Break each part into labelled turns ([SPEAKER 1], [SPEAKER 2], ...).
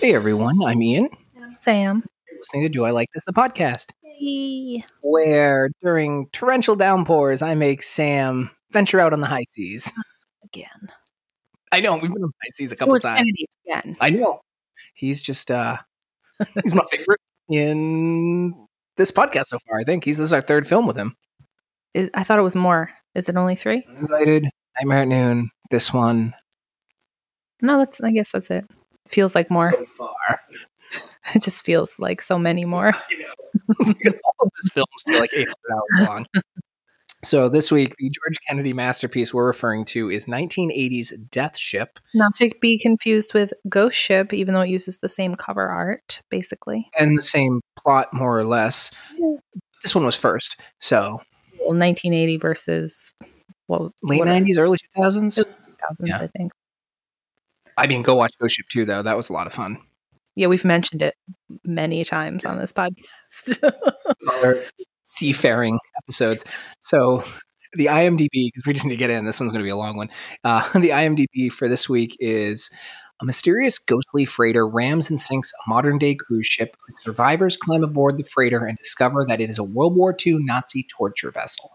[SPEAKER 1] Hey everyone, I'm Ian.
[SPEAKER 2] Sam.
[SPEAKER 1] You're listening to Do I Like This, the podcast,
[SPEAKER 2] Hey.
[SPEAKER 1] where during torrential downpours, I make Sam venture out on the high seas.
[SPEAKER 2] Again.
[SPEAKER 1] I know we've been on the high seas a couple
[SPEAKER 2] George
[SPEAKER 1] times.
[SPEAKER 2] Kennedy again.
[SPEAKER 1] I know. He's just uh he's my favorite in this podcast so far. I think he's this is our third film with him.
[SPEAKER 2] Is, I thought it was more. Is it only three?
[SPEAKER 1] Invited, Nightmare at Noon, this one
[SPEAKER 2] No, that's. I guess that's it. Feels like more.
[SPEAKER 1] so far.
[SPEAKER 2] It just feels like so many more.
[SPEAKER 1] you know, it's because all of his films are like 800 hours long. So this week, the George Kennedy masterpiece we're referring to is 1980's Death Ship,
[SPEAKER 2] Not to be confused with Ghost Ship, even though it uses the same cover art, basically.
[SPEAKER 1] and the same plot more or less.
[SPEAKER 2] Yeah.
[SPEAKER 1] This one was first, so
[SPEAKER 2] Well, 1980 versus well,
[SPEAKER 1] late
[SPEAKER 2] what-
[SPEAKER 1] 90s, early 2000s.
[SPEAKER 2] It was 2000s,
[SPEAKER 1] Yeah.
[SPEAKER 2] I think.
[SPEAKER 1] I mean, go watch Ghost Ship too, though. That was a lot of fun.
[SPEAKER 2] Yeah, we've mentioned it many times on this podcast.
[SPEAKER 1] Other seafaring episodes. So the IMDb, because we just need to get in. This one's going to be a long one. Uh, the IMDb for this week is a mysterious ghostly freighter rams and sinks a modern day cruise ship. whose Survivors climb aboard the freighter and discover that it is a World War II Nazi torture vessel.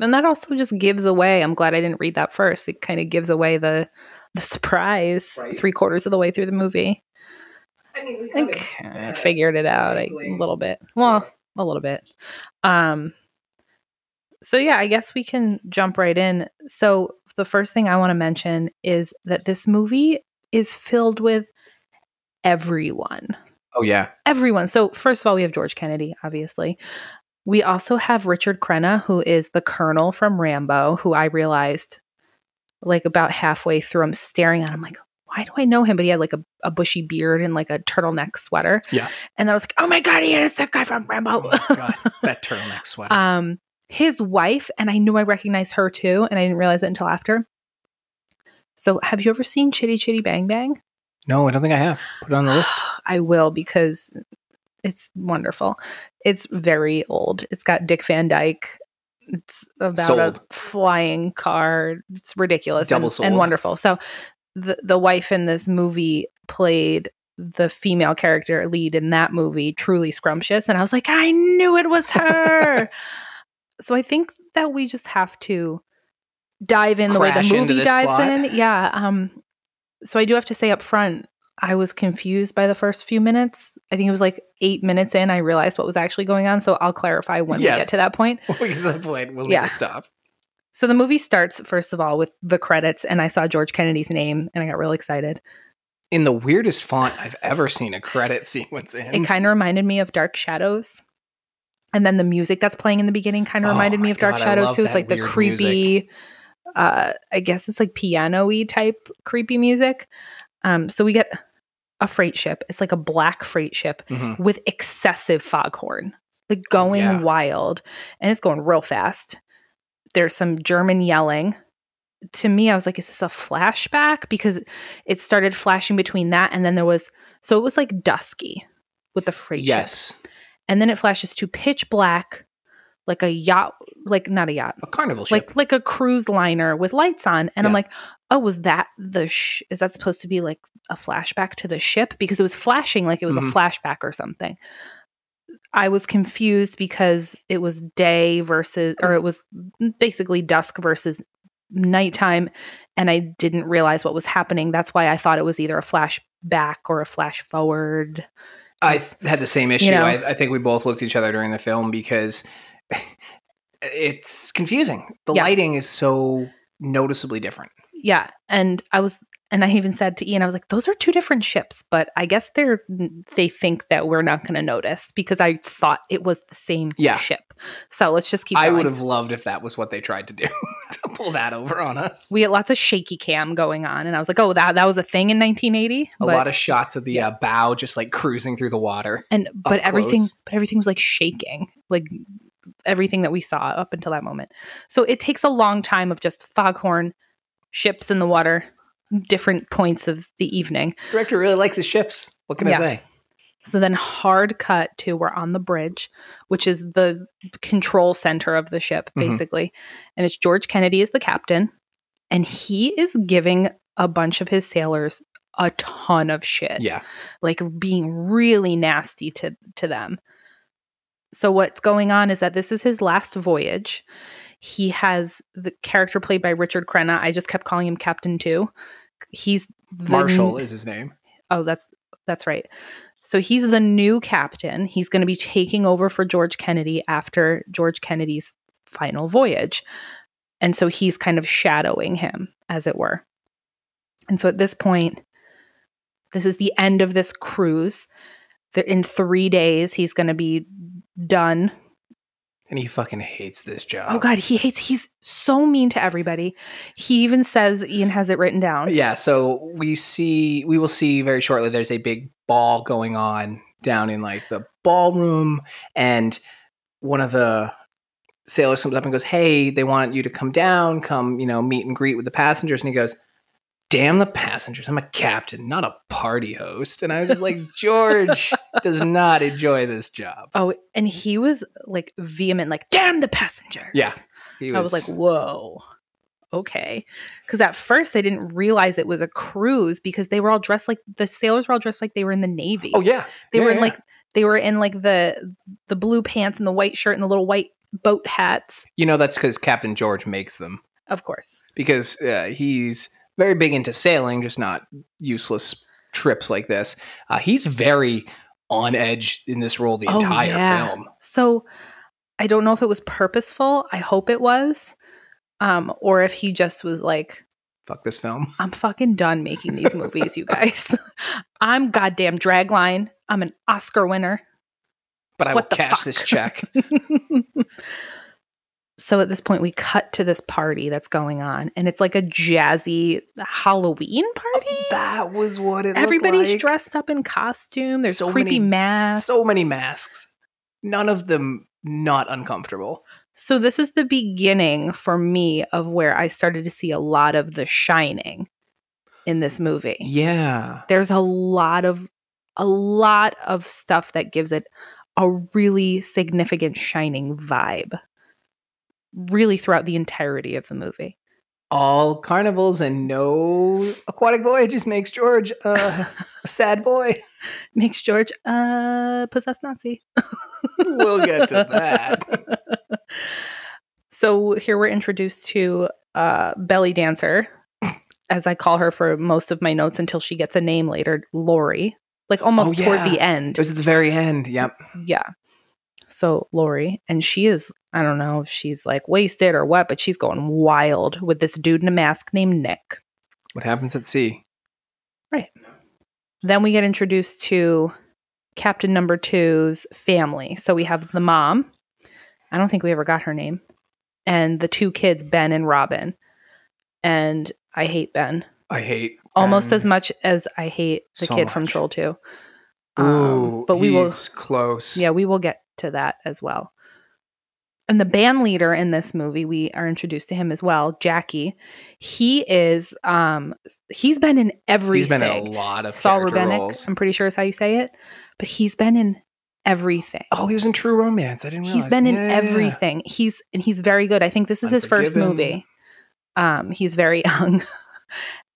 [SPEAKER 2] And that also just gives away. I'm glad I didn't read that first. It kind of gives away the the surprise
[SPEAKER 1] Right.
[SPEAKER 2] three quarters of the way through the movie.
[SPEAKER 1] I mean,
[SPEAKER 2] I think I figured it out like, a little bit. Well, a little bit. Um so yeah, I guess we can jump right in. So the first thing I want to mention is that this movie is filled with everyone.
[SPEAKER 1] Oh, yeah.
[SPEAKER 2] Everyone. So first of all, we have George Kennedy, obviously. We also have Richard Crenna, who is the colonel from Rambo, who I realized like about halfway through, I'm staring at him like, why do I know him? But he had like a, a bushy beard and like a turtleneck sweater.
[SPEAKER 1] Yeah.
[SPEAKER 2] And I was like, oh my God, Ian, it's that guy from Rambo.
[SPEAKER 1] Oh, my God. That turtleneck sweater.
[SPEAKER 2] um, his wife, and I knew I recognized her too, and I didn't realize it until after. So have you ever seen Chitty Chitty Bang Bang?
[SPEAKER 1] no, I don't think I have. Put it on the list.
[SPEAKER 2] I will because it's wonderful. It's very old. It's got Dick Van Dyke. It's about
[SPEAKER 1] Sold.
[SPEAKER 2] a flying car. It's ridiculous and-
[SPEAKER 1] Double
[SPEAKER 2] and,
[SPEAKER 1] sold.
[SPEAKER 2] wonderful. So the the wife in this movie played the female character lead in that movie, truly scrumptious. And I was like, I knew it was her. so I think that we just have to dive in the way
[SPEAKER 1] Crash
[SPEAKER 2] the
[SPEAKER 1] into
[SPEAKER 2] movie
[SPEAKER 1] this
[SPEAKER 2] dives
[SPEAKER 1] plot.
[SPEAKER 2] in. Yeah. Um, so I do have to say up front, I was confused by the first few minutes. I think it was like eight minutes in, I realized what was actually going on. So I'll clarify when we get
[SPEAKER 1] Yes.
[SPEAKER 2] to that point.
[SPEAKER 1] because at that point, we'll
[SPEAKER 2] Yeah.
[SPEAKER 1] need to stop.
[SPEAKER 2] So the movie starts, first of all, with the credits, and I saw George Kennedy's name and I got real excited.
[SPEAKER 1] In the weirdest font I've ever seen a credit sequence in.
[SPEAKER 2] It kind of reminded me of Dark Shadows. And then the music that's playing in the beginning kind of
[SPEAKER 1] Oh
[SPEAKER 2] reminded
[SPEAKER 1] my
[SPEAKER 2] me of Dark
[SPEAKER 1] God, I
[SPEAKER 2] Shadows
[SPEAKER 1] love
[SPEAKER 2] too. It's
[SPEAKER 1] that
[SPEAKER 2] like the
[SPEAKER 1] weird
[SPEAKER 2] creepy, uh, I guess it's like piano y type creepy music. Um, so we get a freight ship. It's like a black freight ship
[SPEAKER 1] Mhm.
[SPEAKER 2] with excessive foghorn, like going
[SPEAKER 1] Yeah.
[SPEAKER 2] wild, and it's going real fast. There's some German yelling. To me, I was like, is this a flashback? Because it started flashing between that, and then there was so it was like dusky with the freight ship,
[SPEAKER 1] Yes.
[SPEAKER 2] and then it flashes to pitch black, like a yacht, like not a yacht,
[SPEAKER 1] A carnival ship.
[SPEAKER 2] like like a cruise liner with lights on and i'm
[SPEAKER 1] Yeah.
[SPEAKER 2] like oh was that the sh- is that supposed to be like a flashback to the ship because it was flashing like it was
[SPEAKER 1] Mhm.
[SPEAKER 2] a flashback or something i was confused because it was day versus or it was basically dusk versus nighttime and i didn't realize what was happening that's why i thought it was either a flashback or a flash forward
[SPEAKER 1] I
[SPEAKER 2] It's-
[SPEAKER 1] had the same issue.
[SPEAKER 2] you know.
[SPEAKER 1] I, I think we both looked at each other during the film because it's confusing. The
[SPEAKER 2] Yeah.
[SPEAKER 1] lighting is so noticeably different.
[SPEAKER 2] yeah and i was and i even said to ian i was like those are two different ships but i guess they're they think that we're not going to notice because i thought it was the same
[SPEAKER 1] Yeah.
[SPEAKER 2] ship so let's just keep
[SPEAKER 1] I
[SPEAKER 2] going.
[SPEAKER 1] would have loved if that was what they tried to do to pull that over on us.
[SPEAKER 2] we had lots of shaky cam going on and i was like oh that that was a thing in 1980
[SPEAKER 1] a
[SPEAKER 2] but,
[SPEAKER 1] lot of shots of the uh, bow just like cruising through the water.
[SPEAKER 2] and but everything
[SPEAKER 1] close.
[SPEAKER 2] but everything was like shaking like everything that we saw up until that moment so it takes a long time of just foghorn ships in the water different points of the evening
[SPEAKER 1] Director really likes his ships. What can I
[SPEAKER 2] Yeah.
[SPEAKER 1] say?
[SPEAKER 2] So then hard cut to we're on the bridge, which is the control center of the ship,
[SPEAKER 1] Mhm.
[SPEAKER 2] basically. And it's George Kennedy is the captain, and he is giving a bunch of his sailors a ton of shit.
[SPEAKER 1] Yeah.
[SPEAKER 2] Like being really nasty to to them. So what's going on is that this is his last voyage. He has the character played by Richard Crenna. I just kept calling him Captain Two. He's the-
[SPEAKER 1] Marshall
[SPEAKER 2] Mm-hmm.
[SPEAKER 1] is his name.
[SPEAKER 2] Oh, that's that's right. So he's the new captain. He's going to be taking over for George Kennedy after George Kennedy's final voyage. And so he's kind of shadowing him, as it were. And so at this point, this is the end of this cruise. Th- In three days, he's going to be done
[SPEAKER 1] And he fucking hates this job.
[SPEAKER 2] Oh God, he hates. He's so mean to everybody. He even says Ian has it written down.
[SPEAKER 1] Yeah, so we see we will see very shortly there's a big ball going on down in like the ballroom and one of the sailors comes up and goes, "Hey, they want you to come down, come, you know, meet and greet with the passengers." And he goes, "Damn the passengers. I'm a captain, not a party host." And I was just like, "George does not enjoy this job."
[SPEAKER 2] Oh, and he was like vehement, like damn the passengers.
[SPEAKER 1] Yeah, He
[SPEAKER 2] I was like, whoa, okay. Because at first I didn't realize it was a cruise because they were all dressed like the sailors were all dressed like they were in the navy.
[SPEAKER 1] "Oh yeah."
[SPEAKER 2] they
[SPEAKER 1] Yeah,
[SPEAKER 2] were in
[SPEAKER 1] yeah.
[SPEAKER 2] like they were in like the the blue pants and the white shirt and the little white boat hats.
[SPEAKER 1] You know that's cuz Captain George makes them.
[SPEAKER 2] Of course,
[SPEAKER 1] because uh, he's very big into sailing, just not useless trips like this. Uh, he's very on edge in this role the
[SPEAKER 2] Oh,
[SPEAKER 1] entire
[SPEAKER 2] yeah.
[SPEAKER 1] film.
[SPEAKER 2] So I don't know if it was purposeful. I hope it was. Um, or if he just was like,
[SPEAKER 1] Fuck this film.
[SPEAKER 2] I'm fucking done making these movies, you guys. I'm goddamn dragline. I'm an Oscar winner.
[SPEAKER 1] But I
[SPEAKER 2] What
[SPEAKER 1] will
[SPEAKER 2] the
[SPEAKER 1] cash this
[SPEAKER 2] fuck?
[SPEAKER 1] check.
[SPEAKER 2] so at this point, we cut to this party that's going on, and it's like a jazzy Halloween party.
[SPEAKER 1] Oh, that was what it
[SPEAKER 2] Everybody's
[SPEAKER 1] looked like.
[SPEAKER 2] dressed up in costume. There's
[SPEAKER 1] So
[SPEAKER 2] creepy
[SPEAKER 1] many-
[SPEAKER 2] masks.
[SPEAKER 1] So many masks. None of them not uncomfortable.
[SPEAKER 2] So this is the beginning for me of where I started to see a lot of the shining in this movie.
[SPEAKER 1] Yeah.
[SPEAKER 2] There's a lot of a lot of stuff that gives it a really significant shining vibe. Really throughout the entirety of the movie.
[SPEAKER 1] All carnivals and no aquatic voyages makes George uh, a sad boy.
[SPEAKER 2] Makes George uh possessed Nazi.
[SPEAKER 1] We'll get to that.
[SPEAKER 2] So here we're introduced to uh, Belly Dancer, as I call her for most of my notes until she gets a name later, Lori. Like almost
[SPEAKER 1] Oh, yeah.
[SPEAKER 2] toward the
[SPEAKER 1] It
[SPEAKER 2] end.
[SPEAKER 1] was at the very end. Yep.
[SPEAKER 2] Yeah. So Lori, and she is, I don't know if she's like wasted or what, but she's going wild with this dude in a mask named Nick.
[SPEAKER 1] What happens at sea?
[SPEAKER 2] Then we get introduced to Captain Number Two's family. So we have the mom. I don't think we ever got her name. And the two kids, Ben and Robin. And I hate Ben
[SPEAKER 1] I hate
[SPEAKER 2] almost
[SPEAKER 1] Ben.
[SPEAKER 2] as much as I hate the
[SPEAKER 1] So
[SPEAKER 2] kid from
[SPEAKER 1] much.
[SPEAKER 2] Troll 2. Um,
[SPEAKER 1] Ooh,
[SPEAKER 2] but we will
[SPEAKER 1] he's close.
[SPEAKER 2] Yeah, we will get to that as well. And the band leader in this movie, we are introduced to him as well, Jackie. He is um he's been in
[SPEAKER 1] he's
[SPEAKER 2] everything.
[SPEAKER 1] been in a lot of
[SPEAKER 2] Saul
[SPEAKER 1] character
[SPEAKER 2] Rubenick,
[SPEAKER 1] roles.
[SPEAKER 2] I'm pretty sure is how you say it, but he's been in everything.
[SPEAKER 1] Oh, he was in True Romance. I didn't realize.
[SPEAKER 2] he's been in
[SPEAKER 1] Yeah, yeah, yeah.
[SPEAKER 2] everything. He's and he's very good. I think this is his first
[SPEAKER 1] Unforgiven.
[SPEAKER 2] movie. Um, he's very young.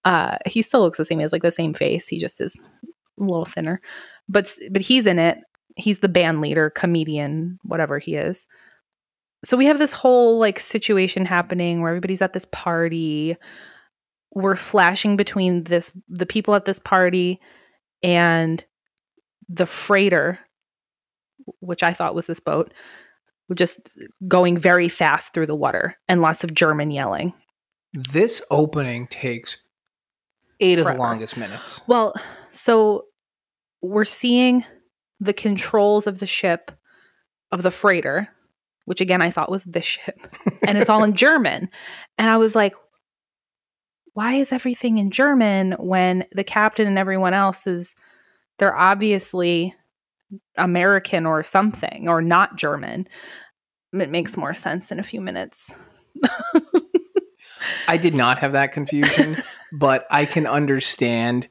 [SPEAKER 2] uh, he still looks the same. He has like the same face. He just is a little thinner, but s- but he's in it. He's the band leader, comedian, whatever he is. So we have this whole like situation happening where everybody's at this party. We're flashing between this the people at this party and the freighter, which I thought was this boat, just going very fast through the water and lots of German yelling.
[SPEAKER 1] This opening takes eight of
[SPEAKER 2] Forever.
[SPEAKER 1] the longest minutes.
[SPEAKER 2] Well, so we're seeing the controls of the ship, of the freighter, which again I thought was the ship, and it's all in German. And I was like, why is everything in German when the captain and everyone else is, they're obviously American or something or not German? It makes more sense in a few minutes.
[SPEAKER 1] I did not have that confusion, but I can understand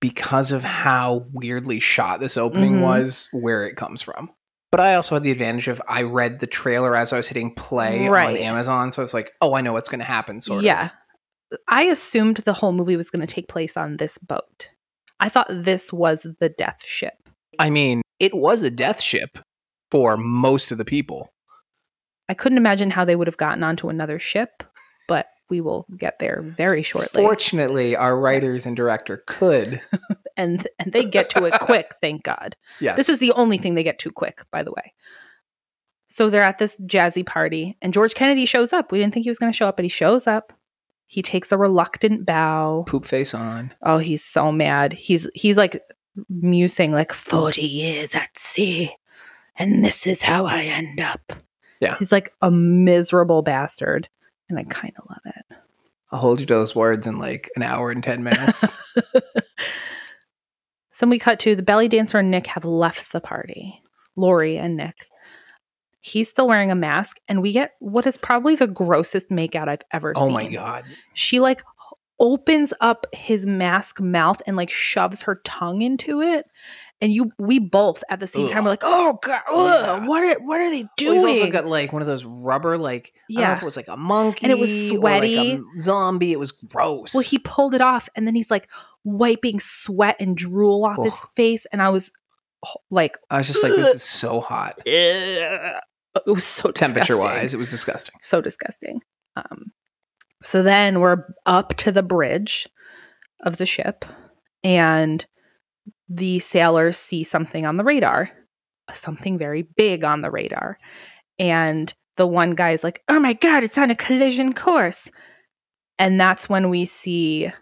[SPEAKER 1] because of how weirdly shot this opening
[SPEAKER 2] Mhm.
[SPEAKER 1] was, where it comes from. But I also had the advantage of I read the trailer as I was hitting play on
[SPEAKER 2] Right.
[SPEAKER 1] Amazon, so it's like, oh, I know what's going to happen. Sort of.
[SPEAKER 2] yeah. I assumed the whole movie was going to take place on this boat. I thought this was the death ship.
[SPEAKER 1] I mean, it was a death ship for most of the people.
[SPEAKER 2] I couldn't imagine how they would have gotten onto another ship, but we will get there very shortly.
[SPEAKER 1] Fortunately, our writers and director could.
[SPEAKER 2] and and they get to it quick, thank God.
[SPEAKER 1] Yes.
[SPEAKER 2] This is the only thing they get to quick, by the way. So they're at this jazzy party, and George Kennedy shows up. We didn't think he was going to show up, but he shows up. He takes a reluctant bow.
[SPEAKER 1] poop face on.
[SPEAKER 2] Oh, he's so mad. He's he's like musing like 40 years at sea and this is how I end up.
[SPEAKER 1] Yeah.
[SPEAKER 2] He's like a miserable bastard and I kind of love it.
[SPEAKER 1] I'll hold you to those words in like an hour and 10 minutes.
[SPEAKER 2] So we cut to the belly dancer and Nick have left the party. Lori and Nick. He's still wearing a mask and we get what is probably the grossest makeout I've ever
[SPEAKER 1] oh
[SPEAKER 2] seen.
[SPEAKER 1] my God.
[SPEAKER 2] She like opens up his mask mouth and like shoves her tongue into it. And you, we both at the same time
[SPEAKER 1] Ugh.
[SPEAKER 2] were like, "Oh God, ugh,
[SPEAKER 1] Yeah.
[SPEAKER 2] what are what are they
[SPEAKER 1] Well,
[SPEAKER 2] doing?"
[SPEAKER 1] he's also got like one of those rubber, like, I don't know
[SPEAKER 2] Yeah.
[SPEAKER 1] if it was like a monkey.
[SPEAKER 2] And it was
[SPEAKER 1] or, like, a
[SPEAKER 2] sweaty.
[SPEAKER 1] m- zombie. It was gross.
[SPEAKER 2] Well, he pulled it off, and then he's like wiping sweat and drool off his
[SPEAKER 1] Ugh.
[SPEAKER 2] face, and I was h- like,
[SPEAKER 1] I was just like, this is so hot.
[SPEAKER 2] Ugh. it was so
[SPEAKER 1] Temperature
[SPEAKER 2] disgusting.
[SPEAKER 1] wise, it was disgusting.
[SPEAKER 2] so disgusting. Um, so then we're up to the bridge of the ship, and the sailors see something on the radar, something very big on the radar. And the one guy's like, Oh my God, it's on a collision course. And that's when we see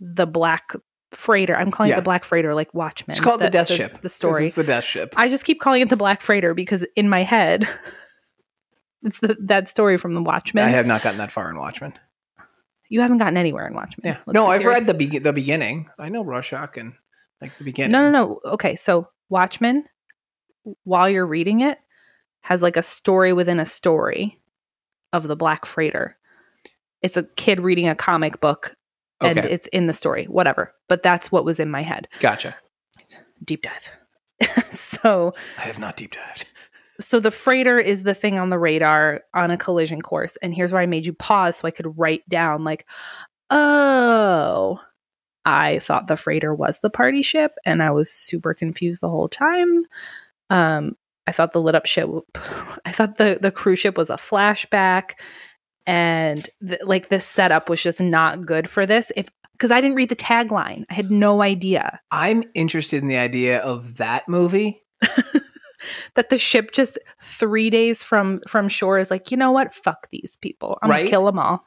[SPEAKER 2] the black freighter. I'm calling
[SPEAKER 1] Yeah.
[SPEAKER 2] it the black freighter, like Watchmen.
[SPEAKER 1] It's called the, Death Ship.
[SPEAKER 2] The
[SPEAKER 1] This
[SPEAKER 2] story.
[SPEAKER 1] is the Death Ship.
[SPEAKER 2] I just keep calling it the Black Freighter because in my head, it's the, that story from the Watchmen.
[SPEAKER 1] I have not gotten that far in Watchmen.
[SPEAKER 2] you haven't gotten anywhere in Watchmen.
[SPEAKER 1] Yeah.
[SPEAKER 2] Let's
[SPEAKER 1] no,
[SPEAKER 2] be
[SPEAKER 1] I've
[SPEAKER 2] serious.
[SPEAKER 1] read the be- the beginning. I know Rorschach and like the beginning.
[SPEAKER 2] No, no, no. Okay, so Watchmen, while you're reading it, has like a story within a story of the Black Freighter. It's a kid reading a comic book, and
[SPEAKER 1] Okay.
[SPEAKER 2] it's in the story. Whatever. But that's what was in my head.
[SPEAKER 1] gotcha.
[SPEAKER 2] Deep dive. so
[SPEAKER 1] I have not deep dived.
[SPEAKER 2] so the freighter is the thing on the radar on a collision course and here's where i made you pause so i could write down like oh i thought the freighter was the party ship and i was super confused the whole time um i thought the lit up ship i thought the the cruise ship was a flashback and th- like this setup was just not good for this if because i didn't read the tagline i had no idea
[SPEAKER 1] I'm interested in the idea of that movie.
[SPEAKER 2] that the ship just three days from from shore is like, you know what? Fuck these people. I'm
[SPEAKER 1] Right?
[SPEAKER 2] gonna kill them all.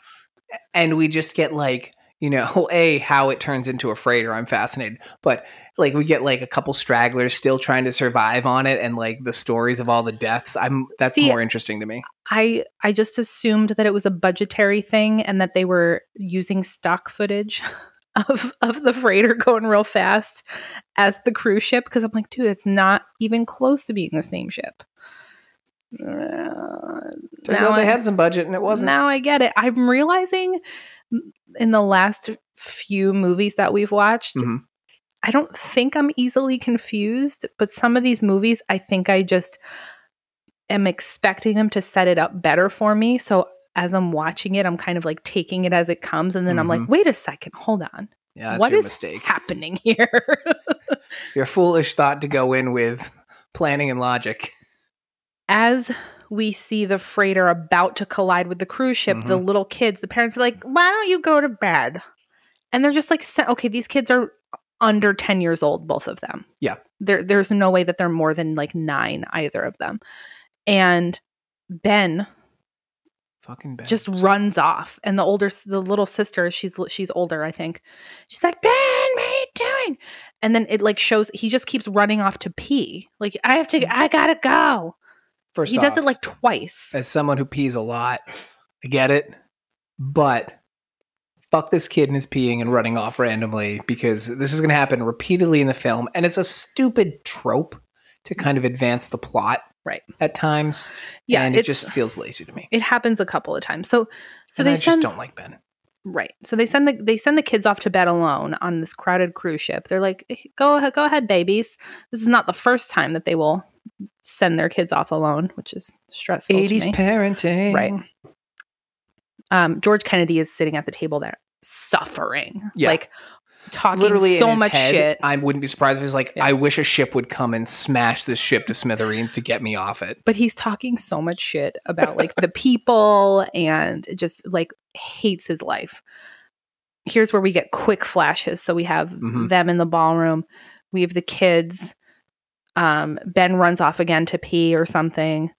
[SPEAKER 1] and we just get like you know well, a how it turns into a freighter i'm fascinated but like we get like a couple stragglers still trying to survive on it and like the stories of all the deaths i'm that's
[SPEAKER 2] See,
[SPEAKER 1] more interesting to me
[SPEAKER 2] I I just assumed that it was a budgetary thing and that they were using stock footage of of the freighter going real fast as the cruise ship because I'm like, dude, it's not even close to being the same ship. Uh,
[SPEAKER 1] turns
[SPEAKER 2] now
[SPEAKER 1] out they
[SPEAKER 2] I-
[SPEAKER 1] had some budget and it wasn't
[SPEAKER 2] now I get it. I'm realizing in the last few movies that we've watched,
[SPEAKER 1] Mhm.
[SPEAKER 2] I don't think I'm easily confused, but some of these movies, I think I just am expecting them to set it up better for me. So as I'm watching it, I'm kind of like taking it as it comes. And then I'm
[SPEAKER 1] Mhm.
[SPEAKER 2] like, wait a second, hold on.
[SPEAKER 1] yeah that's
[SPEAKER 2] what
[SPEAKER 1] your
[SPEAKER 2] is
[SPEAKER 1] mistake
[SPEAKER 2] happening here?
[SPEAKER 1] your foolish thought to go in with planning and logic
[SPEAKER 2] as we see the freighter about to collide with the cruise ship,
[SPEAKER 1] Mm-hmm.
[SPEAKER 2] the little kids, the parents are like, why don't you go to bed? And they're just like, se- okay, these kids are under 10 years old, both of them.
[SPEAKER 1] Yeah.
[SPEAKER 2] There, there's no way that they're more than like nine, either of them. And Ben
[SPEAKER 1] fucking bad
[SPEAKER 2] just runs off. And the older, s- the little sister, she's l- she's older, I think. She's like, Ben, what are you doing? And then it like shows he just keeps running off to pee. Like, I have to, I gotta go.
[SPEAKER 1] Mm-hmm. first
[SPEAKER 2] he does it
[SPEAKER 1] off,
[SPEAKER 2] like twice.
[SPEAKER 1] as someone who pees a lot i get it but fuck this kid and his peeing and running off randomly because this is going to happen repeatedly in the film and it's a stupid trope to kind of advance the plot
[SPEAKER 2] Right.
[SPEAKER 1] at times
[SPEAKER 2] yeah
[SPEAKER 1] and it
[SPEAKER 2] it's,
[SPEAKER 1] just feels lazy to me
[SPEAKER 2] it happens a couple of times so so
[SPEAKER 1] so and
[SPEAKER 2] they
[SPEAKER 1] i just
[SPEAKER 2] send
[SPEAKER 1] don't like ben
[SPEAKER 2] right so they send the they send the kids off to bed alone on this crowded cruise ship they're like "Eh, go ahead go ahead babies this is not the first time that they will send their kids off alone which is stressful to
[SPEAKER 1] 80s
[SPEAKER 2] me.
[SPEAKER 1] parenting
[SPEAKER 2] Right. um george kennedy is sitting at the table there suffering
[SPEAKER 1] Yeah.
[SPEAKER 2] like talking
[SPEAKER 1] literally in
[SPEAKER 2] so
[SPEAKER 1] his
[SPEAKER 2] much
[SPEAKER 1] head,
[SPEAKER 2] shit.
[SPEAKER 1] I wouldn't be surprised if he's like,
[SPEAKER 2] Yeah.
[SPEAKER 1] I wish a ship would come and smash this ship to smithereens to get me off it.
[SPEAKER 2] but he's talking so much shit about like the people and just like hates his life. Here's where we get quick flashes. So we have
[SPEAKER 1] Mhm.
[SPEAKER 2] them in the ballroom. We have the kids. Um, ben runs off again to pee or something.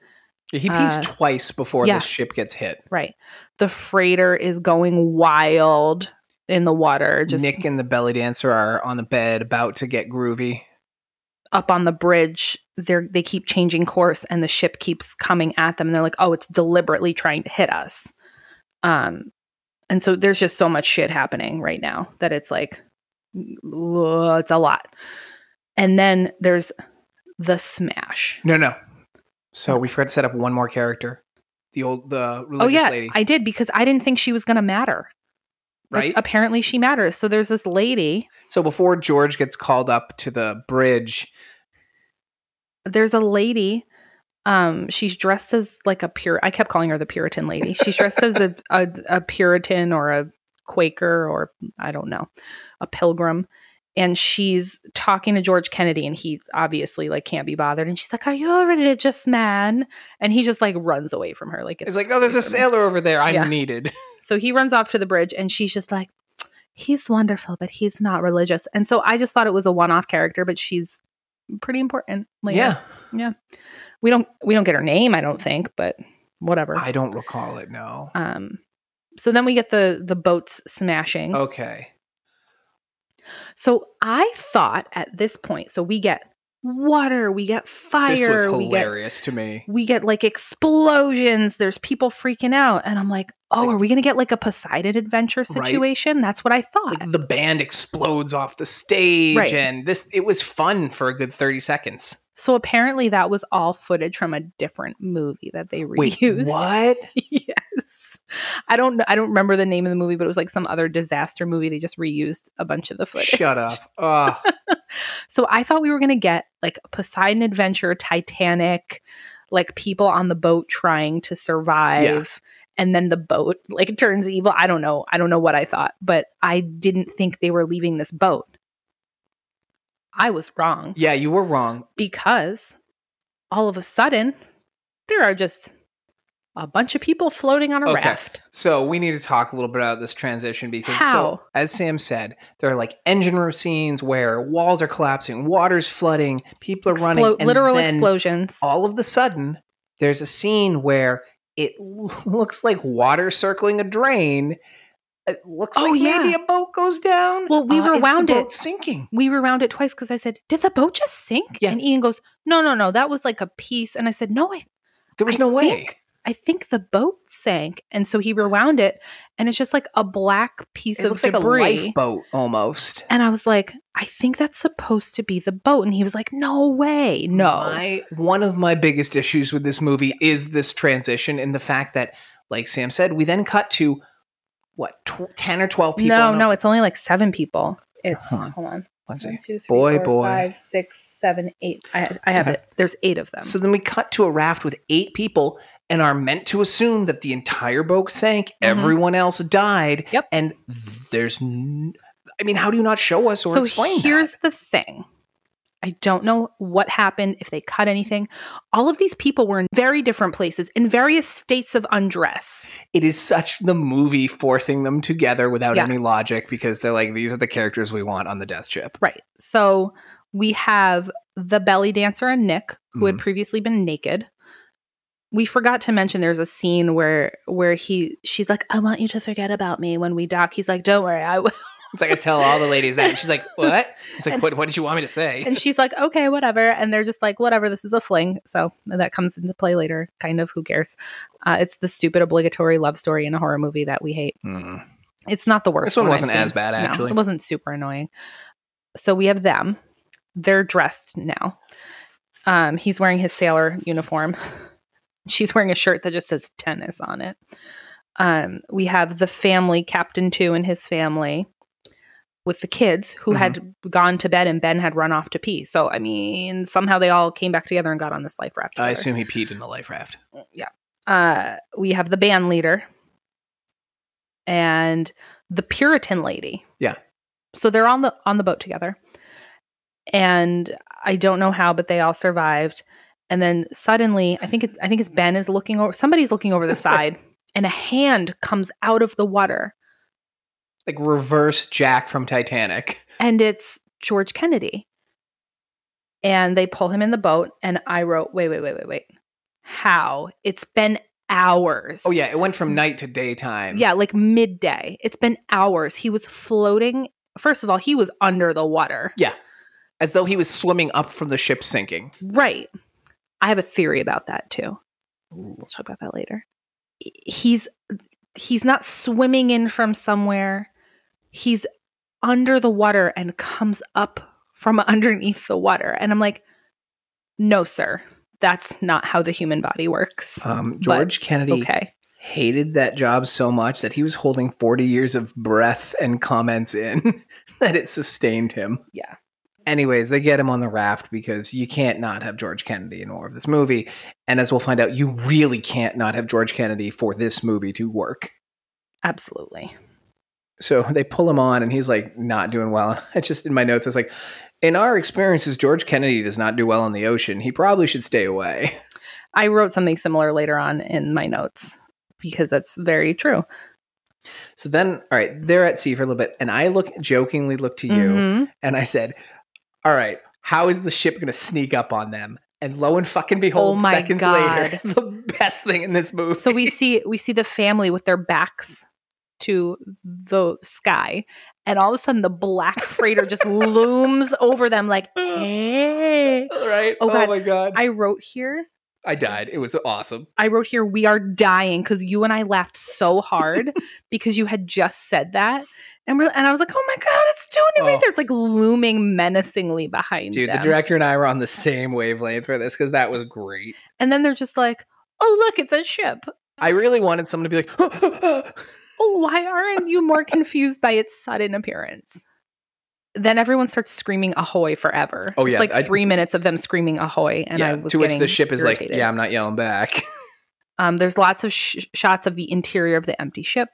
[SPEAKER 1] He pees
[SPEAKER 2] Uh,
[SPEAKER 1] twice before
[SPEAKER 2] yeah.
[SPEAKER 1] this ship gets hit.
[SPEAKER 2] Right. The freighter is going wild in the water, just
[SPEAKER 1] Nick and the belly dancer are on the bed about to get groovy.
[SPEAKER 2] up on the bridge. They're they keep changing course and the ship keeps coming at them. And they're like, oh, it's deliberately trying to hit us. Um and so there's just so much shit happening right now that it's like "Ugh, it's a lot. And then there's the smash.
[SPEAKER 1] No, no. So we forgot to set up one more character. The old the religious
[SPEAKER 2] oh yeah,
[SPEAKER 1] lady.
[SPEAKER 2] I did because I didn't think she was gonna matter. But
[SPEAKER 1] Right?
[SPEAKER 2] apparently she matters. So there's this lady.
[SPEAKER 1] so before George gets called up to the bridge,
[SPEAKER 2] There's a lady. Um, she's dressed as like a pure. I kept calling her the Puritan lady. She's dressed as a, a a Puritan or a Quaker or I don't know, a pilgrim. And she's talking to George Kennedy, and he obviously like can't be bothered. And she's like, "Are you a religious man?" And he just like runs away from her. Like
[SPEAKER 1] it's like, oh, there's a sailor over there. I'm
[SPEAKER 2] Yeah.
[SPEAKER 1] needed.
[SPEAKER 2] So he runs off to the bridge and she's just like, he's wonderful, but he's not religious. And so I just thought it was a one off character, but she's pretty important. later.
[SPEAKER 1] Yeah.
[SPEAKER 2] We don't we don't get her name, I don't think, but whatever.
[SPEAKER 1] I don't recall it, no.
[SPEAKER 2] um so then we get the the boats smashing.
[SPEAKER 1] Oh. Okay.
[SPEAKER 2] So I thought at this point, so we get water, we get fire,
[SPEAKER 1] this was
[SPEAKER 2] we get
[SPEAKER 1] hilarious to me.
[SPEAKER 2] we get like explosions. There's people freaking out, and I'm like, "Oh,
[SPEAKER 1] Like-
[SPEAKER 2] are we gonna get like a Poseidon adventure
[SPEAKER 1] Right.
[SPEAKER 2] situation?" That's what I thought.
[SPEAKER 1] Like the band explodes off the stage
[SPEAKER 2] Right.
[SPEAKER 1] and this it was fun for a good 30 seconds.
[SPEAKER 2] So apparently that was all footage from a different movie that they
[SPEAKER 1] Wait,
[SPEAKER 2] reused.
[SPEAKER 1] what?
[SPEAKER 2] yes. I don't know I don't remember the name of the movie, but it was like some other disaster movie. They just reused a bunch of the footage.
[SPEAKER 1] Shut up. Oh,
[SPEAKER 2] So I thought we were gonna get like Poseidon Adventure, Titanic, like people on the boat trying to survive. And then the boat like turns evil. I don't know. I don't know what I thought, but I didn't think they were leaving this boat. I was wrong.
[SPEAKER 1] yeah, you were wrong.
[SPEAKER 2] because all of a sudden there are just a bunch of people floating on a
[SPEAKER 1] Okay.
[SPEAKER 2] raft.
[SPEAKER 1] So we need to talk a little bit about this transition because so
[SPEAKER 2] How?
[SPEAKER 1] as Sam said, there are like engine room scenes where walls are collapsing, water's flooding, people are running,
[SPEAKER 2] Explo- literal
[SPEAKER 1] then
[SPEAKER 2] explosions.
[SPEAKER 1] All of the sudden, there's a scene where it looks like water circling a drain. It looks
[SPEAKER 2] Oh,
[SPEAKER 1] like maybe
[SPEAKER 2] yeah.
[SPEAKER 1] a boat goes down. Uh,
[SPEAKER 2] Well, we
[SPEAKER 1] it's the
[SPEAKER 2] rewound it.
[SPEAKER 1] boat sinking.
[SPEAKER 2] we rewound it twice because I said, "Did the boat just sink?"
[SPEAKER 1] Yeah.
[SPEAKER 2] And Ian goes, "No, no, no. That was like a piece." And I said, "No, I,
[SPEAKER 1] There was
[SPEAKER 2] I
[SPEAKER 1] no way.
[SPEAKER 2] think- I think the boat sank." And so he rewound it, and it's just like a black piece
[SPEAKER 1] It
[SPEAKER 2] of
[SPEAKER 1] looks
[SPEAKER 2] debris.
[SPEAKER 1] like a lifeboat almost.
[SPEAKER 2] and I was like, "I think that's supposed to be the boat." And he was like, "No way, no."
[SPEAKER 1] My, one of my biggest issues with this movie is this transition and the fact that, like Sam said, we then cut to what tw- ten or twelve people.
[SPEAKER 2] no,
[SPEAKER 1] on a-
[SPEAKER 2] no, it's only like seven people. It's
[SPEAKER 1] Hold on.
[SPEAKER 2] hold on.
[SPEAKER 1] Let's see.
[SPEAKER 2] One, two, three,
[SPEAKER 1] Boy,
[SPEAKER 2] four,
[SPEAKER 1] boy.
[SPEAKER 2] five, six, seven, eight. I, I have
[SPEAKER 1] Okay.
[SPEAKER 2] it. There's eight of them.
[SPEAKER 1] So then we cut to a raft with eight people and are meant to assume that the entire boat sank, everyone else died.
[SPEAKER 2] Mm-hmm. Yep.
[SPEAKER 1] And th- there's, n- I mean, how do you not show us or
[SPEAKER 2] So
[SPEAKER 1] explain?
[SPEAKER 2] here's the thing. I don't know what happened, if they cut anything. All of these people were in very different places, in various states of undress.
[SPEAKER 1] that? It is such the movie forcing them together without
[SPEAKER 2] Yeah.
[SPEAKER 1] any logic because they're like, these are the characters we want on the death ship.
[SPEAKER 2] Right. So we have the belly dancer and Nick, who
[SPEAKER 1] Mhm.
[SPEAKER 2] had previously been naked. We forgot to mention there's a scene where where he she's like, I want you to forget about me when we dock. He's like, Don't worry, I will.
[SPEAKER 1] It's like I tell all the ladies that, and she's like, "What?" It's like,
[SPEAKER 2] And-
[SPEAKER 1] "What? What did you want me to say?"
[SPEAKER 2] and she's like, okay, whatever. And they're just like, whatever, this is a fling. So that comes into play later, kind of, who cares? Uh, it's the stupid obligatory love story in a horror movie that we hate.
[SPEAKER 1] Mm.
[SPEAKER 2] It's not the worst.
[SPEAKER 1] This one
[SPEAKER 2] I've
[SPEAKER 1] wasn't
[SPEAKER 2] seen.
[SPEAKER 1] as bad,
[SPEAKER 2] No,
[SPEAKER 1] actually.
[SPEAKER 2] it wasn't super annoying. So we have them. They're dressed now. Um, he's wearing his sailor uniform. She's wearing a shirt that just says tennis on it. Um, we have the family, Captain Two and his family, with the kids who had
[SPEAKER 1] Mm-hmm.
[SPEAKER 2] gone to bed and Ben had run off to pee. So I mean, somehow they all came back together and got on this life raft.
[SPEAKER 1] I
[SPEAKER 2] together.
[SPEAKER 1] assume he peed in a life raft.
[SPEAKER 2] Uh, we have the band leader and the Puritan lady.
[SPEAKER 1] Yeah.
[SPEAKER 2] So they're on the on the boat together. And I don't know how, but they all survived. And then suddenly, I think it's I think it's Ben is looking over somebody's looking over the side and a hand comes out of the water
[SPEAKER 1] Like reverse Jack from Titanic.
[SPEAKER 2] and it's George Kennedy. And they pull him in the boat and I wrote, "Wait, wait, wait, wait, wait. How? It's been hours."
[SPEAKER 1] Oh yeah, it went from night to daytime.
[SPEAKER 2] Mm. Yeah, like midday. It's been hours. He was floating. First of all, he was under the water.
[SPEAKER 1] As though he was swimming up from the ship sinking.
[SPEAKER 2] Right. I have a theory about that too. We'll talk about that later. He's he's not swimming in from somewhere. He's under the water and comes up from underneath the water. And I'm like, "No, sir. That's not how the human body works."
[SPEAKER 1] Um, George Kennedy
[SPEAKER 2] Okay.
[SPEAKER 1] hated that job so much that he was holding 40 years of breath and comments in that it sustained him.
[SPEAKER 2] Yeah.
[SPEAKER 1] Anyways, they get him on the raft because you can't not have George Kennedy in more of this movie. And as we'll find out, you really can't not have George Kennedy for this movie to work.
[SPEAKER 2] Absolutely.
[SPEAKER 1] So they pull him on and he's like not doing well. I just in my notes, I was like, in our experiences, George Kennedy does not do well in the ocean. He probably should stay away.
[SPEAKER 2] I wrote something similar later on in my notes because that's very true.
[SPEAKER 1] So then, all right, they're at sea for a little bit. And I look jokingly look to you.
[SPEAKER 2] Mhm.
[SPEAKER 1] And I said, All right, how is the ship going to sneak up on them? And lo and fucking
[SPEAKER 2] Oh
[SPEAKER 1] behold,
[SPEAKER 2] my
[SPEAKER 1] seconds
[SPEAKER 2] God.
[SPEAKER 1] later, the best thing in this movie.
[SPEAKER 2] So we see we see the family with their backs to the sky, and all of a sudden the black freighter just looms over them like, hey.
[SPEAKER 1] right?
[SPEAKER 2] Oh,
[SPEAKER 1] Oh,
[SPEAKER 2] God.
[SPEAKER 1] my God. I,
[SPEAKER 2] I wrote here.
[SPEAKER 1] died. It was awesome.
[SPEAKER 2] I wrote here, we are dying because you and I laughed so hard because you had just said that. And, we're, and I was like, oh my God, it's doing it
[SPEAKER 1] Oh.
[SPEAKER 2] right there. It's like looming menacingly behind
[SPEAKER 1] Dude,
[SPEAKER 2] them.
[SPEAKER 1] the director and I were on the same wavelength for this because that was great.
[SPEAKER 2] and then they're just like, oh, look, it's a ship.
[SPEAKER 1] I really wanted someone to be like,
[SPEAKER 2] oh, why aren't you more confused by its sudden appearance? Then everyone starts screaming ahoy forever.
[SPEAKER 1] Oh,
[SPEAKER 2] It's
[SPEAKER 1] yeah,
[SPEAKER 2] like
[SPEAKER 1] I-
[SPEAKER 2] three minutes of them screaming ahoy. And I
[SPEAKER 1] yeah,
[SPEAKER 2] was
[SPEAKER 1] to which
[SPEAKER 2] getting
[SPEAKER 1] the ship is
[SPEAKER 2] irritated.
[SPEAKER 1] like, Yeah, I'm not yelling back.
[SPEAKER 2] Um, there's lots of sh- shots of the interior of the empty ship.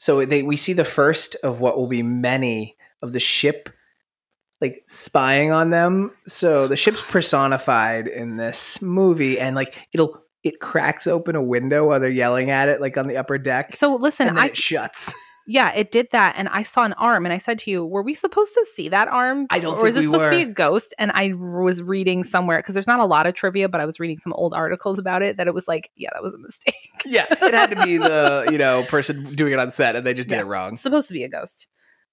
[SPEAKER 1] So they we see the first of what will be many of the ship like spying on them. So the ship's personified in this movie and like it'll it cracks open a window while they're yelling at it like on the upper deck
[SPEAKER 2] So listen,
[SPEAKER 1] and then
[SPEAKER 2] I
[SPEAKER 1] it shuts.
[SPEAKER 2] yeah, it did that, and I saw an arm, and I said to you, were we supposed to see that arm?
[SPEAKER 1] I don't
[SPEAKER 2] or
[SPEAKER 1] think
[SPEAKER 2] is it
[SPEAKER 1] we
[SPEAKER 2] supposed to be a
[SPEAKER 1] were.
[SPEAKER 2] ghost? And I was reading somewhere because there's not a lot of trivia, but I was reading some old articles about it that it was like, yeah, that was a mistake.
[SPEAKER 1] Yeah, it had to be the, you know, person doing it on set and they just did
[SPEAKER 2] Yeah.
[SPEAKER 1] it wrong.
[SPEAKER 2] It's supposed to be a ghost.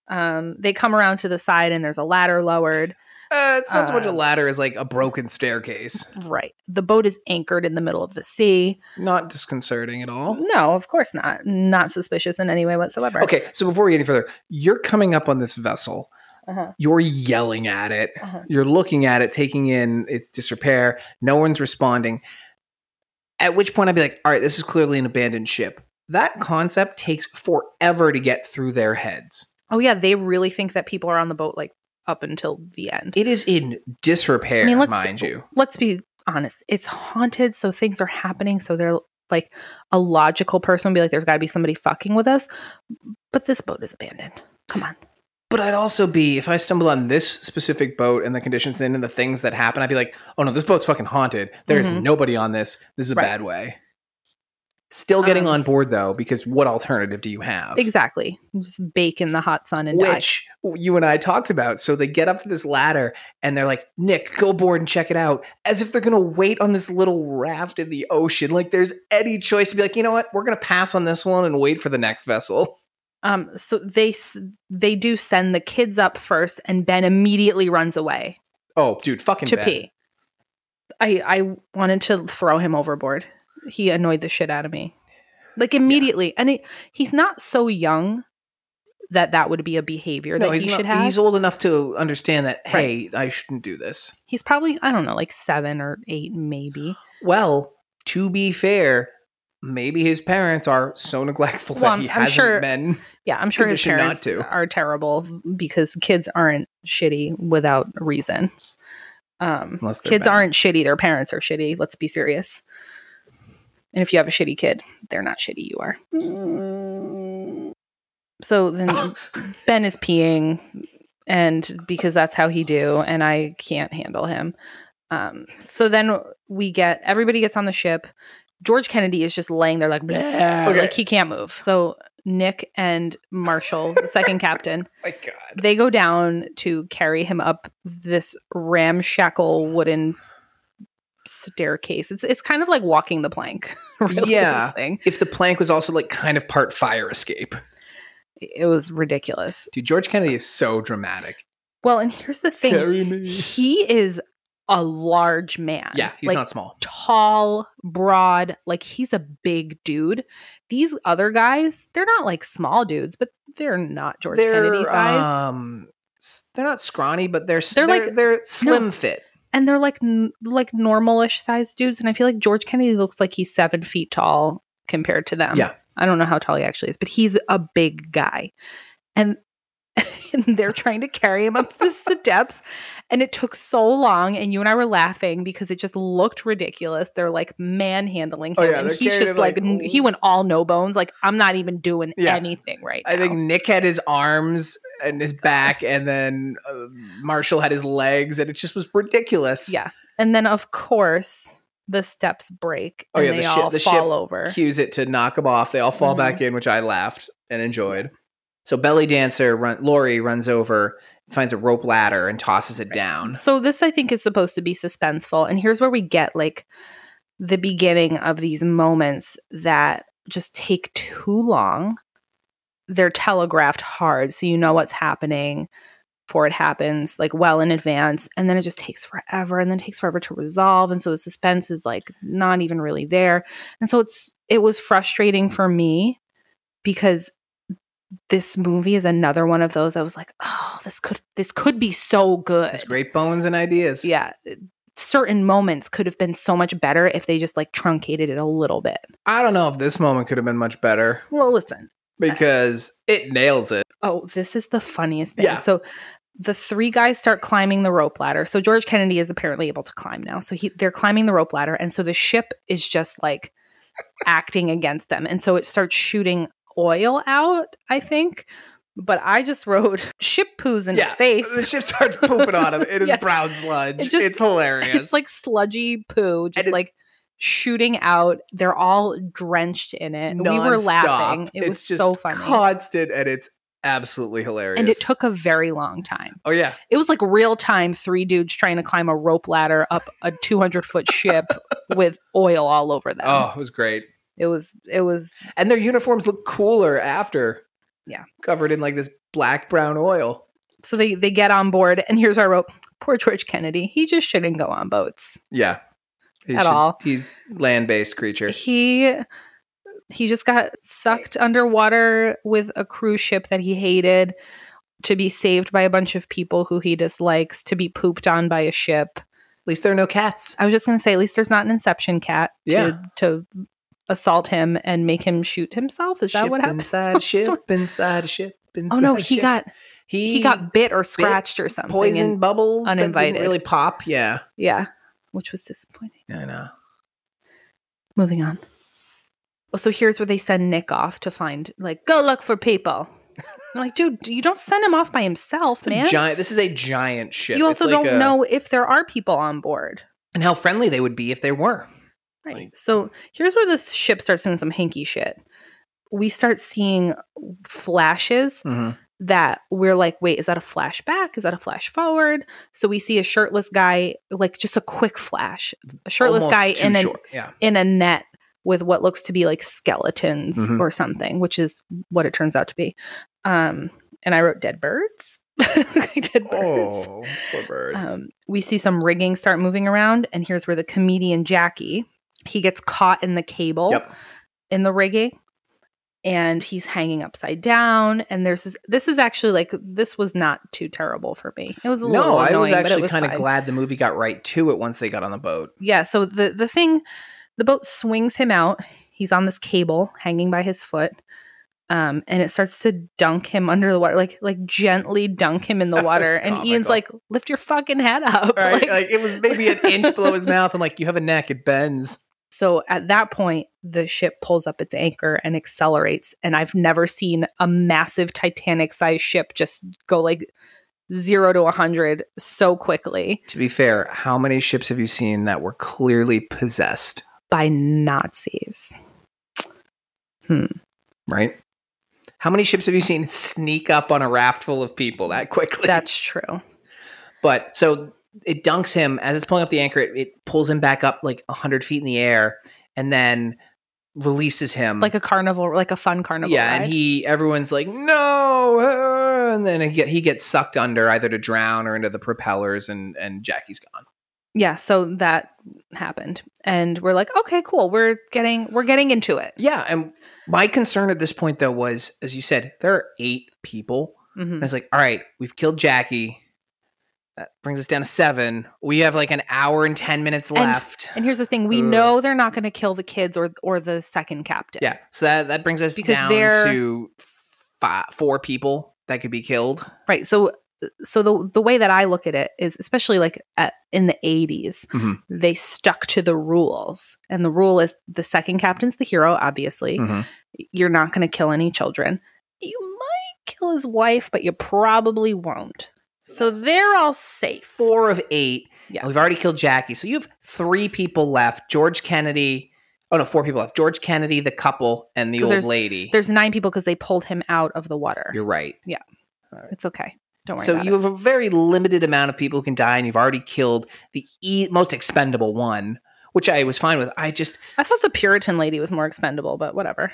[SPEAKER 2] Um, they come around to the side and there's a ladder lowered.
[SPEAKER 1] Uh, it's not so much a
[SPEAKER 2] Uh,
[SPEAKER 1] ladder as like a broken staircase.
[SPEAKER 2] Right. The boat is anchored in the middle of the sea.
[SPEAKER 1] Not disconcerting at all.
[SPEAKER 2] No, of course not. Not suspicious in any way whatsoever.
[SPEAKER 1] Okay, so before we get any further, you're coming up on this vessel.
[SPEAKER 2] Uh-huh.
[SPEAKER 1] You're yelling at it.
[SPEAKER 2] Uh-huh.
[SPEAKER 1] You're looking at it, taking in its disrepair. No one's responding. At which point, I'd be like, all right, this is clearly an abandoned ship. That concept takes forever to get through their heads.
[SPEAKER 2] Oh yeah, they really think that people are on the boat like up until the end.
[SPEAKER 1] It is in disrepair,
[SPEAKER 2] I mean, let's-
[SPEAKER 1] mind you.
[SPEAKER 2] Let's be honest. It's haunted, so things are happening, so they're like a logical person would be like, There's gotta be somebody fucking with us. But this boat is abandoned. Come on.
[SPEAKER 1] But I'd also be, if I stumbled on this specific boat and the conditions and the things that happen, I'd be like, oh no, this boat's fucking haunted. There is
[SPEAKER 2] Mhm.
[SPEAKER 1] nobody on this. This is a
[SPEAKER 2] Right.
[SPEAKER 1] bad way. Still getting
[SPEAKER 2] Um,
[SPEAKER 1] on board though, because what alternative do you have?
[SPEAKER 2] Exactly. Just bake in the hot sun and die.
[SPEAKER 1] which you and I talked about. So they get up to this ladder and they're like, Nick, go board and check it out, as if they're going to wait on this little raft in the ocean. Like there's any choice to be like, you know what, we're going to pass on this one and wait for the next vessel.
[SPEAKER 2] Um, so they s- they do send the kids up first, and Ben immediately runs away
[SPEAKER 1] Oh, dude, fucking
[SPEAKER 2] to
[SPEAKER 1] bad.
[SPEAKER 2] pee. I I wanted to throw him overboard. He annoyed the shit out of me, like immediately. And he he's not so young that that would be a behavior
[SPEAKER 1] No,
[SPEAKER 2] that
[SPEAKER 1] he's,
[SPEAKER 2] he
[SPEAKER 1] not-
[SPEAKER 2] should have.
[SPEAKER 1] he's
[SPEAKER 2] He's,
[SPEAKER 1] old enough to understand that, hey, I shouldn't do this.
[SPEAKER 2] probably I don't know, like seven or eight, maybe.
[SPEAKER 1] Well, to be fair, maybe his parents are so neglectful
[SPEAKER 2] Well,
[SPEAKER 1] that he
[SPEAKER 2] I'm- I'm
[SPEAKER 1] hasn't
[SPEAKER 2] sure-
[SPEAKER 1] been.
[SPEAKER 2] Yeah, I'm sure his
[SPEAKER 1] Conditioned not
[SPEAKER 2] parents
[SPEAKER 1] to.
[SPEAKER 2] are terrible because kids aren't shitty without reason. Um,
[SPEAKER 1] Unless they're
[SPEAKER 2] kids
[SPEAKER 1] bad.
[SPEAKER 2] aren't shitty their parents are shitty let's be serious and if you have a shitty kid they're not shitty you are so then
[SPEAKER 1] Oh
[SPEAKER 2] Ben is peeing, and because that's how he do, and I can't handle him. Um, so then we get everybody gets on the ship. George Kennedy is just laying there like "Bleh,"
[SPEAKER 1] Okay.
[SPEAKER 2] like he can't move. So Nick and Marshall, the second captain,
[SPEAKER 1] My God.
[SPEAKER 2] they go down to carry him up this ramshackle wooden staircase. It's it's kind of like walking the plank. really,
[SPEAKER 1] Yeah.
[SPEAKER 2] this thing.
[SPEAKER 1] If the plank was also like kind of part fire escape.
[SPEAKER 2] It was ridiculous.
[SPEAKER 1] Dude, George Kennedy is so dramatic.
[SPEAKER 2] Well, and here's the thing.
[SPEAKER 1] me.
[SPEAKER 2] he is a large man.
[SPEAKER 1] Yeah, he's
[SPEAKER 2] like,
[SPEAKER 1] not small.
[SPEAKER 2] tall, broad, like he's a big dude. These other guys, they're not like small dudes, but they're not George Kennedy sized.
[SPEAKER 1] Um, s- they're not scrawny, but they're s-
[SPEAKER 2] They're
[SPEAKER 1] they're,
[SPEAKER 2] like-
[SPEAKER 1] they're, slim fit.
[SPEAKER 2] and they're like n- like normalish sized dudes. And I feel like George Kennedy looks like he's seven feet tall compared to them.
[SPEAKER 1] Yeah.
[SPEAKER 2] I don't know how tall he actually is, but he's a big guy. And and they're trying to carry him up the steps. And it took so long. And you and I were laughing because it just looked ridiculous. They're like manhandling him.
[SPEAKER 1] Oh, yeah,
[SPEAKER 2] and
[SPEAKER 1] they're
[SPEAKER 2] he's
[SPEAKER 1] carrying
[SPEAKER 2] just
[SPEAKER 1] him, like,
[SPEAKER 2] like, n- he went all no bones. Like, I'm not even doing
[SPEAKER 1] Yeah.
[SPEAKER 2] anything right
[SPEAKER 1] I
[SPEAKER 2] now.
[SPEAKER 1] think Nick had his arms and his back, and then uh, Marshall had his legs, and it just was ridiculous.
[SPEAKER 2] Yeah. And then, of course, the steps break
[SPEAKER 1] Oh,
[SPEAKER 2] and
[SPEAKER 1] yeah,
[SPEAKER 2] they
[SPEAKER 1] the ship-
[SPEAKER 2] all
[SPEAKER 1] the ship
[SPEAKER 2] fall over.
[SPEAKER 1] cues it to knock them off. They all
[SPEAKER 2] Mm-hmm.
[SPEAKER 1] fall back in, which I laughed and enjoyed. So belly dancer, run, Lori runs over, finds a rope ladder, and tosses it down.
[SPEAKER 2] So this I think is supposed to be suspenseful and here's where we get like the beginning of these moments that just take too long. They're telegraphed hard so you know what's happening before it happens like well in advance and then it just takes forever and then it takes forever to resolve and so the suspense is like not even really there. And so it's it was frustrating for me because this movie is another one of those I was like, oh, this could this could be so good.
[SPEAKER 1] That's great bones and ideas.
[SPEAKER 2] Yeah. eh, Certain moments could have been so much better if they just like truncated it a little bit.
[SPEAKER 1] I don't know if this moment could have been much better
[SPEAKER 2] Well, listen.
[SPEAKER 1] because it nails it.
[SPEAKER 2] Oh, this is the funniest thing.
[SPEAKER 1] Yeah.
[SPEAKER 2] So the three guys start climbing the rope ladder. So George Kennedy is apparently able to climb now. So he they're climbing the rope ladder and so the ship is just like acting against them. And so it starts shooting oil out, I think. But I just wrote ship poos in his
[SPEAKER 1] Yeah.
[SPEAKER 2] face.
[SPEAKER 1] The ship starts pooping on him. It is
[SPEAKER 2] Yeah.
[SPEAKER 1] brown sludge.
[SPEAKER 2] It just-
[SPEAKER 1] it's hilarious.
[SPEAKER 2] It's like sludgy poo, just
[SPEAKER 1] it's-
[SPEAKER 2] like shooting out. They're all drenched in it. We were
[SPEAKER 1] nonstop.
[SPEAKER 2] laughing. It
[SPEAKER 1] It's
[SPEAKER 2] was
[SPEAKER 1] just
[SPEAKER 2] so funny.
[SPEAKER 1] Constant, and it's absolutely hilarious.
[SPEAKER 2] and it took a very long time.
[SPEAKER 1] Oh yeah,
[SPEAKER 2] It was like real time three dudes trying to climb a rope ladder up a 200 foot ship with oil all over them.
[SPEAKER 1] oh, it was great.
[SPEAKER 2] It was, it was,
[SPEAKER 1] And their uniforms look cooler after.
[SPEAKER 2] Yeah.
[SPEAKER 1] covered in like this black brown oil.
[SPEAKER 2] so they, they get on board. And here's our rope. Poor George Kennedy. He just shouldn't go on boats.
[SPEAKER 1] Yeah, he
[SPEAKER 2] At all.
[SPEAKER 1] He's land based creature.
[SPEAKER 2] He he just got sucked underwater with a cruise ship that he hated to be saved by a bunch of people who he dislikes to be pooped on by a ship.
[SPEAKER 1] At least there are no cats.
[SPEAKER 2] I was just going to say at least there's not an inception cat
[SPEAKER 1] Yeah.
[SPEAKER 2] to to assault him and make him shoot himself. Is that
[SPEAKER 1] Ship
[SPEAKER 2] what happened?
[SPEAKER 1] Inside ship, inside ship, inside
[SPEAKER 2] Oh no, he
[SPEAKER 1] ship.
[SPEAKER 2] got
[SPEAKER 1] he,
[SPEAKER 2] he got bit or scratched or something.
[SPEAKER 1] poison
[SPEAKER 2] and-
[SPEAKER 1] bubbles. that
[SPEAKER 2] uninvited.
[SPEAKER 1] didn't really pop. Yeah,
[SPEAKER 2] yeah, which was disappointing.
[SPEAKER 1] I know.
[SPEAKER 2] Moving on. Oh, so here's where they send Nick off to find, like, go look for people. I'm like, dude, you don't send him off by himself,
[SPEAKER 1] It's a
[SPEAKER 2] man.
[SPEAKER 1] giant. This is a giant ship.
[SPEAKER 2] You
[SPEAKER 1] It's
[SPEAKER 2] also
[SPEAKER 1] like
[SPEAKER 2] don't
[SPEAKER 1] a-
[SPEAKER 2] know if there are people on board.
[SPEAKER 1] and how friendly they would be if they were.
[SPEAKER 2] Right.
[SPEAKER 1] Like-
[SPEAKER 2] so here's where this ship starts doing some hinky shit. We start seeing flashes
[SPEAKER 1] Mm-hmm.
[SPEAKER 2] that we're like, wait, is that a flashback? Is that a flash forward? So we see a shirtless guy, like just a quick flash, a shirtless
[SPEAKER 1] Almost
[SPEAKER 2] guy
[SPEAKER 1] too
[SPEAKER 2] in an
[SPEAKER 1] short. yeah.
[SPEAKER 2] in a net with what looks to be like skeletons
[SPEAKER 1] Mhm.
[SPEAKER 2] or something, which is what it turns out to be. Um, and I wrote dead birds. I did birds.
[SPEAKER 1] poor Oh, birds.
[SPEAKER 2] Um, we see some rigging start moving around, and here's where the comedian Jackie he gets caught in the cable
[SPEAKER 1] yep.
[SPEAKER 2] in the rigging and he's hanging upside down and there's this, this is actually like this was not too terrible for me it was a
[SPEAKER 1] No,
[SPEAKER 2] little annoying,
[SPEAKER 1] I was
[SPEAKER 2] but it
[SPEAKER 1] actually
[SPEAKER 2] was
[SPEAKER 1] kind of
[SPEAKER 2] fine.
[SPEAKER 1] glad the movie got right to it once they got on the boat.
[SPEAKER 2] yeah so the the thing the boat swings him out he's on this cable hanging by his foot um and it starts to dunk him under the water like like gently dunk him in the
[SPEAKER 1] That's
[SPEAKER 2] water and ian's
[SPEAKER 1] comical.
[SPEAKER 2] like lift your fucking head up
[SPEAKER 1] Right?
[SPEAKER 2] Like-
[SPEAKER 1] Like, it was maybe an inch below his mouth. I'm like, you have a neck, it bends.
[SPEAKER 2] So at that point, the ship pulls up its anchor and accelerates. And I've never seen a massive Titanic sized ship just go like zero to 100 so quickly
[SPEAKER 1] To be fair, how many ships have you seen that were clearly possessed?
[SPEAKER 2] by Nazis.
[SPEAKER 1] Right? How many ships have you seen sneak up on a raft full of people that quickly?
[SPEAKER 2] That's true.
[SPEAKER 1] But so it dunks him as it's pulling up the anchor. It, it pulls him back up like hundred feet in the air, and then releases him
[SPEAKER 2] Like a carnival, like a fun carnival.
[SPEAKER 1] Hmm. yeah.
[SPEAKER 2] ride.
[SPEAKER 1] And he everyone's like no, uh," and then he, get, he gets sucked under either to drown or into the propellers, and and Jackie's gone.
[SPEAKER 2] yeah so that happened and we're like okay cool we're getting we're getting into it
[SPEAKER 1] Yeah, and my concern at this point though was, as you said, there are eight people.
[SPEAKER 2] Mhm.
[SPEAKER 1] And it's like, all right, we've killed Jackie. That brings us down to seven. We have like an hour and ten minutes
[SPEAKER 2] And-
[SPEAKER 1] left.
[SPEAKER 2] and here's the thing we
[SPEAKER 1] Ugh.
[SPEAKER 2] know they're not going to kill the kids or or the second captain
[SPEAKER 1] Yeah. So that that brings us
[SPEAKER 2] Because
[SPEAKER 1] down
[SPEAKER 2] they're-
[SPEAKER 1] to five, four people that could be killed.
[SPEAKER 2] right so so the the way that i look at it is especially like at, in the 80s
[SPEAKER 1] Mhm.
[SPEAKER 2] they stuck to the rules and the rule is the second captain's the hero obviously
[SPEAKER 1] Mm.
[SPEAKER 2] you're not going to kill any children you might kill his wife but you probably won't so they're all safe
[SPEAKER 1] Four of eight.
[SPEAKER 2] Yeah.
[SPEAKER 1] We've already killed Jackie. So you have three people left. George Kennedy. Oh no, four people left. George Kennedy, the couple, and the
[SPEAKER 2] 'Cause
[SPEAKER 1] old
[SPEAKER 2] there's-
[SPEAKER 1] lady.
[SPEAKER 2] there's nine people because they pulled him out of the water
[SPEAKER 1] You're right.
[SPEAKER 2] It's okay. Don't worry.
[SPEAKER 1] So
[SPEAKER 2] about
[SPEAKER 1] you
[SPEAKER 2] it.
[SPEAKER 1] have a very limited amount of people who can die, and you've already killed the e- most expendable one, which I was fine with. I just
[SPEAKER 2] I thought the Puritan lady was more expendable, but whatever.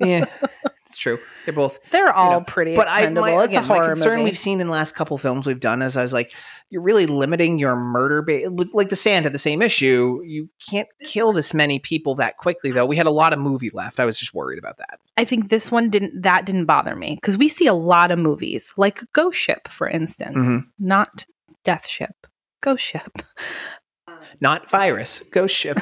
[SPEAKER 1] yeah, it's true. They're both.
[SPEAKER 2] They're
[SPEAKER 1] know,
[SPEAKER 2] all pretty
[SPEAKER 1] But I,
[SPEAKER 2] expendable.
[SPEAKER 1] my,
[SPEAKER 2] it's
[SPEAKER 1] again,
[SPEAKER 2] a
[SPEAKER 1] my
[SPEAKER 2] horror
[SPEAKER 1] concern
[SPEAKER 2] movie.
[SPEAKER 1] we've seen in the last couple films we've done is I was like, you're really limiting your murder, ba- with- like the sand had the same issue. You can't kill this many people that quickly, though. We had a lot of movie left. I was just worried about that.
[SPEAKER 2] I think this one didn't. That didn't bother me because we see a lot of movies, like Ghost Ship, for instance,
[SPEAKER 1] Mhm.
[SPEAKER 2] not Death Ship, Ghost Ship.
[SPEAKER 1] Not virus, ghost ship.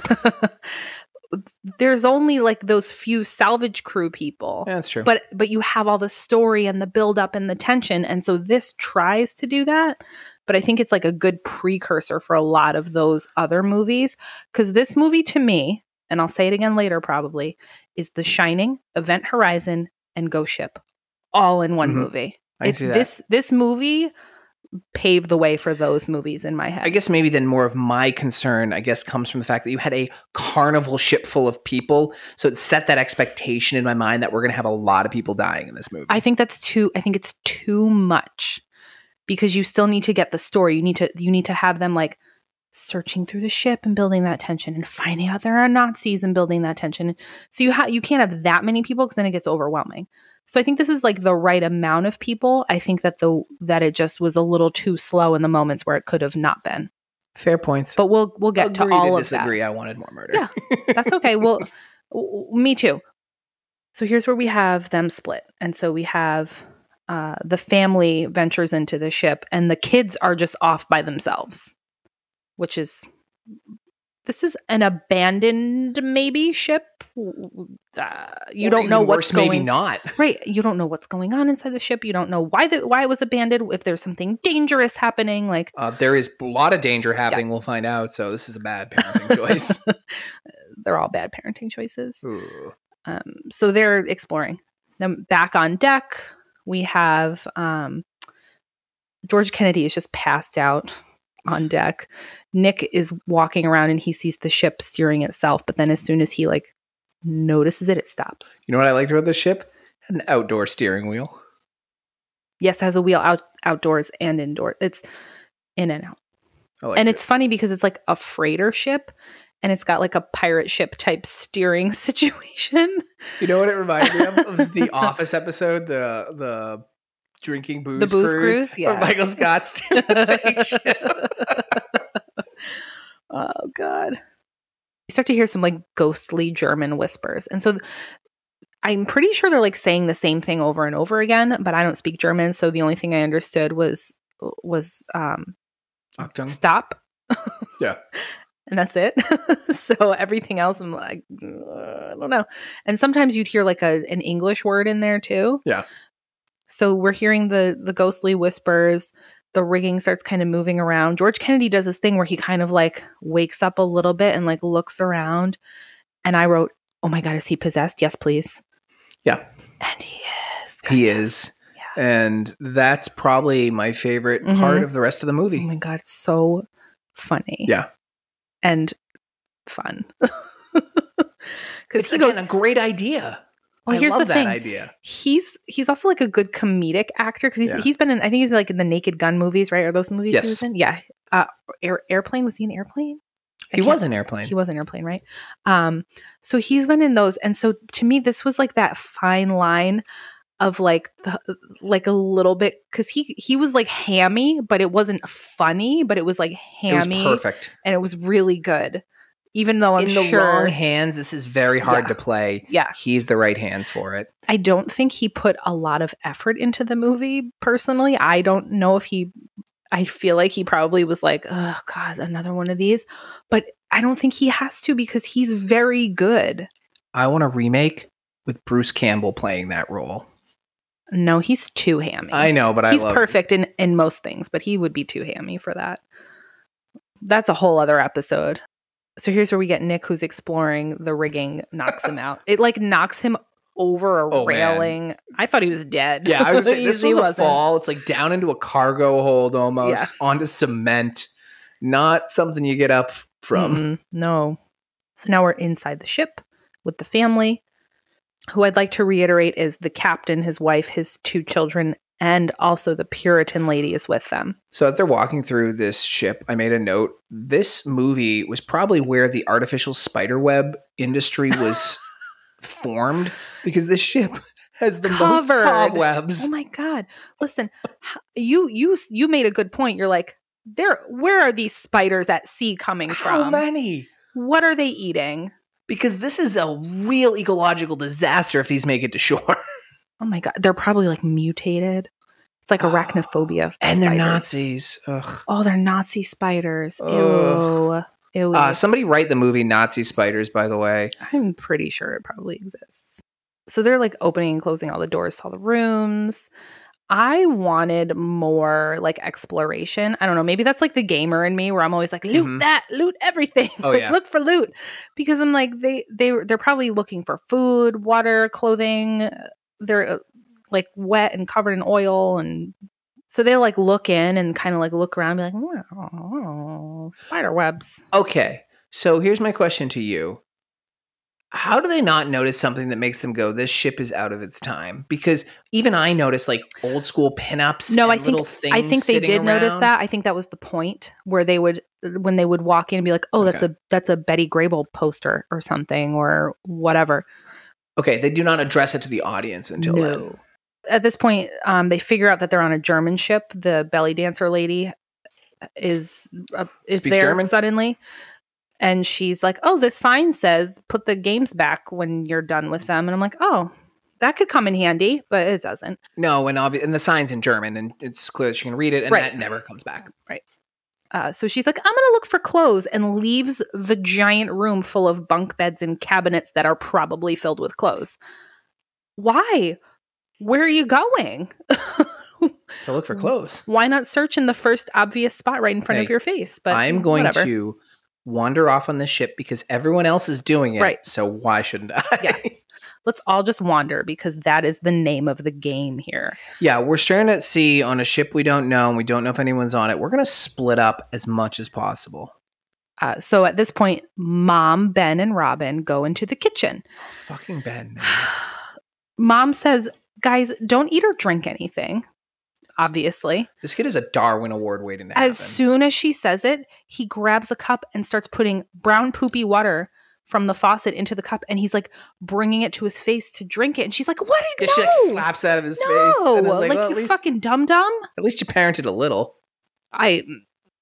[SPEAKER 2] There's only like those few salvage crew people.
[SPEAKER 1] Yeah, that's true.
[SPEAKER 2] But but you have all the story and the build up and the tension, and so this tries to do that. But I think it's like a good precursor for a lot of those other movies because this movie to me, and I'll say it again later probably, is The Shining, Event Horizon, and Ghost Ship, all in one
[SPEAKER 1] Mhm.
[SPEAKER 2] movie.
[SPEAKER 1] I can
[SPEAKER 2] it's
[SPEAKER 1] see that.
[SPEAKER 2] this this movie paved the way for those movies in my head.
[SPEAKER 1] I guess maybe then more of my concern, I guess, comes from the fact that you had a carnival ship full of people. So it set that expectation in my mind that we're going to have a lot of people dying in this movie.
[SPEAKER 2] I think that's too I think it's too much because you still need to get the story. You need to you need to have them like searching through the ship and building that tension and finding out there are Nazis and building that tension. So you ha- you can't have that many people cuz then it gets overwhelming. So I think this is like the right amount of people. I think that the that it just was a little too slow in the moments where it could have not been.
[SPEAKER 1] Fair points.
[SPEAKER 2] But we'll we'll get
[SPEAKER 1] Agree
[SPEAKER 2] to all
[SPEAKER 1] to
[SPEAKER 2] of that.
[SPEAKER 1] disagree. I wanted more murder.
[SPEAKER 2] Yeah. That's okay. Well, w- w- me too. So here's where we have them split. And so we have uh, the family ventures into the ship, and the kids are just off by themselves, which is this is an abandoned maybe ship. W- w- Uh, you
[SPEAKER 1] Or
[SPEAKER 2] don't
[SPEAKER 1] even
[SPEAKER 2] know what's
[SPEAKER 1] worse, maybe
[SPEAKER 2] going
[SPEAKER 1] not.
[SPEAKER 2] Right. You don't know what's going on inside the ship. You don't know why the why it was abandoned, if there's something dangerous happening. Like
[SPEAKER 1] Uh, there is a lot of danger happening. We'll find out. So this is a bad parenting choice.
[SPEAKER 2] they're all bad parenting choices.
[SPEAKER 1] Ooh.
[SPEAKER 2] um, so they're exploring them back on deck we have um, george kennedy is just passed out on deck nick is walking around and he sees the ship steering itself but then as soon as he like notices it it stops
[SPEAKER 1] You know what I liked about this ship? An outdoor steering wheel.
[SPEAKER 2] yes it has a wheel out outdoors and indoors it's in and out
[SPEAKER 1] I liked
[SPEAKER 2] and
[SPEAKER 1] it.
[SPEAKER 2] it's funny because it's like a freighter ship and it's got like a pirate ship type steering situation
[SPEAKER 1] you know what it reminded me of? It was the Office episode, the the drinking booze,
[SPEAKER 2] the booze
[SPEAKER 1] cruise.
[SPEAKER 2] cruise
[SPEAKER 1] where
[SPEAKER 2] yeah
[SPEAKER 1] Michael Scott's steering the fake ship.
[SPEAKER 2] oh god you start to hear some like ghostly german whispers and so th- i'm pretty sure they're like saying the same thing over and over again but i don't speak german so the only thing i understood was was um
[SPEAKER 1] Achtung.
[SPEAKER 2] stop
[SPEAKER 1] Yeah.
[SPEAKER 2] and that's it so everything else i'm like uh, i don't know and sometimes you'd hear like a, an english word in there too
[SPEAKER 1] Yeah.
[SPEAKER 2] so we're hearing the the ghostly whispers the rigging starts kind of moving around. George Kennedy does this thing where he kind of like wakes up a little bit and like looks around. And I wrote, Oh my God, is he possessed? Yes, please.
[SPEAKER 1] Yeah.
[SPEAKER 2] And he is.
[SPEAKER 1] He is. And that's probably my favorite
[SPEAKER 2] Mhm.
[SPEAKER 1] part of the rest of the
[SPEAKER 2] Oh
[SPEAKER 1] movie.
[SPEAKER 2] my God, it's so funny.
[SPEAKER 1] Yeah.
[SPEAKER 2] And fun. Because
[SPEAKER 1] It's
[SPEAKER 2] he goes,
[SPEAKER 1] again, a great idea.
[SPEAKER 2] Well,
[SPEAKER 1] I
[SPEAKER 2] here's
[SPEAKER 1] love
[SPEAKER 2] the
[SPEAKER 1] that
[SPEAKER 2] thing.
[SPEAKER 1] idea.
[SPEAKER 2] he's he's also like a good comedic actor because he's
[SPEAKER 1] Yeah.
[SPEAKER 2] he's been in I think he was like in the Naked Gun movies right or those movies he
[SPEAKER 1] Yes.
[SPEAKER 2] was in yeah uh air, airplane was he in airplane
[SPEAKER 1] He
[SPEAKER 2] I can't-
[SPEAKER 1] was an airplane.
[SPEAKER 2] he was in airplane right um so he's been in those and so to me this was like that fine line of like the, like a little bit because he he was like hammy but it wasn't funny but it was like
[SPEAKER 1] it was
[SPEAKER 2] hammy
[SPEAKER 1] perfect.
[SPEAKER 2] and it was really good even though I'm
[SPEAKER 1] In the
[SPEAKER 2] sure
[SPEAKER 1] wrong hands, this is very hard
[SPEAKER 2] Yeah.
[SPEAKER 1] to play.
[SPEAKER 2] yeah
[SPEAKER 1] He's the right hands for it.
[SPEAKER 2] I don't think he put a lot of effort into the movie personally. I don't know if he I feel like he probably was like, "Oh god, another one of these." But I don't think he has to because he's very good.
[SPEAKER 1] I want a remake with Bruce Campbell playing that role.
[SPEAKER 2] No, he's too hammy.
[SPEAKER 1] I know, but
[SPEAKER 2] he's
[SPEAKER 1] I love
[SPEAKER 2] perfect in in most things, but he would be too hammy for that. That's a whole other episode. So here's where we get Nick who's exploring the rigging knocks him out. It like knocks him over a
[SPEAKER 1] Oh, man.
[SPEAKER 2] railing. I thought he was dead.
[SPEAKER 1] Yeah, I was just saying, this
[SPEAKER 2] He
[SPEAKER 1] was a
[SPEAKER 2] wasn't.
[SPEAKER 1] fall. It's like down into a cargo hold almost onto cement. Not something you get up from.
[SPEAKER 2] Mm-mm, no. So now we're inside the ship with the family, who I'd like to reiterate is the captain, his wife, his two children, and also the Puritan lady is with them.
[SPEAKER 1] So as they're walking through this ship, I made a note. This movie was probably where the artificial spider web industry was formed because this ship has the
[SPEAKER 2] Covered.
[SPEAKER 1] most cobwebs.
[SPEAKER 2] Oh my god! Listen, h- you you you made a good point. You're like, there. Where are these spiders at sea coming
[SPEAKER 1] How
[SPEAKER 2] from?
[SPEAKER 1] many?
[SPEAKER 2] What are they eating?
[SPEAKER 1] Because this is a real ecological disaster if these make it to shore.
[SPEAKER 2] Oh my god! They're probably like mutated. It's like arachnophobia.
[SPEAKER 1] And they're
[SPEAKER 2] spiders.
[SPEAKER 1] Nazis. Ugh.
[SPEAKER 2] Oh, they're Nazi spiders.
[SPEAKER 1] Ugh.
[SPEAKER 2] Ew. Ew.
[SPEAKER 1] Uh, somebody write the movie Nazi Spiders, by the way.
[SPEAKER 2] I'm pretty sure it probably exists. So they're like opening and closing all the doors to all the rooms. I wanted more like exploration. I don't know. Maybe that's like the gamer in me where I'm always like, loot
[SPEAKER 1] Mhm.
[SPEAKER 2] that, loot everything.
[SPEAKER 1] Oh,
[SPEAKER 2] Like,
[SPEAKER 1] yeah.
[SPEAKER 2] Look for loot. Because I'm like, they they they're probably looking for food, water, clothing. They're uh, like wet and covered in oil and so they like look in and kind of like look around and be like, oh, spider webs.
[SPEAKER 1] Okay. So here's my question to you. How do they not notice something that makes them go, this ship is out of its time? Because even I noticed like old school pinups.
[SPEAKER 2] No,
[SPEAKER 1] and
[SPEAKER 2] I think-
[SPEAKER 1] little things
[SPEAKER 2] I think they
[SPEAKER 1] sitting
[SPEAKER 2] did notice
[SPEAKER 1] around.
[SPEAKER 2] that. I think that was the point where they would when they would walk in and be like, "Oh, that's a that's a Betty Grable poster or something or whatever."
[SPEAKER 1] Okay, they do not address it to the audience until then.
[SPEAKER 2] At this point, um, they figure out that they're on a German ship. The belly dancer lady is uh, is
[SPEAKER 1] Speaks
[SPEAKER 2] there
[SPEAKER 1] German?
[SPEAKER 2] suddenly, and she's like, "Oh, this sign says put the games back when you're done with them." And I'm like, "Oh, that could come in handy, but it doesn't."
[SPEAKER 1] No, and obvi- and the sign's in German, and it's clear that she can read it, and
[SPEAKER 2] Right.
[SPEAKER 1] that never comes back.
[SPEAKER 2] Uh, so she's like, I'm going to look for clothes and leaves the giant room full of bunk beds and cabinets that are probably filled with clothes. Why? Where are you going?
[SPEAKER 1] So look for clothes.
[SPEAKER 2] Why not search in the first obvious spot right in front of
[SPEAKER 1] Hey,
[SPEAKER 2] your face? But
[SPEAKER 1] I'm going
[SPEAKER 2] whatever.
[SPEAKER 1] to wander off on this ship because everyone else is doing it.
[SPEAKER 2] Right.
[SPEAKER 1] So why shouldn't I?
[SPEAKER 2] Yeah. Let's all just wander because that is the name of the game here.
[SPEAKER 1] Yeah, we're staring at sea on a ship we don't know, and we don't know if anyone's on it. We're gonna split up as much as possible.
[SPEAKER 2] Uh, so at this point, mom, Ben, and Robin go into the kitchen.
[SPEAKER 1] Fucking Ben.
[SPEAKER 2] mom says, Guys, don't eat or drink anything, obviously.
[SPEAKER 1] This kid is a Darwin Award waiting to happen.
[SPEAKER 2] As soon as she says it, he grabs a cup and starts putting brown poopy water from the faucet into the cup, and he's like bringing it to his face to drink it. And she's like, "What?
[SPEAKER 1] Yeah,
[SPEAKER 2] no,
[SPEAKER 1] she like slaps out of his face.
[SPEAKER 2] no,
[SPEAKER 1] And I was
[SPEAKER 2] like,
[SPEAKER 1] like, well, at
[SPEAKER 2] you
[SPEAKER 1] least,
[SPEAKER 2] fucking dum dum."
[SPEAKER 1] at least you parented a little.
[SPEAKER 2] I,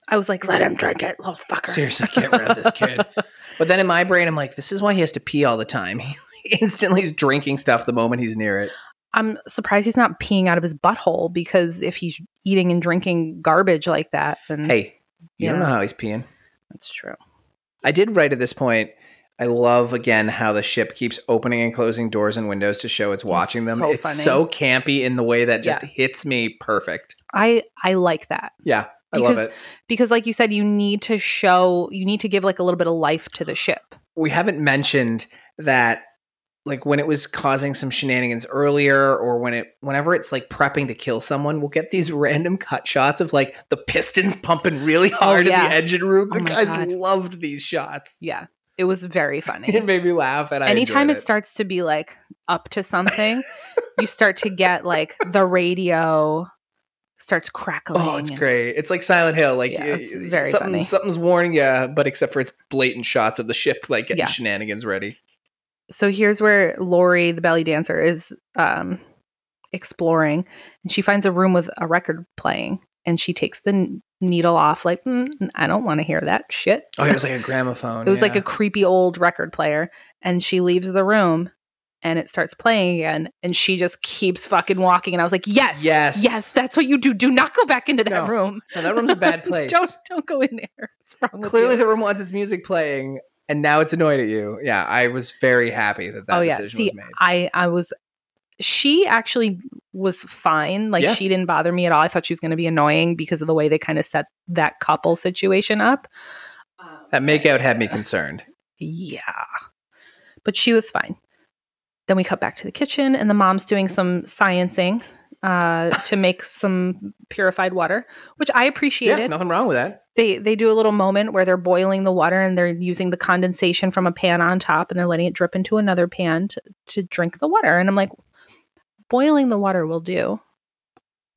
[SPEAKER 2] I was like, "Let him drink it, little fucker."
[SPEAKER 1] Seriously, get rid of this kid. but then in my brain, I'm like, this is why he has to pee all the time. He instantly is drinking stuff the moment he's near it.
[SPEAKER 2] I'm surprised he's not peeing out of his butthole because if he's eating and drinking garbage like that, then
[SPEAKER 1] Hey, you don't
[SPEAKER 2] Mm. Yeah.
[SPEAKER 1] know how he's peeing.
[SPEAKER 2] that's true.
[SPEAKER 1] I did write at this point. I love again how the ship keeps opening and closing doors and windows to show it's watching them.
[SPEAKER 2] so
[SPEAKER 1] it's
[SPEAKER 2] funny.
[SPEAKER 1] so campy in the way that just
[SPEAKER 2] Yeah.
[SPEAKER 1] hits me perfect.
[SPEAKER 2] I I like that
[SPEAKER 1] Yeah, I love
[SPEAKER 2] Because-
[SPEAKER 1] it.
[SPEAKER 2] because like you said you need to show you need to give like a little bit of life to the ship.
[SPEAKER 1] We haven't mentioned that like when it was causing some shenanigans earlier or when it whenever it's like prepping to kill someone, we'll get these random cut shots of like the pistons pumping really hard
[SPEAKER 2] Oh, yeah.
[SPEAKER 1] in the engine room.
[SPEAKER 2] Oh
[SPEAKER 1] the
[SPEAKER 2] my
[SPEAKER 1] guys
[SPEAKER 2] God.
[SPEAKER 1] loved these shots.
[SPEAKER 2] Yeah. It was very funny.
[SPEAKER 1] It made me laugh and I
[SPEAKER 2] anytime
[SPEAKER 1] enjoyed
[SPEAKER 2] it starts to be like up to something, you start to get like the radio starts crackling.
[SPEAKER 1] Oh, it's
[SPEAKER 2] and-
[SPEAKER 1] great. It's like Silent Hill. Like
[SPEAKER 2] Yeah,
[SPEAKER 1] y-
[SPEAKER 2] it's
[SPEAKER 1] y-
[SPEAKER 2] very
[SPEAKER 1] something,
[SPEAKER 2] funny.
[SPEAKER 1] Something's warning you, but except for it's blatant shots of the ship, like getting
[SPEAKER 2] Yeah.
[SPEAKER 1] shenanigans ready.
[SPEAKER 2] So here's where Lori, the belly dancer, is um, exploring, and she finds a room with a record playing, and she takes the n- needle off. Like, mm, I don't want to hear that shit.
[SPEAKER 1] Oh, it was like a gramophone.
[SPEAKER 2] It was like
[SPEAKER 1] yeah.
[SPEAKER 2] a creepy old record player, and she leaves the room. And it starts playing again, and she just keeps fucking walking. And I was like, "Yes,
[SPEAKER 1] Yes.
[SPEAKER 2] yes, that's what you do. Do not go back into that
[SPEAKER 1] No.
[SPEAKER 2] room.
[SPEAKER 1] No, that room's a bad place.
[SPEAKER 2] don't don't go in there. What's wrong with
[SPEAKER 1] Clearly,
[SPEAKER 2] you?
[SPEAKER 1] the room wants its music playing, and now it's annoyed at you. Yeah, I was very happy that that
[SPEAKER 2] oh yeah.
[SPEAKER 1] decision
[SPEAKER 2] See,
[SPEAKER 1] was made.
[SPEAKER 2] I I was she actually was fine. Like
[SPEAKER 1] Yeah.
[SPEAKER 2] she didn't bother me at all. I thought she was going to be annoying because of the way they kind of set that couple situation up. Um,
[SPEAKER 1] That makeout had me concerned.
[SPEAKER 2] Yeah. But she was fine. Then we cut back to the kitchen and the mom's doing some sciencing uh, to make some purified water, which I appreciated.
[SPEAKER 1] Yeah, nothing wrong with that.
[SPEAKER 2] they they do a little moment where they're boiling the water and they're using the condensation from a pan on top and they're letting it drip into another pan to, to drink the water and i'm like boiling the water will do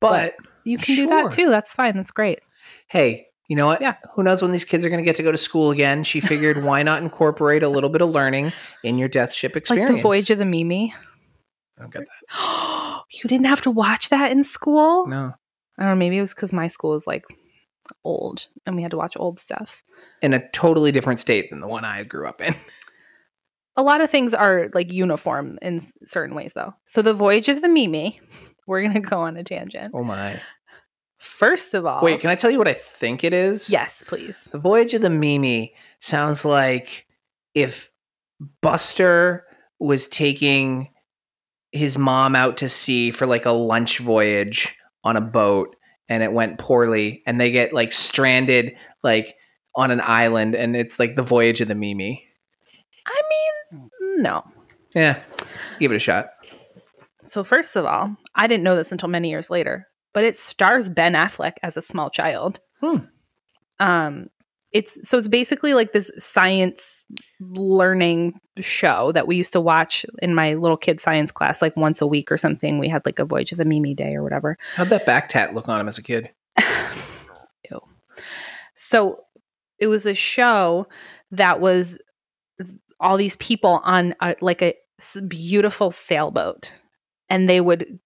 [SPEAKER 1] But
[SPEAKER 2] you can do
[SPEAKER 1] Sure.
[SPEAKER 2] that too that's fine that's great
[SPEAKER 1] hey, you know what?
[SPEAKER 2] Yeah.
[SPEAKER 1] Who knows when these kids are going to get to go to school again? She figured, why not incorporate a little bit of learning in your death ship
[SPEAKER 2] it's
[SPEAKER 1] experience?
[SPEAKER 2] like the voyage of the mimi
[SPEAKER 1] I don't get
[SPEAKER 2] you didn't have to watch that in school
[SPEAKER 1] that. No.
[SPEAKER 2] i don't know maybe it was because my school is like old and we had to watch old stuff
[SPEAKER 1] in a totally different state than the one I grew up in.
[SPEAKER 2] a lot of things are like uniform in s- certain ways though so the voyage of the mimi we're gonna go on a tangent
[SPEAKER 1] Oh my.
[SPEAKER 2] first of all
[SPEAKER 1] Wait, can I tell you what I think it is?
[SPEAKER 2] Yes, please.
[SPEAKER 1] The Voyage of the Mimi sounds like if Buster was taking his mom out to sea for like a lunch voyage on a boat and it went poorly and they get like stranded like on an island and it's like the Voyage of the Mimi.
[SPEAKER 2] I mean, no.
[SPEAKER 1] Yeah. Give it a shot.
[SPEAKER 2] So, first of all, I didn't know this until many years later, but it stars Ben Affleck as a small child.
[SPEAKER 1] Hmm.
[SPEAKER 2] Um, it's so it's basically like this science learning show that we used to watch in my little kid science class, like once a week or something. We had like a Voyage of the Mimi Day or whatever.
[SPEAKER 1] How'd that back tat look on him as a kid?
[SPEAKER 2] Ew. So it was a show that was all these people on a, like a s- beautiful sailboat, and they would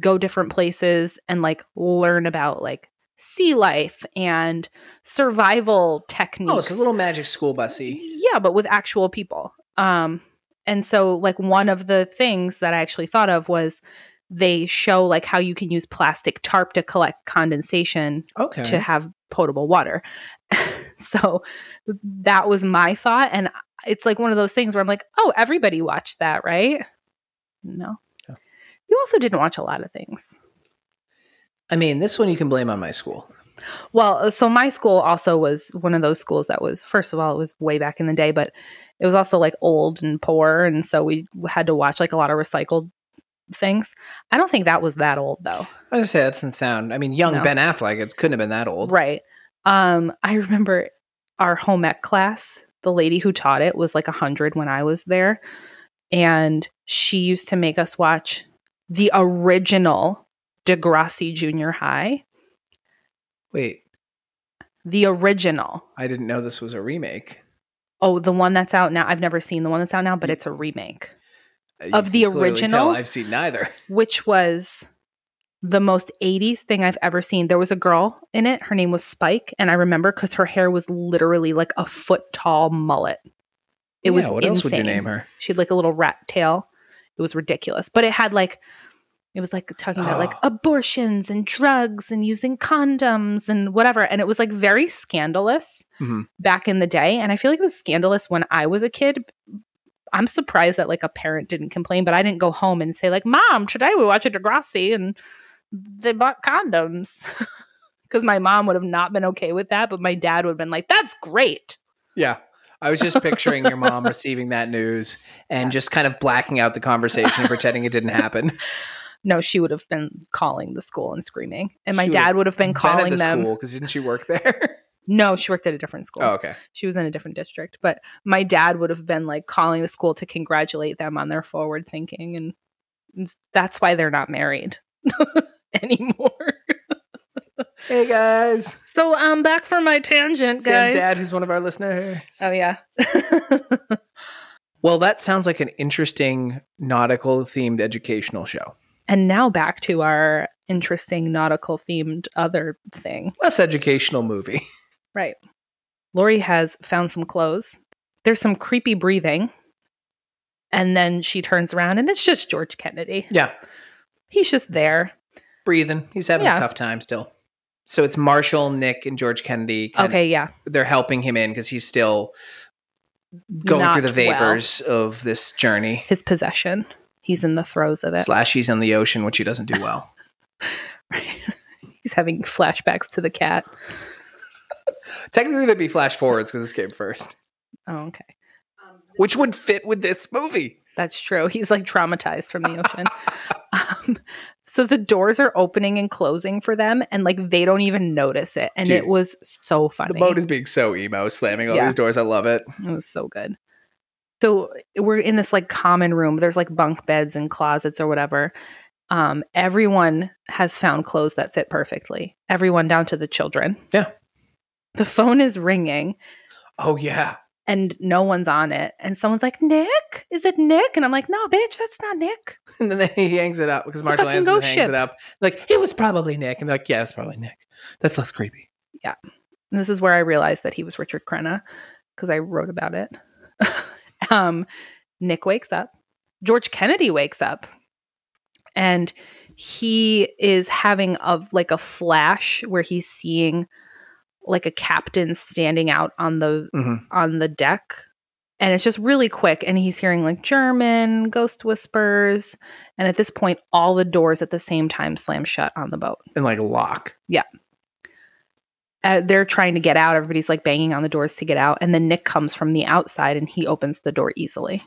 [SPEAKER 2] go different places and like learn about like sea life and survival techniques.
[SPEAKER 1] Oh, it's a little magic school bussy.
[SPEAKER 2] Yeah, but with actual people. Um, and so like one of the things that I actually thought of was they show like how you can use plastic tarp to collect condensation
[SPEAKER 1] Okay.
[SPEAKER 2] to have potable water. so that was my thought. And it's like one of those things where I'm like, oh, everybody watched that, right? No.
[SPEAKER 1] Yeah.
[SPEAKER 2] You also didn't watch a lot of things.
[SPEAKER 1] I mean, this one you can blame on my school.
[SPEAKER 2] Well, uh, so my school also was one of those schools that was, first of all, it was way back in the day, but it was also like old and poor. And so we had to watch like a lot of recycled things. I don't think that was that old though.
[SPEAKER 1] I just say that doesn't sound. I mean, young
[SPEAKER 2] No.
[SPEAKER 1] Ben Affleck, it couldn't have been that old.
[SPEAKER 2] Right. Um, I remember our home ec class, the lady who taught it was like 100 when I was there. And she used to make us watch the original Degrassi Junior High.
[SPEAKER 1] Wait,
[SPEAKER 2] The original.
[SPEAKER 1] I didn't know this was a remake
[SPEAKER 2] Oh, the one that's out now. I've never seen the one that's out now,
[SPEAKER 1] Mm.
[SPEAKER 2] but it's a remake,
[SPEAKER 1] You
[SPEAKER 2] Of
[SPEAKER 1] can
[SPEAKER 2] the
[SPEAKER 1] clearly
[SPEAKER 2] original?
[SPEAKER 1] I've seen neither.
[SPEAKER 2] which was the most 80s thing I've ever seen. There was a girl in it. Her name was Spike. And I remember because her hair was literally like a foot tall mullet. It
[SPEAKER 1] yeah,
[SPEAKER 2] was
[SPEAKER 1] What else would you
[SPEAKER 2] insane.
[SPEAKER 1] name her?
[SPEAKER 2] She had like a little rat tail. It was ridiculous, but it had like It was like talking about like abortions and drugs and using condoms and whatever. And it was like very scandalous
[SPEAKER 1] Mhm.
[SPEAKER 2] back in the day. And I feel like it was scandalous when I was a kid. I'm surprised that like a parent didn't complain, but I didn't go home and say like, "Mom, today we watched Degrassi and they bought condoms," because my mom would have not been okay with that, but my dad would have been like, "That's great."
[SPEAKER 1] Yeah. I was just picturing your mom receiving that news and just kind of blacking out the conversation and pretending it didn't happen.
[SPEAKER 2] No, she would have been calling the school and screaming, and my
[SPEAKER 1] She would have
[SPEAKER 2] dad would have been calling
[SPEAKER 1] the
[SPEAKER 2] them.
[SPEAKER 1] school because didn't she work there?
[SPEAKER 2] No, she worked at a different school.
[SPEAKER 1] oh, okay.
[SPEAKER 2] she was in a different district but my dad would have been like calling the school to congratulate them on their forward thinking and, and that's why they're not married anymore
[SPEAKER 1] Hey guys.
[SPEAKER 2] so i'm back for my tangent guys
[SPEAKER 1] Sam's dad, who's one of our listeners.
[SPEAKER 2] oh yeah
[SPEAKER 1] Well, that sounds like an interesting nautical themed educational show.
[SPEAKER 2] and now back to our interesting nautical themed other thing
[SPEAKER 1] Less educational movie.
[SPEAKER 2] right lori has found some clothes there's some creepy breathing and then she turns around and it's just george kennedy
[SPEAKER 1] Yeah.
[SPEAKER 2] he's just there
[SPEAKER 1] Breathing. He's having
[SPEAKER 2] Yeah.
[SPEAKER 1] a tough time still. So it's Marshall, Nick, and George Kennedy. kind of-
[SPEAKER 2] okay yeah
[SPEAKER 1] They're helping him in because he's still going through
[SPEAKER 2] Not
[SPEAKER 1] the
[SPEAKER 2] well.
[SPEAKER 1] vapors of this journey.
[SPEAKER 2] his possession. He's in the throes of it.
[SPEAKER 1] Slash, he's in the ocean, which he doesn't do well.
[SPEAKER 2] He's having flashbacks to the cat.
[SPEAKER 1] Technically, there'd be flash forwards because this came first,
[SPEAKER 2] Oh, okay.
[SPEAKER 1] which would fit with this movie.
[SPEAKER 2] That's true. He's like traumatized from the ocean. um, so the doors are opening and closing for them, and like they don't even notice it. And
[SPEAKER 1] Dude.
[SPEAKER 2] it was so funny.
[SPEAKER 1] The boat is being so emo, slamming all
[SPEAKER 2] Yeah.
[SPEAKER 1] these doors. I love it.
[SPEAKER 2] It was so good. So eh, we're in this like common room. There's like bunk beds and closets or whatever. Um, everyone has found clothes that fit perfectly. Everyone down to the children.
[SPEAKER 1] Yeah.
[SPEAKER 2] The phone is ringing.
[SPEAKER 1] Oh yeah,
[SPEAKER 2] and no one's on it. And someone's like, Nick? Is it Nick? And I'm like, no, bitch, that's not Nick.
[SPEAKER 1] and then he hangs it up because
[SPEAKER 2] a
[SPEAKER 1] Marshall
[SPEAKER 2] fucking
[SPEAKER 1] Anderson
[SPEAKER 2] ghost
[SPEAKER 1] hangs
[SPEAKER 2] ship.
[SPEAKER 1] it up. Like it was probably Nick, and they're like, yeah, it's probably Nick. That's less creepy.
[SPEAKER 2] And this is where I realized that he was Richard Crenna because I wrote about it. um, Nick wakes up. George Kennedy wakes up and he is having a like a flash where he's seeing like a captain standing out on the
[SPEAKER 1] Mhm.
[SPEAKER 2] on the deck and it's just really quick and he's hearing like german ghost whispers and at this point all the doors at the same time slam shut on the boat
[SPEAKER 1] And like lock.
[SPEAKER 2] uh, they're trying to get out everybody's like banging on the doors to get out and then nick comes from the outside and he opens the door easily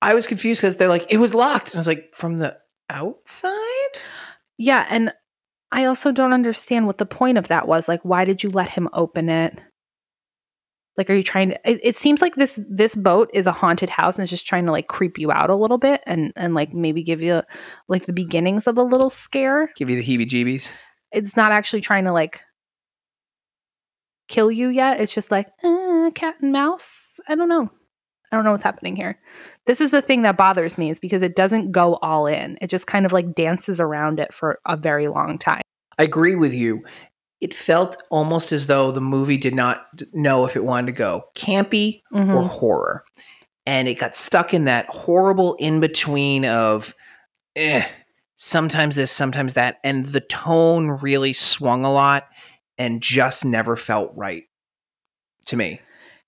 [SPEAKER 1] I was confused because they're like, it was locked, and I was like, from the outside.
[SPEAKER 2] yeah and i also don't understand what the point of that was like why did you let him open it like are you trying to it, it seems like this this boat is a haunted house and it's just trying to like creep you out a little bit and and like maybe give you like the beginnings of a little scare
[SPEAKER 1] Give you the heebie-jeebies.
[SPEAKER 2] it's not actually trying to like kill you yet. It's just like uh, cat and mouse. I don't know. I don't know what's happening here. This is the thing that bothers me is because it doesn't go all in. It just kind of like dances around it for a very long time.
[SPEAKER 1] I agree with you. It felt almost as though the movie did not d- know if it wanted to go campy or
[SPEAKER 2] Mhm.
[SPEAKER 1] horror. And it got stuck in that horrible in between of eh, sometimes this, sometimes that. And the tone really swung a lot and just never felt right to me.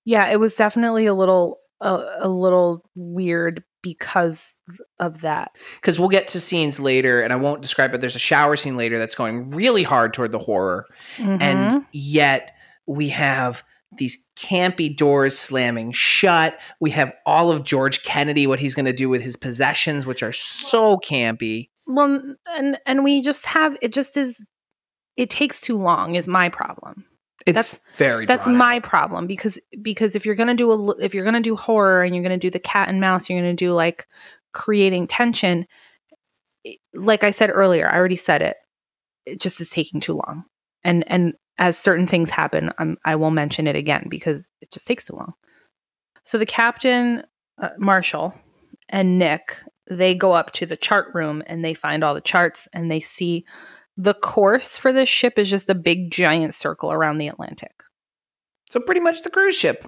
[SPEAKER 2] Yeah, it was definitely a little a, a little weird because of that.
[SPEAKER 1] Because we'll get to scenes later and I won't describe it. There's a shower scene later that's going really hard toward the horror.
[SPEAKER 2] Mhm.
[SPEAKER 1] and yet we have these campy doors slamming shut. We have all of George Kennedy, what he's going to do with his possessions, which are so campy.
[SPEAKER 2] well n- and and we just have it just is it takes too long is my problem.
[SPEAKER 1] It's
[SPEAKER 2] That's-
[SPEAKER 1] very
[SPEAKER 2] that's
[SPEAKER 1] drawn out.
[SPEAKER 2] my problem because because if you're gonna do a l- if you're gonna do horror and you're gonna do the cat and mouse you're gonna do like creating tension it- like i said earlier i already said it it just is taking too long and and as certain things happen I'm, i will mention it again because it just takes too long so the captain uh, marshall and nick they go up to the chart room and they find all the charts and they see the course for this ship is just a big giant circle around the atlantic
[SPEAKER 1] so pretty much the cruise ship.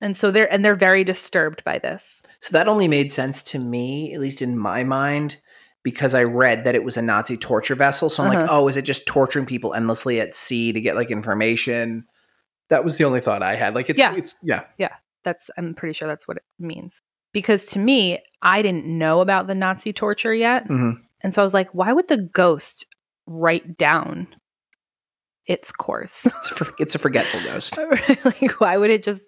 [SPEAKER 2] and so they're and they're very disturbed by this
[SPEAKER 1] So that only made sense to me, at least in my mind, because I read that it was a Nazi torture vessel. So I'm like,
[SPEAKER 2] Uh-huh.
[SPEAKER 1] oh, is it just torturing people endlessly at sea to get like information? That was the only thought I had. Like, it's,
[SPEAKER 2] Yeah.
[SPEAKER 1] it's yeah,
[SPEAKER 2] That's I'm pretty sure that's what it means. Because to me, I didn't know about the Nazi torture yet.
[SPEAKER 1] Mhm.
[SPEAKER 2] And so I was like, why would the ghost write down its course?
[SPEAKER 1] it's a, for, it's a forgetful ghost,
[SPEAKER 2] like, why would it just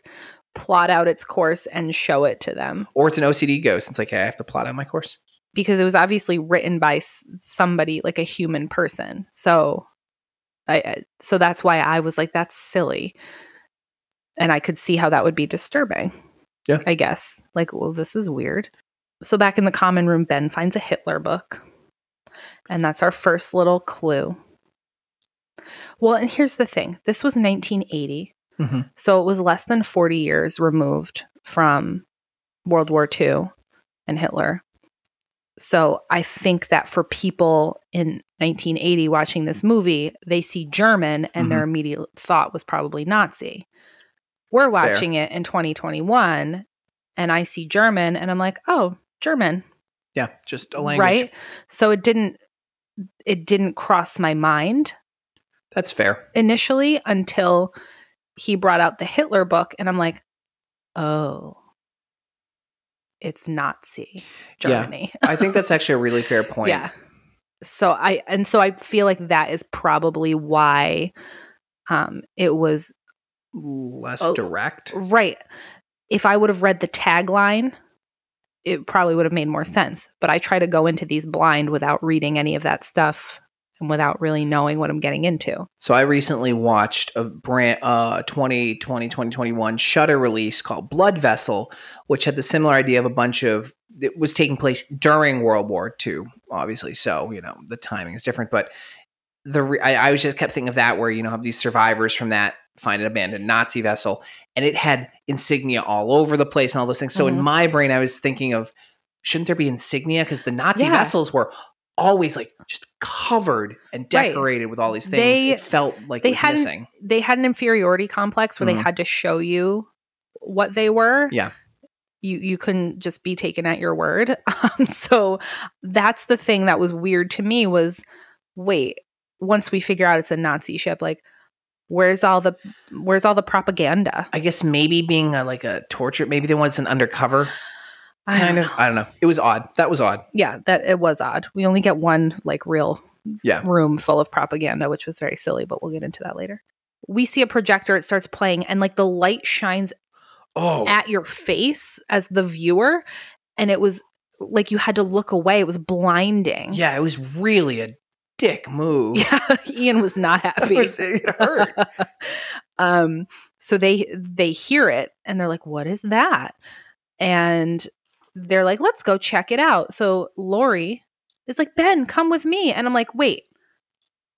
[SPEAKER 2] plot out its course and show it to them?
[SPEAKER 1] or it's an OCD ghost. It's like hey, I have to plot out my course.
[SPEAKER 2] Because it was obviously written by s- somebody, like a human person. So, I- I so that's why I was like, that's silly, and I could see how that would be disturbing.
[SPEAKER 1] Yeah.
[SPEAKER 2] I guess. Like, well, this is weird. So back in the common room, Ben finds a Hitler book, and that's our first little clue. Well, and here's the thing: this was 1980.
[SPEAKER 1] Mhm.
[SPEAKER 2] So it was less than 40 years removed from World War II and Hitler. So I think that for people in 1980 watching this movie, they see German and their immediate thought was probably Nazi. We're watching it in 2021 and I see German and I'm like, "Oh, German."
[SPEAKER 1] Yeah, just a language.
[SPEAKER 2] Right? So it didn't it didn't cross my mind
[SPEAKER 1] That's fair.
[SPEAKER 2] initially until he brought out the Hitler book, and I'm like, oh, it's Nazi Germany.
[SPEAKER 1] I think that's actually a really fair
[SPEAKER 2] Yeah.
[SPEAKER 1] point.
[SPEAKER 2] So I and so I feel like that is probably why um it was
[SPEAKER 1] less
[SPEAKER 2] Oh.
[SPEAKER 1] direct.
[SPEAKER 2] right. If I would have read the tagline, it probably would have made more sense. But I try to go into these blind without reading any of that stuff and without really knowing what I'm getting into.
[SPEAKER 1] So I recently watched a brand uh 2020 2021 Shutter release called Blood Vessel, which had the similar idea of a bunch of it was taking place during World War II, obviously. So you know the timing is different, but the re- I, I was just kept thinking of that where you know have these survivors from that find an abandoned Nazi vessel, and it had insignia all over the place and all those things. So in
[SPEAKER 2] Mhm.
[SPEAKER 1] my brain, I was thinking of shouldn't there be insignia because the Nazi
[SPEAKER 2] Yeah.
[SPEAKER 1] vessels were always like just covered and
[SPEAKER 2] Right.
[SPEAKER 1] decorated with all these things.
[SPEAKER 2] They-
[SPEAKER 1] it felt like
[SPEAKER 2] they
[SPEAKER 1] it was
[SPEAKER 2] hadn't-
[SPEAKER 1] missing.
[SPEAKER 2] they had an inferiority complex where
[SPEAKER 1] Mhm.
[SPEAKER 2] they had to show you what they were.
[SPEAKER 1] Yeah.
[SPEAKER 2] You you couldn't just be taken at your word. Um, so that's the thing that was weird to me was wait, once we figure out it's a Nazi ship, like where's all the where's all the propaganda?
[SPEAKER 1] I guess maybe being a, like a torture, maybe they wanted some undercover
[SPEAKER 2] I don't
[SPEAKER 1] kind of.
[SPEAKER 2] know.
[SPEAKER 1] I don't know. It was odd. That was odd.
[SPEAKER 2] Yeah, that it was odd. We only get one like real
[SPEAKER 1] Yeah.
[SPEAKER 2] room full of propaganda, which was very silly, but we'll get into that later. We see a projector, it starts playing, and like the light shines
[SPEAKER 1] Oh,
[SPEAKER 2] at your face as the viewer and it was like you had to look away it was blinding
[SPEAKER 1] yeah. It was really a dick move.
[SPEAKER 2] yeah ian was not
[SPEAKER 1] It,
[SPEAKER 2] happy
[SPEAKER 1] was- it hurt.
[SPEAKER 2] um so they they hear it and they're like what is that and they're like let's go check it out so lori is like ben come with me and i'm like wait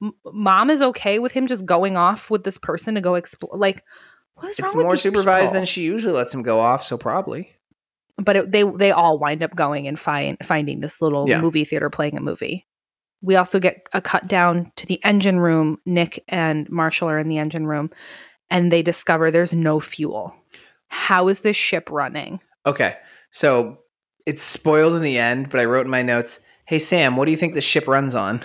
[SPEAKER 2] M- mom is okay with him just going off with this person to go explore like what is
[SPEAKER 1] it's
[SPEAKER 2] wrong with
[SPEAKER 1] more
[SPEAKER 2] these
[SPEAKER 1] supervised
[SPEAKER 2] people?
[SPEAKER 1] than she usually lets him go off. So probably.
[SPEAKER 2] but it, they they all wind up going and find finding this little
[SPEAKER 1] Yeah.
[SPEAKER 2] movie theater playing a movie. We also get a cut down to the engine room. Nick and Marshall are in the engine room, and they discover there's no fuel. How is this ship running?
[SPEAKER 1] Okay. So it's spoiled in the end, but I wrote in my notes, "Hey Sam, what do you think the ship runs on?"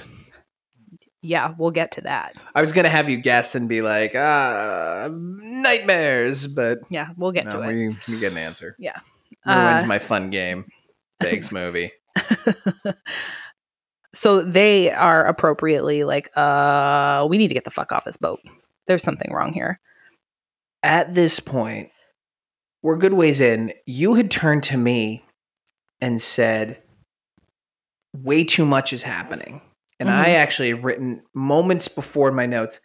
[SPEAKER 2] Yeah, we'll get to that.
[SPEAKER 1] I was gonna have you guess and be like, "Ah, nightmares," but
[SPEAKER 2] Yeah, we'll get
[SPEAKER 1] no,
[SPEAKER 2] to it.
[SPEAKER 1] we, we get an answer.
[SPEAKER 2] Yeah.
[SPEAKER 1] ruined
[SPEAKER 2] Uh,
[SPEAKER 1] my fun game. Thanks, movie.
[SPEAKER 2] So they are appropriately like, uh, we need to get the fuck off this boat. There's something wrong here.
[SPEAKER 1] at this point, we're good ways in. You had turned to me and said, Way too much is happening. And I
[SPEAKER 2] Mhm.
[SPEAKER 1] actually had written moments before in my notes,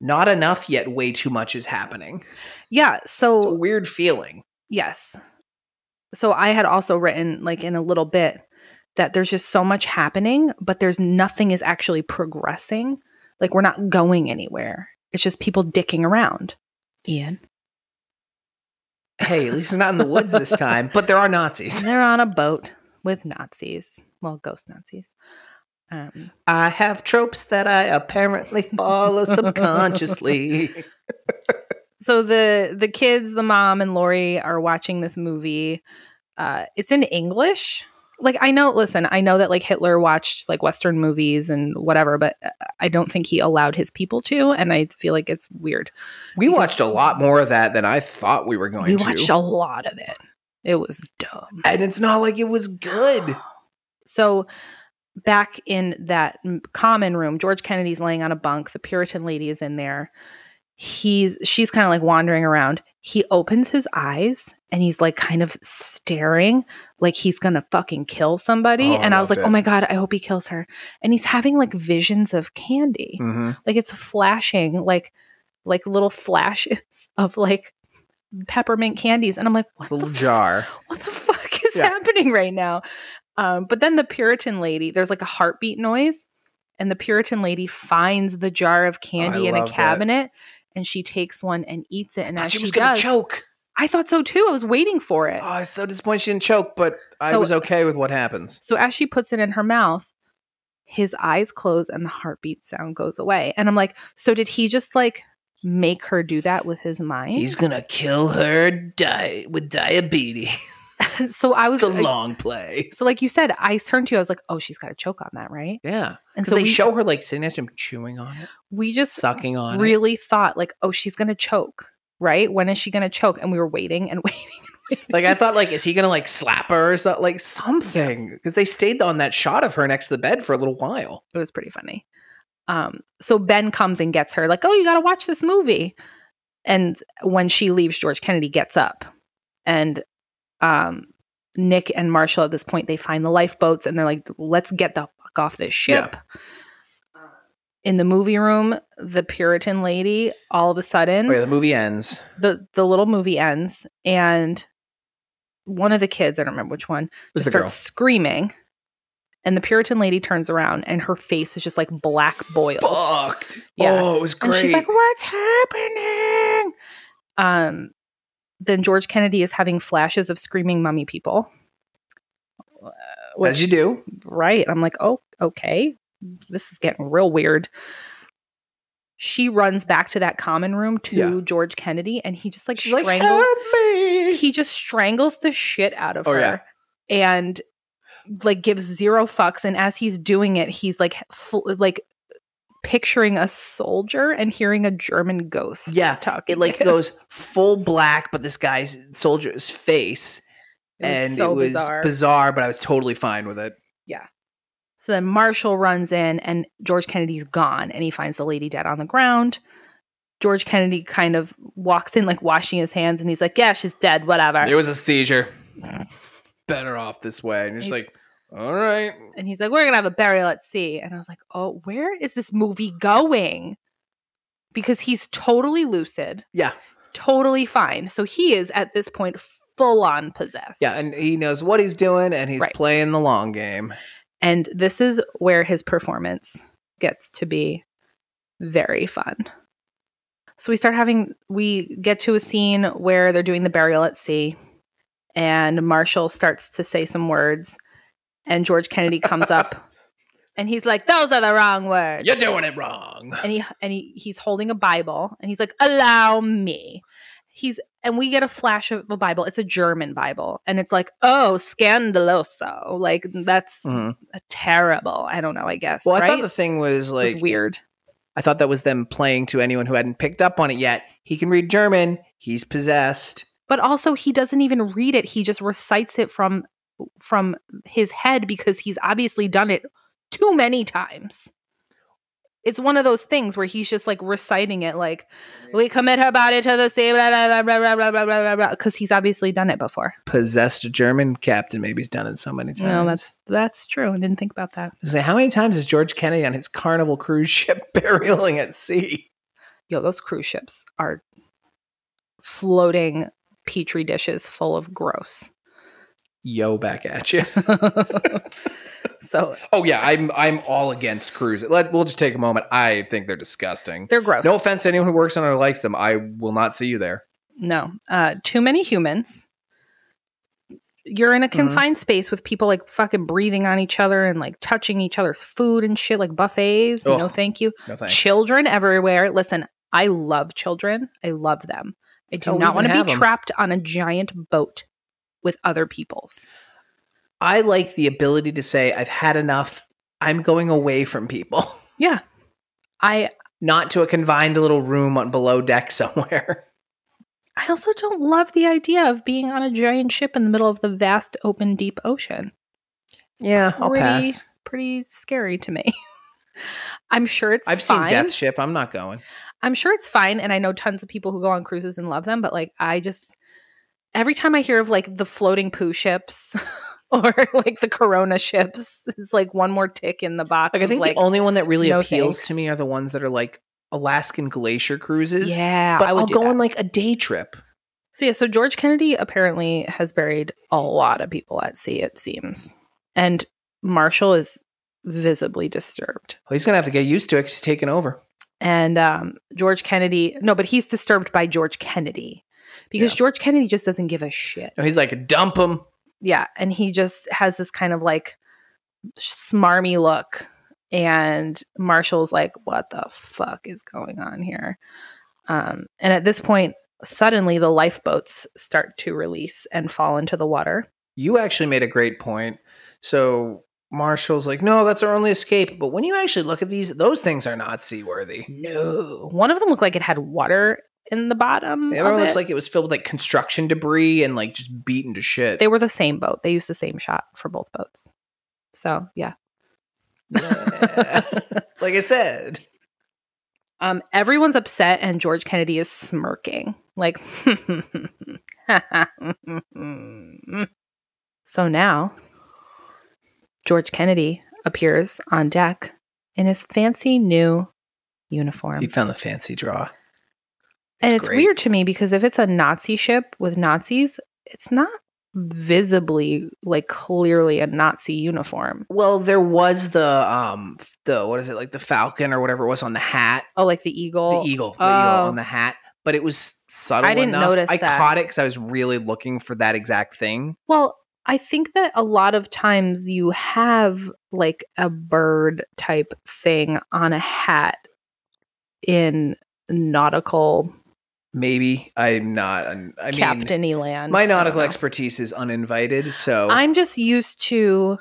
[SPEAKER 1] not enough yet, way too much is happening.
[SPEAKER 2] Yeah. So
[SPEAKER 1] It's a weird feeling.
[SPEAKER 2] Yes. So I had also written, like in a little bit, that there's just so much happening, but there's nothing is actually progressing. Like we're not going anywhere. It's just people dicking around. Ian.
[SPEAKER 1] Hey, at least it's not in the woods this time, but there are Nazis.
[SPEAKER 2] They're on a boat with Nazis. Well, ghost Nazis. Um,
[SPEAKER 1] I have tropes that I apparently follow subconsciously.
[SPEAKER 2] so the the kids, the mom and Lori are watching this movie. Uh, it's in English. like I know listen, I know that like Hitler watched like western movies and whatever, but uh, I don't think he allowed his people to and I feel like it's weird.
[SPEAKER 1] We watched a lot more of that than I thought we were going
[SPEAKER 2] we
[SPEAKER 1] to.
[SPEAKER 2] watched a lot of it. It was dumb.
[SPEAKER 1] and it's not like it was good.
[SPEAKER 2] So back in that m- common room, George Kennedy's laying on a bunk. The Puritan lady is in there. He's she's kind of like wandering around. He opens his eyes and he's like kind of staring like he's gonna fucking kill somebody.
[SPEAKER 1] Oh, I
[SPEAKER 2] and I was
[SPEAKER 1] loved
[SPEAKER 2] like,
[SPEAKER 1] it.
[SPEAKER 2] oh my god, I hope he kills her. And he's having like visions of
[SPEAKER 1] Hmm.
[SPEAKER 2] candy.
[SPEAKER 3] Mm-hmm.
[SPEAKER 2] Like it's flashing like like little flashes of like peppermint candies. And I'm like, what
[SPEAKER 1] Little
[SPEAKER 2] the
[SPEAKER 1] jar.
[SPEAKER 2] what the fuck is
[SPEAKER 1] Yeah.
[SPEAKER 2] happening right now? Um, but then the Puritan lady, there's like a heartbeat noise, and the Puritan lady finds the jar of candy in a
[SPEAKER 1] Oh, loved it.
[SPEAKER 2] cabinet, and she takes one and eats it. And
[SPEAKER 1] Thought
[SPEAKER 2] as
[SPEAKER 1] she
[SPEAKER 2] she,
[SPEAKER 1] was gonna
[SPEAKER 2] does,
[SPEAKER 1] choke.
[SPEAKER 2] I thought so too. I was waiting for it.
[SPEAKER 1] Oh, I'm so disappointed she didn't choke, but I
[SPEAKER 2] So-
[SPEAKER 1] was okay with what happens.
[SPEAKER 2] So as she puts it in her mouth, his eyes close and the heartbeat sound goes away. And I'm like, so did he just like make her do that with his mind?
[SPEAKER 1] gonna kill her di- with diabetes.
[SPEAKER 2] so I was like,
[SPEAKER 1] long play.
[SPEAKER 2] so like you said, I turned to you. I was like, oh, she's got to choke on that, right?
[SPEAKER 1] Yeah,
[SPEAKER 2] And
[SPEAKER 1] because
[SPEAKER 2] so
[SPEAKER 1] they
[SPEAKER 2] we,
[SPEAKER 1] show her like sitting next to him, chewing on it,
[SPEAKER 2] we just
[SPEAKER 1] sucking on it.
[SPEAKER 2] really thought like, oh, she's gonna choke, right? When is she gonna choke? And we were waiting and waiting.
[SPEAKER 1] Like I thought, like is he gonna like slap her or something? Like something, because they stayed on that shot of her next to the bed for a little while.
[SPEAKER 2] It was pretty funny. Um, so Ben comes and gets her, like, oh, you gotta watch this movie. And when she leaves, George Kennedy gets up, and um, Nick and Marshall at this point they find the lifeboats and they're like, let's get the fuck off this ship. In the movie room, the Puritan lady all of a sudden
[SPEAKER 1] Oh yeah, the movie ends.
[SPEAKER 2] the the little movie ends and one of the kids i don't remember which one
[SPEAKER 1] was
[SPEAKER 2] just
[SPEAKER 1] the girl.
[SPEAKER 2] starts screaming and the puritan lady turns around and her face is just like black boils
[SPEAKER 1] Fucked.
[SPEAKER 2] Yeah.
[SPEAKER 1] Oh, it was
[SPEAKER 2] and
[SPEAKER 1] great.
[SPEAKER 2] she's like what's happening um then george kennedy is having flashes of screaming mummy people Uh,
[SPEAKER 1] As you do.
[SPEAKER 2] right. I'm like, oh, okay. This is getting real weird. She runs back to that common room to
[SPEAKER 1] Yeah.
[SPEAKER 2] George Kennedy and he just like
[SPEAKER 1] She's like,
[SPEAKER 2] strangles
[SPEAKER 1] help me.
[SPEAKER 2] he just strangles the shit out of
[SPEAKER 1] Oh,
[SPEAKER 2] her
[SPEAKER 1] yeah.
[SPEAKER 2] and like gives zero fucks and as he's doing it he's like fl- like picturing a soldier and hearing a German ghost.
[SPEAKER 1] Yeah,
[SPEAKER 2] talking.
[SPEAKER 1] It like goes full black, but this guy's soldier's face,
[SPEAKER 2] It was
[SPEAKER 1] and
[SPEAKER 2] so
[SPEAKER 1] it was
[SPEAKER 2] bizarre.
[SPEAKER 1] bizarre. but I was totally fine with it.
[SPEAKER 2] So then Marshall runs in and George Kennedy's gone and he finds the lady dead on the ground. George Kennedy kind of walks in, like washing his hands, and he's like, Yeah, she's dead, whatever.
[SPEAKER 1] There was a seizure. It's better off this way, and you're just
[SPEAKER 2] It's-
[SPEAKER 1] like, all right.
[SPEAKER 2] And he's like, We're going to have a burial at sea. And I was like, Oh, where is this movie going? Because he's totally lucid,
[SPEAKER 1] Yeah,
[SPEAKER 2] totally fine. So he is at this point full on possessed.
[SPEAKER 1] yeah, and he knows what he's doing, and he's
[SPEAKER 2] Right.
[SPEAKER 1] playing the long game.
[SPEAKER 2] and this is where his performance gets to be very fun. So we start having, we get to a scene where they're doing the burial at sea, and Marshall starts to say some words, and George Kennedy comes up, and he's like, "Those are the wrong words."
[SPEAKER 1] You're doing it wrong.
[SPEAKER 2] And he and he, he's holding a Bible, and he's like, "Allow me." He's and we get a flash of a Bible. It's a German Bible, and it's like, "Oh, scandaloso!" Like that's
[SPEAKER 1] Mhm.
[SPEAKER 2] a terrible. I don't know. I guess.
[SPEAKER 1] Well, I
[SPEAKER 2] right?
[SPEAKER 1] thought the thing was
[SPEAKER 2] It was
[SPEAKER 1] like
[SPEAKER 2] weird.
[SPEAKER 1] I thought that was them playing to anyone who hadn't picked up on it yet. He can read German. He's possessed.
[SPEAKER 2] But also, he doesn't even read it. He just recites it from from his head because he's obviously done it too many times. It's one of those things where he's just like reciting it, like "We commit her body to the sea," blah blah blah blah blah blah blah blah, because he's obviously done it before.
[SPEAKER 1] Possessed German captain. Maybe he's done it so many times.
[SPEAKER 2] No, that's that's true. I didn't think about that.
[SPEAKER 1] Say, how many times is George Kennedy on his Carnival cruise ship barreling at sea?
[SPEAKER 2] Yo, those cruise ships are floating petri dishes full of gross.
[SPEAKER 1] Yo, back at you.
[SPEAKER 2] so
[SPEAKER 1] oh yeah, I'm I'm all against cruises. Let we'll just take a moment. I think they're disgusting.
[SPEAKER 2] They're gross.
[SPEAKER 1] No offense to anyone who works on it or likes them. I will not see you there.
[SPEAKER 2] No. Uh, too many humans. You're in a
[SPEAKER 1] Mm-hmm.
[SPEAKER 2] confined space with people like fucking breathing on each other and like touching each other's food and shit, like buffets. No,
[SPEAKER 1] Ugh.
[SPEAKER 2] thank you.
[SPEAKER 1] No thanks.
[SPEAKER 2] Children everywhere. Listen, I love children. I love them. I do
[SPEAKER 1] Don't
[SPEAKER 2] not
[SPEAKER 1] Oh, even
[SPEAKER 2] want to
[SPEAKER 1] have
[SPEAKER 2] be
[SPEAKER 1] 'em.
[SPEAKER 2] trapped on a giant boat with other people's.
[SPEAKER 1] I like the ability to say, I've had enough. I'm going away from people,
[SPEAKER 2] Yeah. I
[SPEAKER 1] not to a confined little room on below deck somewhere.
[SPEAKER 2] I also don't love the idea of being on a giant ship in the middle of the vast open deep ocean.
[SPEAKER 1] Yeah, I'll
[SPEAKER 2] pretty-
[SPEAKER 1] pass.
[SPEAKER 2] Pretty scary to me. I'm sure it's
[SPEAKER 1] I've seen
[SPEAKER 2] fine.
[SPEAKER 1] Death Ship. I'm not going.
[SPEAKER 2] I'm sure it's fine and I know tons of people who go on cruises and love them, but like I just every time I hear of like the floating poo ships or like the corona ships, it's like one more tick in the box.
[SPEAKER 1] Like I
[SPEAKER 2] of,
[SPEAKER 1] think the only one that really
[SPEAKER 2] no
[SPEAKER 1] appeals
[SPEAKER 2] thanks.
[SPEAKER 1] to me are the ones that are like Alaskan glacier cruises.
[SPEAKER 2] yeah,
[SPEAKER 1] but
[SPEAKER 2] I would
[SPEAKER 1] I'll
[SPEAKER 2] do
[SPEAKER 1] go
[SPEAKER 2] that.
[SPEAKER 1] on like a day trip.
[SPEAKER 2] So yeah, so George Kennedy apparently has buried a lot of people at sea, it seems. And Marshall is visibly disturbed.
[SPEAKER 1] Well, Oh, he's gonna have to get used to it 'cause he's taking over.
[SPEAKER 2] And um, George Kennedy, no, but he's disturbed by George Kennedy because George Kennedy just doesn't give a shit.
[SPEAKER 1] No, Oh, he's like dump him.
[SPEAKER 2] Yeah. And he just has this kind of like smarmy look. And Marshall's like, what the fuck is going on here? Um, and at this point, suddenly the lifeboats start to release and fall into the water.
[SPEAKER 1] You actually made a great point. So Marshall's like, no, that's our only escape. But when you actually look at these, those things are not seaworthy.
[SPEAKER 2] No. One of them looked like it had water in the bottom.
[SPEAKER 1] The
[SPEAKER 2] of
[SPEAKER 1] other one
[SPEAKER 2] it.
[SPEAKER 1] looks like it was filled with like construction debris and like just beaten to shit.
[SPEAKER 2] they were the same boat. They used the same shot for both boats. So yeah.
[SPEAKER 1] Yeah. like I said,
[SPEAKER 2] Um, everyone's upset and George Kennedy is smirking. Like So now George Kennedy appears on deck in his fancy new uniform.
[SPEAKER 1] he found the fancy draw.
[SPEAKER 2] and it's
[SPEAKER 1] great.
[SPEAKER 2] weird to me because if it's a Nazi ship with Nazis, it's not visibly like clearly a Nazi uniform.
[SPEAKER 1] Well, there was the um the what is it like the falcon or whatever it was on the hat,
[SPEAKER 2] Oh, like the eagle.
[SPEAKER 1] the eagle, the
[SPEAKER 2] oh.
[SPEAKER 1] eagle on the hat, but it was subtle.
[SPEAKER 2] I didn't
[SPEAKER 1] enough.
[SPEAKER 2] notice
[SPEAKER 1] I
[SPEAKER 2] that.
[SPEAKER 1] caught it because I was really looking for that exact thing.
[SPEAKER 2] Well, I think that a lot of times you have like a bird type thing on a hat in nautical
[SPEAKER 1] Maybe I'm not. I'm, I mean,
[SPEAKER 2] captain land.
[SPEAKER 1] my
[SPEAKER 2] I don't
[SPEAKER 1] nautical
[SPEAKER 2] know.
[SPEAKER 1] expertise is uninvited, so
[SPEAKER 2] I'm just used to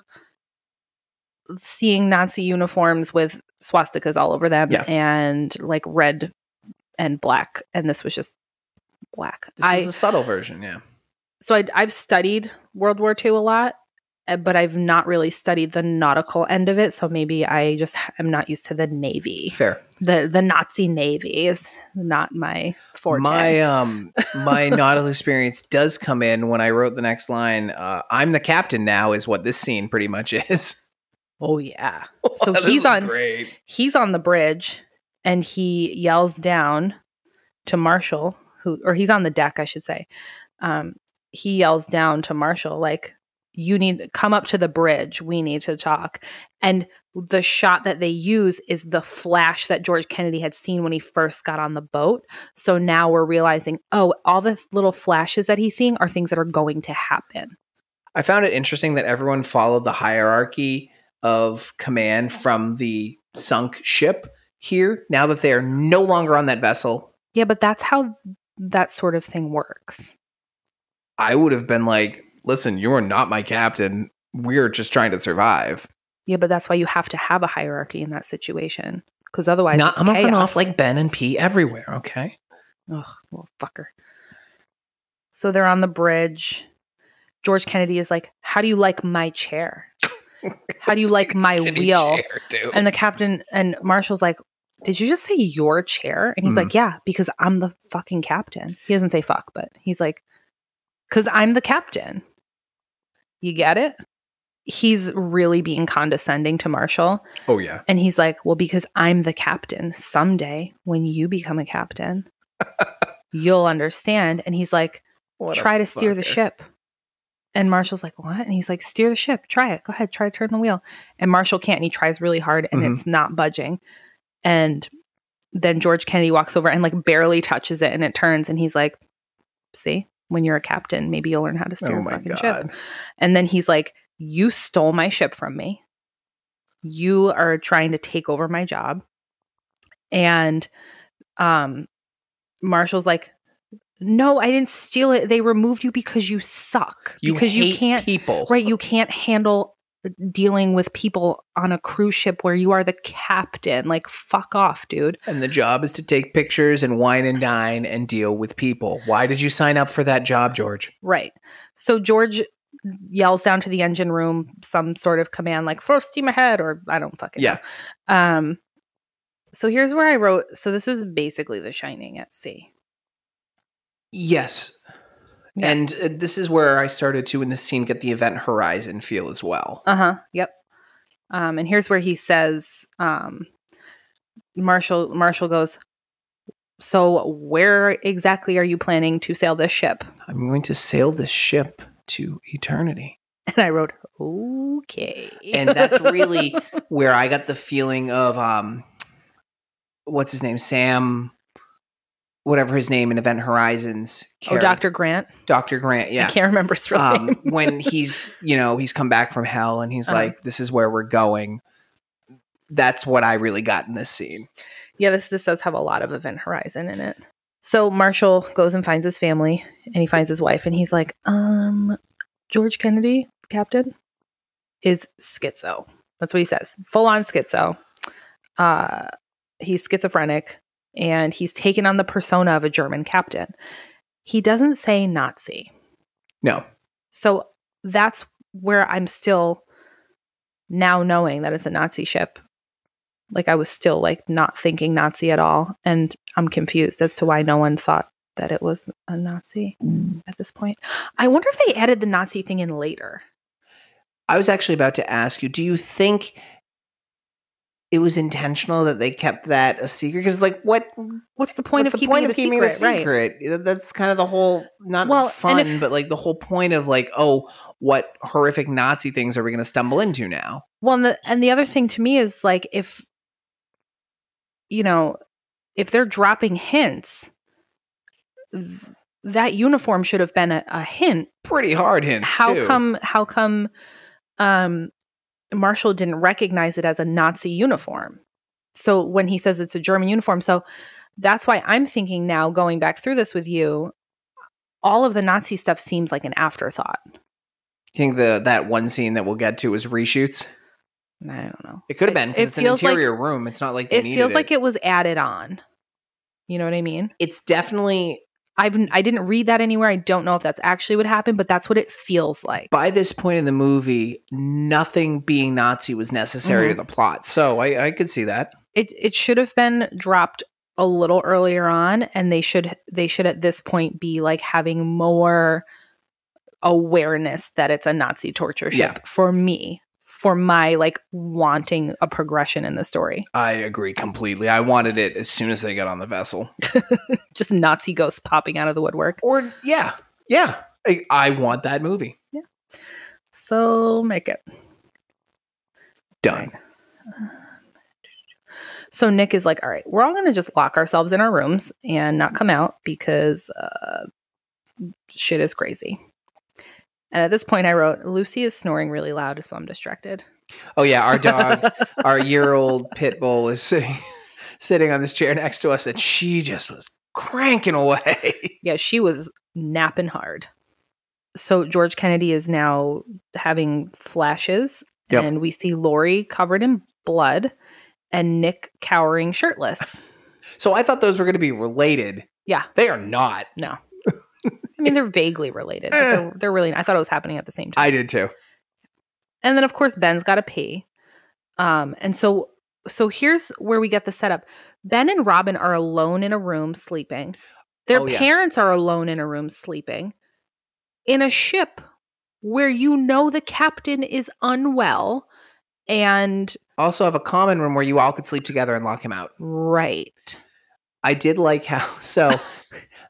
[SPEAKER 2] seeing Nazi uniforms with swastikas all over them
[SPEAKER 1] Yeah.
[SPEAKER 2] and like red and black, and this was just black.
[SPEAKER 1] this
[SPEAKER 2] I
[SPEAKER 1] is a subtle version. Yeah,
[SPEAKER 2] so I, I've studied World War II a lot, eh, but I've not really studied the nautical end of it. So maybe I just h- am not used to the navy.
[SPEAKER 1] fair.
[SPEAKER 2] The the Nazi navy is not my forte.
[SPEAKER 1] My um my nautical experience does come in when I wrote the next line. Uh, I'm the captain now, is what this scene pretty much is.
[SPEAKER 2] oh yeah. So
[SPEAKER 1] This
[SPEAKER 2] he's
[SPEAKER 1] is
[SPEAKER 2] on-
[SPEAKER 1] Great.
[SPEAKER 2] he's on the bridge and he yells down to Marshall, who, or he's on the deck, I should say. Um, he yells down to Marshall, like, you need come up to the bridge. We need to talk. And the shot that they use is the flash that George Kennedy had seen when he first got on the boat. So now we're realizing, oh, all the little flashes that he's seeing are things that are going to happen.
[SPEAKER 1] I found it interesting that everyone followed the hierarchy of command from the sunk ship here. Now that they are no longer on that vessel,
[SPEAKER 2] Yeah, but that's how that sort of thing works.
[SPEAKER 1] I would have been like, "Listen, you are not my captain. We're just trying to survive."
[SPEAKER 2] Yeah, but that's why you have to have a hierarchy in that situation. Because otherwise,
[SPEAKER 1] Not,
[SPEAKER 2] it's
[SPEAKER 1] I'm gonna run
[SPEAKER 2] chaos.
[SPEAKER 1] off like Ben and P everywhere. Okay.
[SPEAKER 2] Ugh, little fucker. So they're on the bridge. George Kennedy is like, How do you like my chair? How do you like my wheel? And the captain and Marshall's like, Did you just say your chair? And he's
[SPEAKER 1] Hmm.
[SPEAKER 2] like, Yeah, because I'm the fucking captain. He doesn't say fuck, but he's like, Because I'm the captain. You get it? He's really being condescending to Marshall.
[SPEAKER 1] oh yeah.
[SPEAKER 2] And he's like, Well, because I'm the captain. Someday, when you become a captain, you'll understand. And he's like,
[SPEAKER 1] What a
[SPEAKER 2] Try to steer the
[SPEAKER 1] fucker.
[SPEAKER 2] ship. And Marshall's like, What? And he's like, Steer the ship. Try it. Go ahead. Try to turn the wheel. And Marshall can't. And he tries really hard and
[SPEAKER 1] Mhm.
[SPEAKER 2] it's not budging. And then George Kennedy walks over and like barely touches it and it turns. And he's like, See, when you're a captain, maybe you'll learn how to steer
[SPEAKER 1] Oh
[SPEAKER 2] a
[SPEAKER 1] my
[SPEAKER 2] fucking
[SPEAKER 1] god.
[SPEAKER 2] ship. And then he's like, You stole my ship from me. You are trying to take over my job. And um, Marshall's like, no, I didn't steal it. They removed you because you suck.
[SPEAKER 1] You
[SPEAKER 2] because you
[SPEAKER 1] hate
[SPEAKER 2] can't
[SPEAKER 1] people.
[SPEAKER 2] right, you can't handle uh, dealing with people on a cruise ship where you are the captain. Like fuck off, dude.
[SPEAKER 1] And the job is to take pictures and wine and dine and deal with people. Why did you sign up for that job, George?
[SPEAKER 2] Right. So George yells down to the engine room some sort of command like full steam ahead or I don't fucking
[SPEAKER 1] Yeah.
[SPEAKER 2] know. Um so here's where I wrote so this is basically the shining at sea.
[SPEAKER 1] Yes.
[SPEAKER 2] Yeah.
[SPEAKER 1] And uh, this is where I started to, in this scene, get the event horizon feel as well.
[SPEAKER 2] Uh-huh. Yep. Um, and here's where he says, um, Marshall Marshall goes, So where exactly are you planning to sail this ship?
[SPEAKER 1] I'm going to sail this ship to eternity.
[SPEAKER 2] And I wrote, Okay. Oh,
[SPEAKER 1] And that's really where I got the feeling of um what's his name? Sam whatever his name in Event Horizons.
[SPEAKER 2] Oh,
[SPEAKER 1] Carrie-
[SPEAKER 2] Dr. Grant.
[SPEAKER 1] Dr. Grant,
[SPEAKER 2] I
[SPEAKER 1] yeah.
[SPEAKER 2] can't remember his real
[SPEAKER 1] Um
[SPEAKER 2] name.
[SPEAKER 1] when he's, you know, he's come back from hell and he's
[SPEAKER 2] Uh-huh.
[SPEAKER 1] like, This is where we're going. That's what I really got in this scene.
[SPEAKER 2] yeah, this this does have a lot of event horizon in it. So Marshall goes and finds his family and he finds his wife and he's like, um, George Kennedy, captain, is schizo. That's what he says. Full on schizo. Uh he's schizophrenic and he's taken on the persona of a German captain. He doesn't say Nazi.
[SPEAKER 1] No.
[SPEAKER 2] So that's where I'm still now knowing that it's a Nazi ship. Like I was still like not thinking Nazi at all. And I'm confused as to why no one thought that it was a Nazi at this point. I wonder if they added the Nazi thing in later.
[SPEAKER 1] I was actually about to ask you, do you think it was intentional that they kept that a secret? Because like what
[SPEAKER 2] What's the point
[SPEAKER 1] What's
[SPEAKER 2] of keeping it a secret? Right.
[SPEAKER 1] That- That's kind of the whole not
[SPEAKER 2] Well, and
[SPEAKER 1] fun,
[SPEAKER 2] if-
[SPEAKER 1] but like the whole point of like, oh, what horrific Nazi things are we going to stumble into now?
[SPEAKER 2] Well, and the, and the other thing to me is like if you know, if they're dropping hints, th- that uniform should have been a, a hint
[SPEAKER 1] Pretty hard hints.
[SPEAKER 2] how
[SPEAKER 1] too.
[SPEAKER 2] come how come um marshall didn't recognize it as a nazi uniform so when he says it's a german uniform so that's why i'm thinking now going back through this with you all of the nazi stuff seems like an afterthought
[SPEAKER 1] You think the that one scene that we'll get to is reshoots?
[SPEAKER 2] i don't know
[SPEAKER 1] It could have
[SPEAKER 2] It-
[SPEAKER 1] been
[SPEAKER 2] it
[SPEAKER 1] because it's an
[SPEAKER 2] feels like-
[SPEAKER 1] interior room. It's not like they
[SPEAKER 2] it
[SPEAKER 1] needed
[SPEAKER 2] feels like
[SPEAKER 1] it.
[SPEAKER 2] it was added on you know what i mean
[SPEAKER 1] It's definitely
[SPEAKER 2] i've i didn't read that anywhere i don't know if that's actually what happened but that's what it feels like
[SPEAKER 1] by this point in the movie, nothing being Nazi was necessary to the plot. So I, I could see that.
[SPEAKER 2] it it should have been dropped a little earlier on and they should they should at this point be like having more awareness that it's a Nazi torture ship
[SPEAKER 1] Yeah.
[SPEAKER 2] for me for my like wanting a progression in the story
[SPEAKER 1] I agree completely. I wanted it as soon as they got on the vessel.
[SPEAKER 2] just Nazi ghosts popping out of the woodwork
[SPEAKER 1] Or yeah, yeah. I, I want that movie.
[SPEAKER 2] so make it
[SPEAKER 1] Done.
[SPEAKER 2] so Nick is like all right we're all going to just lock ourselves in our rooms and not come out because uh shit is crazy and at this point I wrote Lucy is snoring really loud so I'm distracted
[SPEAKER 1] Oh yeah, our dog, our year-old pit bull, is sitting sitting on this chair next to us, and she just was cranking away.
[SPEAKER 2] yeah, she was napping hard. So George Kennedy is now having flashes,
[SPEAKER 1] Yep.
[SPEAKER 2] and we see Lori covered in blood and Nick cowering shirtless.
[SPEAKER 1] So I thought those were going to be related.
[SPEAKER 2] Yeah.
[SPEAKER 1] they are not.
[SPEAKER 2] I mean, they're vaguely related, but
[SPEAKER 1] Eh.
[SPEAKER 2] they're, they're really. I thought it was happening at the same time.
[SPEAKER 1] I did too.
[SPEAKER 2] and then of course ben's got to pee um and so so here's where we get the setup ben and robin are alone in a room sleeping their
[SPEAKER 1] Oh, yeah.
[SPEAKER 2] parents are alone in a room sleeping in a ship where you know the captain is unwell and
[SPEAKER 1] Also, have a common room where you all could sleep together and lock him out.
[SPEAKER 2] right
[SPEAKER 1] I did like how so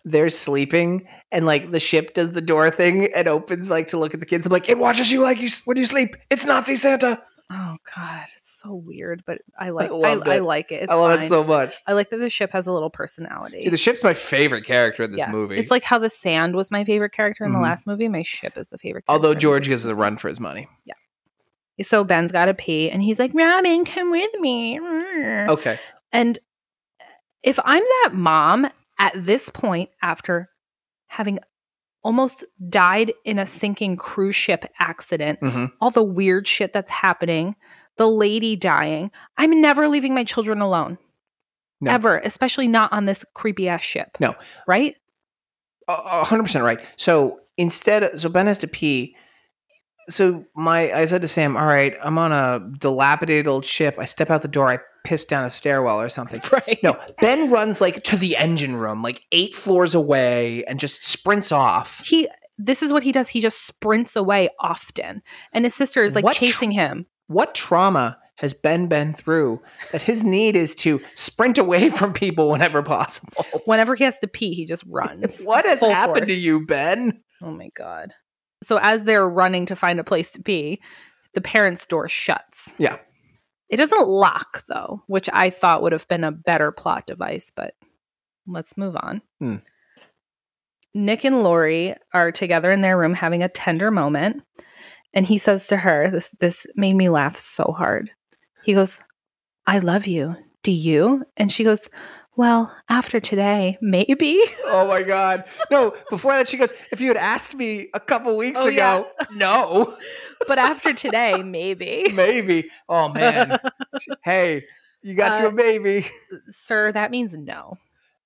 [SPEAKER 1] they're sleeping and like the ship does the door thing and opens like to look at the kids. I'm like, it watches you like you s- when you sleep. It's Nazi Santa.
[SPEAKER 2] oh god it's so weird but i like i,
[SPEAKER 1] loved
[SPEAKER 2] I
[SPEAKER 1] it.
[SPEAKER 2] like it it's
[SPEAKER 1] I love it
[SPEAKER 2] fine.
[SPEAKER 1] so much.
[SPEAKER 2] i like that the ship has a little personality
[SPEAKER 1] Dude, the ship's my favorite character in this
[SPEAKER 2] Yeah.
[SPEAKER 1] movie.
[SPEAKER 2] it's like how the sand was my favorite character in
[SPEAKER 1] Mhm.
[SPEAKER 2] the last movie my ship is the favorite character
[SPEAKER 1] Although
[SPEAKER 2] in
[SPEAKER 1] George
[SPEAKER 2] this
[SPEAKER 1] gives it a run for his money.
[SPEAKER 2] so Ben's got to pee, and he's like, "Robin, come with me."
[SPEAKER 4] Oh.
[SPEAKER 1] Okay.
[SPEAKER 2] And if I'm that mom at this point, after having almost died in a sinking cruise ship accident,
[SPEAKER 1] Mm-hmm.
[SPEAKER 4] Mhm.
[SPEAKER 2] all the weird shit that's happening, the lady dying. I'm never leaving my children alone.
[SPEAKER 4] No.
[SPEAKER 2] Ever, especially not on this creepy ass ship.
[SPEAKER 4] No.
[SPEAKER 2] Right?
[SPEAKER 4] A- a hundred percent right.
[SPEAKER 1] So instead, so Ben has to pee. So my, I said to Sam, "All right, I'm on a dilapidated old ship. I step out the door. I piss down a stairwell or something."
[SPEAKER 4] Right.
[SPEAKER 1] No, Ben runs like to the engine room, like eight floors away, and just sprints off.
[SPEAKER 2] He this is what he does. He just sprints away often. And his sister is like
[SPEAKER 1] What tra-
[SPEAKER 2] chasing him.
[SPEAKER 1] What trauma has Ben been through that his need is to sprint away from people whenever possible?
[SPEAKER 2] Whenever he has to pee, he just runs.
[SPEAKER 1] What has
[SPEAKER 2] full
[SPEAKER 1] happened to
[SPEAKER 2] force.
[SPEAKER 1] you, Ben?
[SPEAKER 2] Oh my god. So as they're running to find a place to be, the parents' door shuts.
[SPEAKER 1] Yeah.
[SPEAKER 2] It doesn't lock though, which I thought would have been a better plot device, but let's move on.
[SPEAKER 1] Hmm.
[SPEAKER 2] Nick and Lori are together in their room having a tender moment, and he says to her, this this made me laugh so hard. He goes, "I love you. Do you?" And she goes, "Well, after today, maybe."
[SPEAKER 1] Oh my God! No, before that, she goes. If you had asked me a couple weeks
[SPEAKER 2] Oh,
[SPEAKER 1] ago, no.
[SPEAKER 2] but after today, maybe.
[SPEAKER 1] maybe. Oh man. hey, you got
[SPEAKER 2] Uh,
[SPEAKER 1] your baby.
[SPEAKER 2] sir, that means no.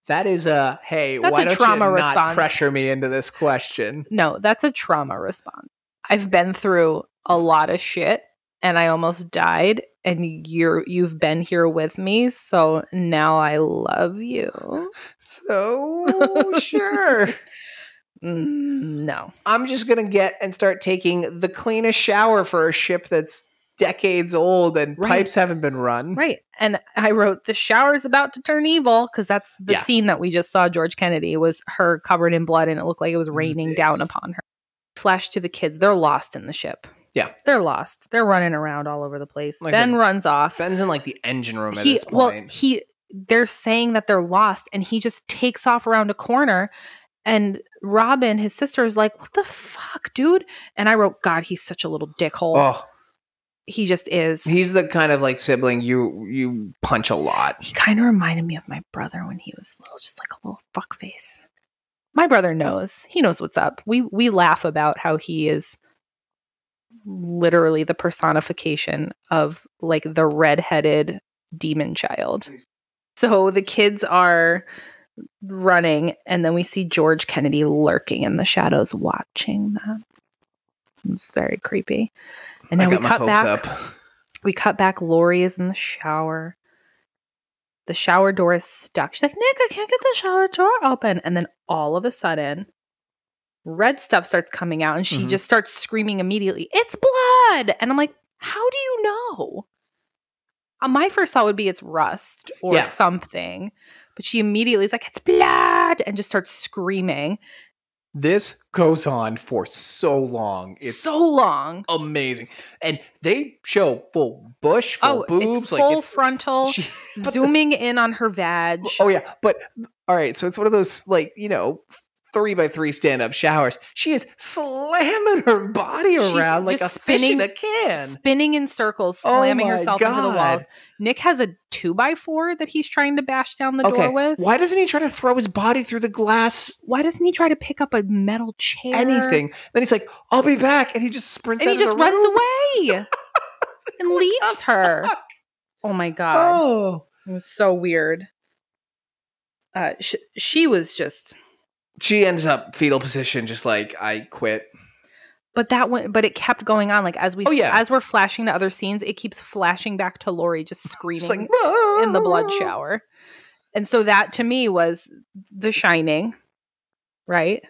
[SPEAKER 1] That is a hey.
[SPEAKER 2] That's
[SPEAKER 1] why
[SPEAKER 2] a
[SPEAKER 1] don't
[SPEAKER 2] trauma
[SPEAKER 1] you
[SPEAKER 2] response.
[SPEAKER 1] not pressure me into this question?
[SPEAKER 2] No, that's a trauma response. I've been through a lot of shit and I almost died and you're you've been here with me, so now I love you.
[SPEAKER 1] So sure.
[SPEAKER 2] Mm, no.
[SPEAKER 1] I'm just gonna get and start taking the cleanest shower for a ship that's decades old and
[SPEAKER 2] Right.
[SPEAKER 1] pipes haven't been run.
[SPEAKER 2] Right. And I wrote the shower's about to turn evil because that's the
[SPEAKER 1] Yeah.
[SPEAKER 2] scene that we just saw George Kennedy was her covered in blood and it looked like it was raining
[SPEAKER 1] Yes.
[SPEAKER 2] down upon her. Flash to the kids. They're lost in the ship.
[SPEAKER 1] Yeah.
[SPEAKER 2] They're lost. They're running around all over the place.
[SPEAKER 1] Like I
[SPEAKER 2] ben
[SPEAKER 1] said,
[SPEAKER 2] runs off.
[SPEAKER 1] Ben's in like the engine room at this
[SPEAKER 2] well
[SPEAKER 1] point.
[SPEAKER 2] he they're saying that they're lost and he just takes off around a corner and robin his sister is like what the fuck dude and i wrote god he's such a little dickhole
[SPEAKER 1] oh,
[SPEAKER 2] he just is he,
[SPEAKER 1] he's the kind of like sibling you you punch a lot.
[SPEAKER 2] kind of reminded me of my brother when he was little just like a little fuck face my brother knows he knows what's up we we laugh about how he is literally the personification of like the redheaded demon child. So the kids are running, and then we see George Kennedy lurking in the shadows, watching them. It's very creepy. And
[SPEAKER 1] I
[SPEAKER 2] now we
[SPEAKER 1] got my
[SPEAKER 2] cut
[SPEAKER 1] hopes
[SPEAKER 2] back.
[SPEAKER 1] up.
[SPEAKER 2] We cut back. Lori is in the shower. The shower door is stuck. She's like, Nick, I can't get the shower door open. And then all of a sudden, red stuff starts coming out and she
[SPEAKER 1] Mhm.
[SPEAKER 2] just starts screaming immediately, It's blood. And I'm like, How do you know? Uh, My first thought would be it's rust or
[SPEAKER 1] Yeah.
[SPEAKER 2] something. But she immediately is like, It's blood. And just starts screaming
[SPEAKER 1] This goes on for so long. It's
[SPEAKER 2] so long.
[SPEAKER 1] amazing. And they show full bush, full
[SPEAKER 2] Oh,
[SPEAKER 1] boobs,
[SPEAKER 2] it's full
[SPEAKER 1] like
[SPEAKER 2] frontal,
[SPEAKER 1] she- but the-
[SPEAKER 2] zooming in on her vag.
[SPEAKER 1] oh yeah, but all right. So it's one of those like you know three by three stand up showers. She is slamming her body
[SPEAKER 2] She's
[SPEAKER 1] around like a
[SPEAKER 2] just
[SPEAKER 1] fish
[SPEAKER 2] spinning-
[SPEAKER 1] in a can.
[SPEAKER 2] spinning in circles,
[SPEAKER 1] Oh
[SPEAKER 2] slamming
[SPEAKER 1] my
[SPEAKER 2] herself into the
[SPEAKER 1] God.
[SPEAKER 2] walls. Nick has a two by four that he's trying to bash down the
[SPEAKER 1] okay,
[SPEAKER 2] door with.
[SPEAKER 1] why doesn't he try to throw his body through the glass?
[SPEAKER 2] Why doesn't he try to pick up a metal chair?
[SPEAKER 1] Anything? Then he's like, "I'll be back," and he just sprints.
[SPEAKER 2] And
[SPEAKER 1] out
[SPEAKER 2] he
[SPEAKER 1] of
[SPEAKER 2] just
[SPEAKER 1] the
[SPEAKER 2] runs
[SPEAKER 1] room.
[SPEAKER 2] away and leaves her. Oh my God.
[SPEAKER 1] Oh,
[SPEAKER 2] It was so weird. Uh, sh- she was just,
[SPEAKER 1] she ends up fetal position, just like I quit.
[SPEAKER 2] but that went, but it kept going on. Like as we,
[SPEAKER 1] Oh, yeah.
[SPEAKER 2] as we're flashing to other scenes, it keeps flashing back to Lori just screaming.
[SPEAKER 1] Just like "Ah."
[SPEAKER 2] in the blood shower. And so that to me was The Shining, right?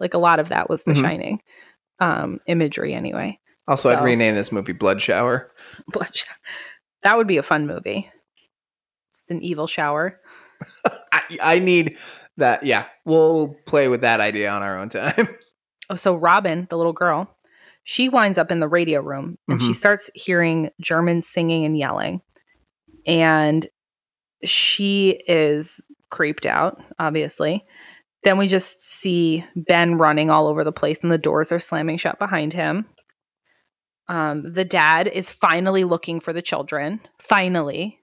[SPEAKER 2] Like a lot of that was The
[SPEAKER 1] Mhm.
[SPEAKER 2] Shining um, imagery, anyway.
[SPEAKER 1] Also,
[SPEAKER 2] So-
[SPEAKER 1] I'd rename this movie Blood Shower.
[SPEAKER 2] Blood shower. That would be a fun movie. It's an evil shower.
[SPEAKER 1] I, I need that. Yeah, we'll play with that idea on our own time.
[SPEAKER 2] Oh, so Robin, the little girl, she winds up in the radio room and she starts hearing German singing and yelling. And she is creeped out, obviously. Then we just see Ben running all over the place and the doors are slamming shut behind him. Um, the dad is finally looking for the children, finally.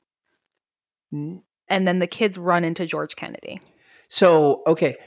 [SPEAKER 2] And then the kids run into George Kennedy.
[SPEAKER 1] So, okay.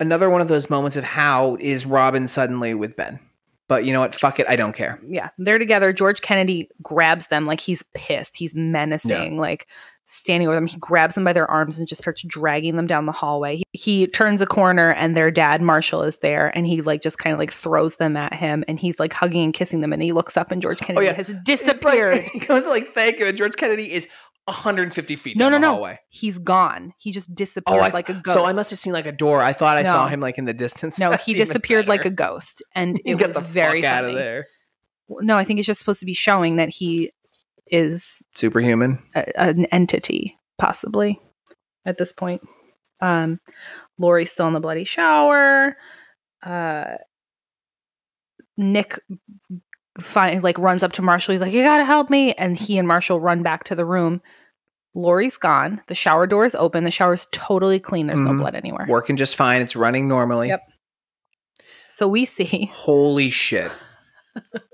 [SPEAKER 1] another one of those moments of how is Robin suddenly with Ben? But you know what? Fuck it. I don't care.
[SPEAKER 2] yeah, they're together. George Kennedy grabs them like he's pissed. He's menacing, like standing over them. He grabs them by their arms and just starts dragging them down the hallway. He, he turns a corner and their dad, Marshall, is there and he like just kind of like throws them at him and he's like hugging and kissing them and he looks up and George Kennedy
[SPEAKER 1] Oh, yeah.
[SPEAKER 2] has
[SPEAKER 1] It's like-
[SPEAKER 2] disappeared.
[SPEAKER 1] he goes like, "Thank you." And George Kennedy is 150 feet
[SPEAKER 2] No,
[SPEAKER 1] down
[SPEAKER 2] no,
[SPEAKER 1] the
[SPEAKER 2] no.
[SPEAKER 1] hallway.
[SPEAKER 2] he's gone. He just disappeared
[SPEAKER 1] Oh, I-
[SPEAKER 2] like a ghost.
[SPEAKER 1] So I must have seen like a door. I thought I
[SPEAKER 2] No.
[SPEAKER 1] saw him like in the distance.
[SPEAKER 2] No,
[SPEAKER 1] That's
[SPEAKER 2] he
[SPEAKER 1] even
[SPEAKER 2] disappeared like a
[SPEAKER 1] better.
[SPEAKER 2] ghost and
[SPEAKER 1] You
[SPEAKER 2] it
[SPEAKER 1] get
[SPEAKER 2] was
[SPEAKER 1] the
[SPEAKER 2] very
[SPEAKER 1] fuck out of
[SPEAKER 2] funny.
[SPEAKER 1] there.
[SPEAKER 2] No, I think it's just supposed to be showing that he is
[SPEAKER 1] Superhuman.
[SPEAKER 2] a, an entity, possibly, at this point. Um, Lori's still in the bloody shower. Uh, Nick fi- like runs up to Marshall. He's like, "You gotta help me!" And he and Marshall run back to the room. Lori's gone. The shower door is open. The shower's totally clean. There's
[SPEAKER 1] Mhm.
[SPEAKER 2] no blood anywhere.
[SPEAKER 1] Working just fine. It's running normally.
[SPEAKER 2] Yep. So we see
[SPEAKER 1] Holy shit.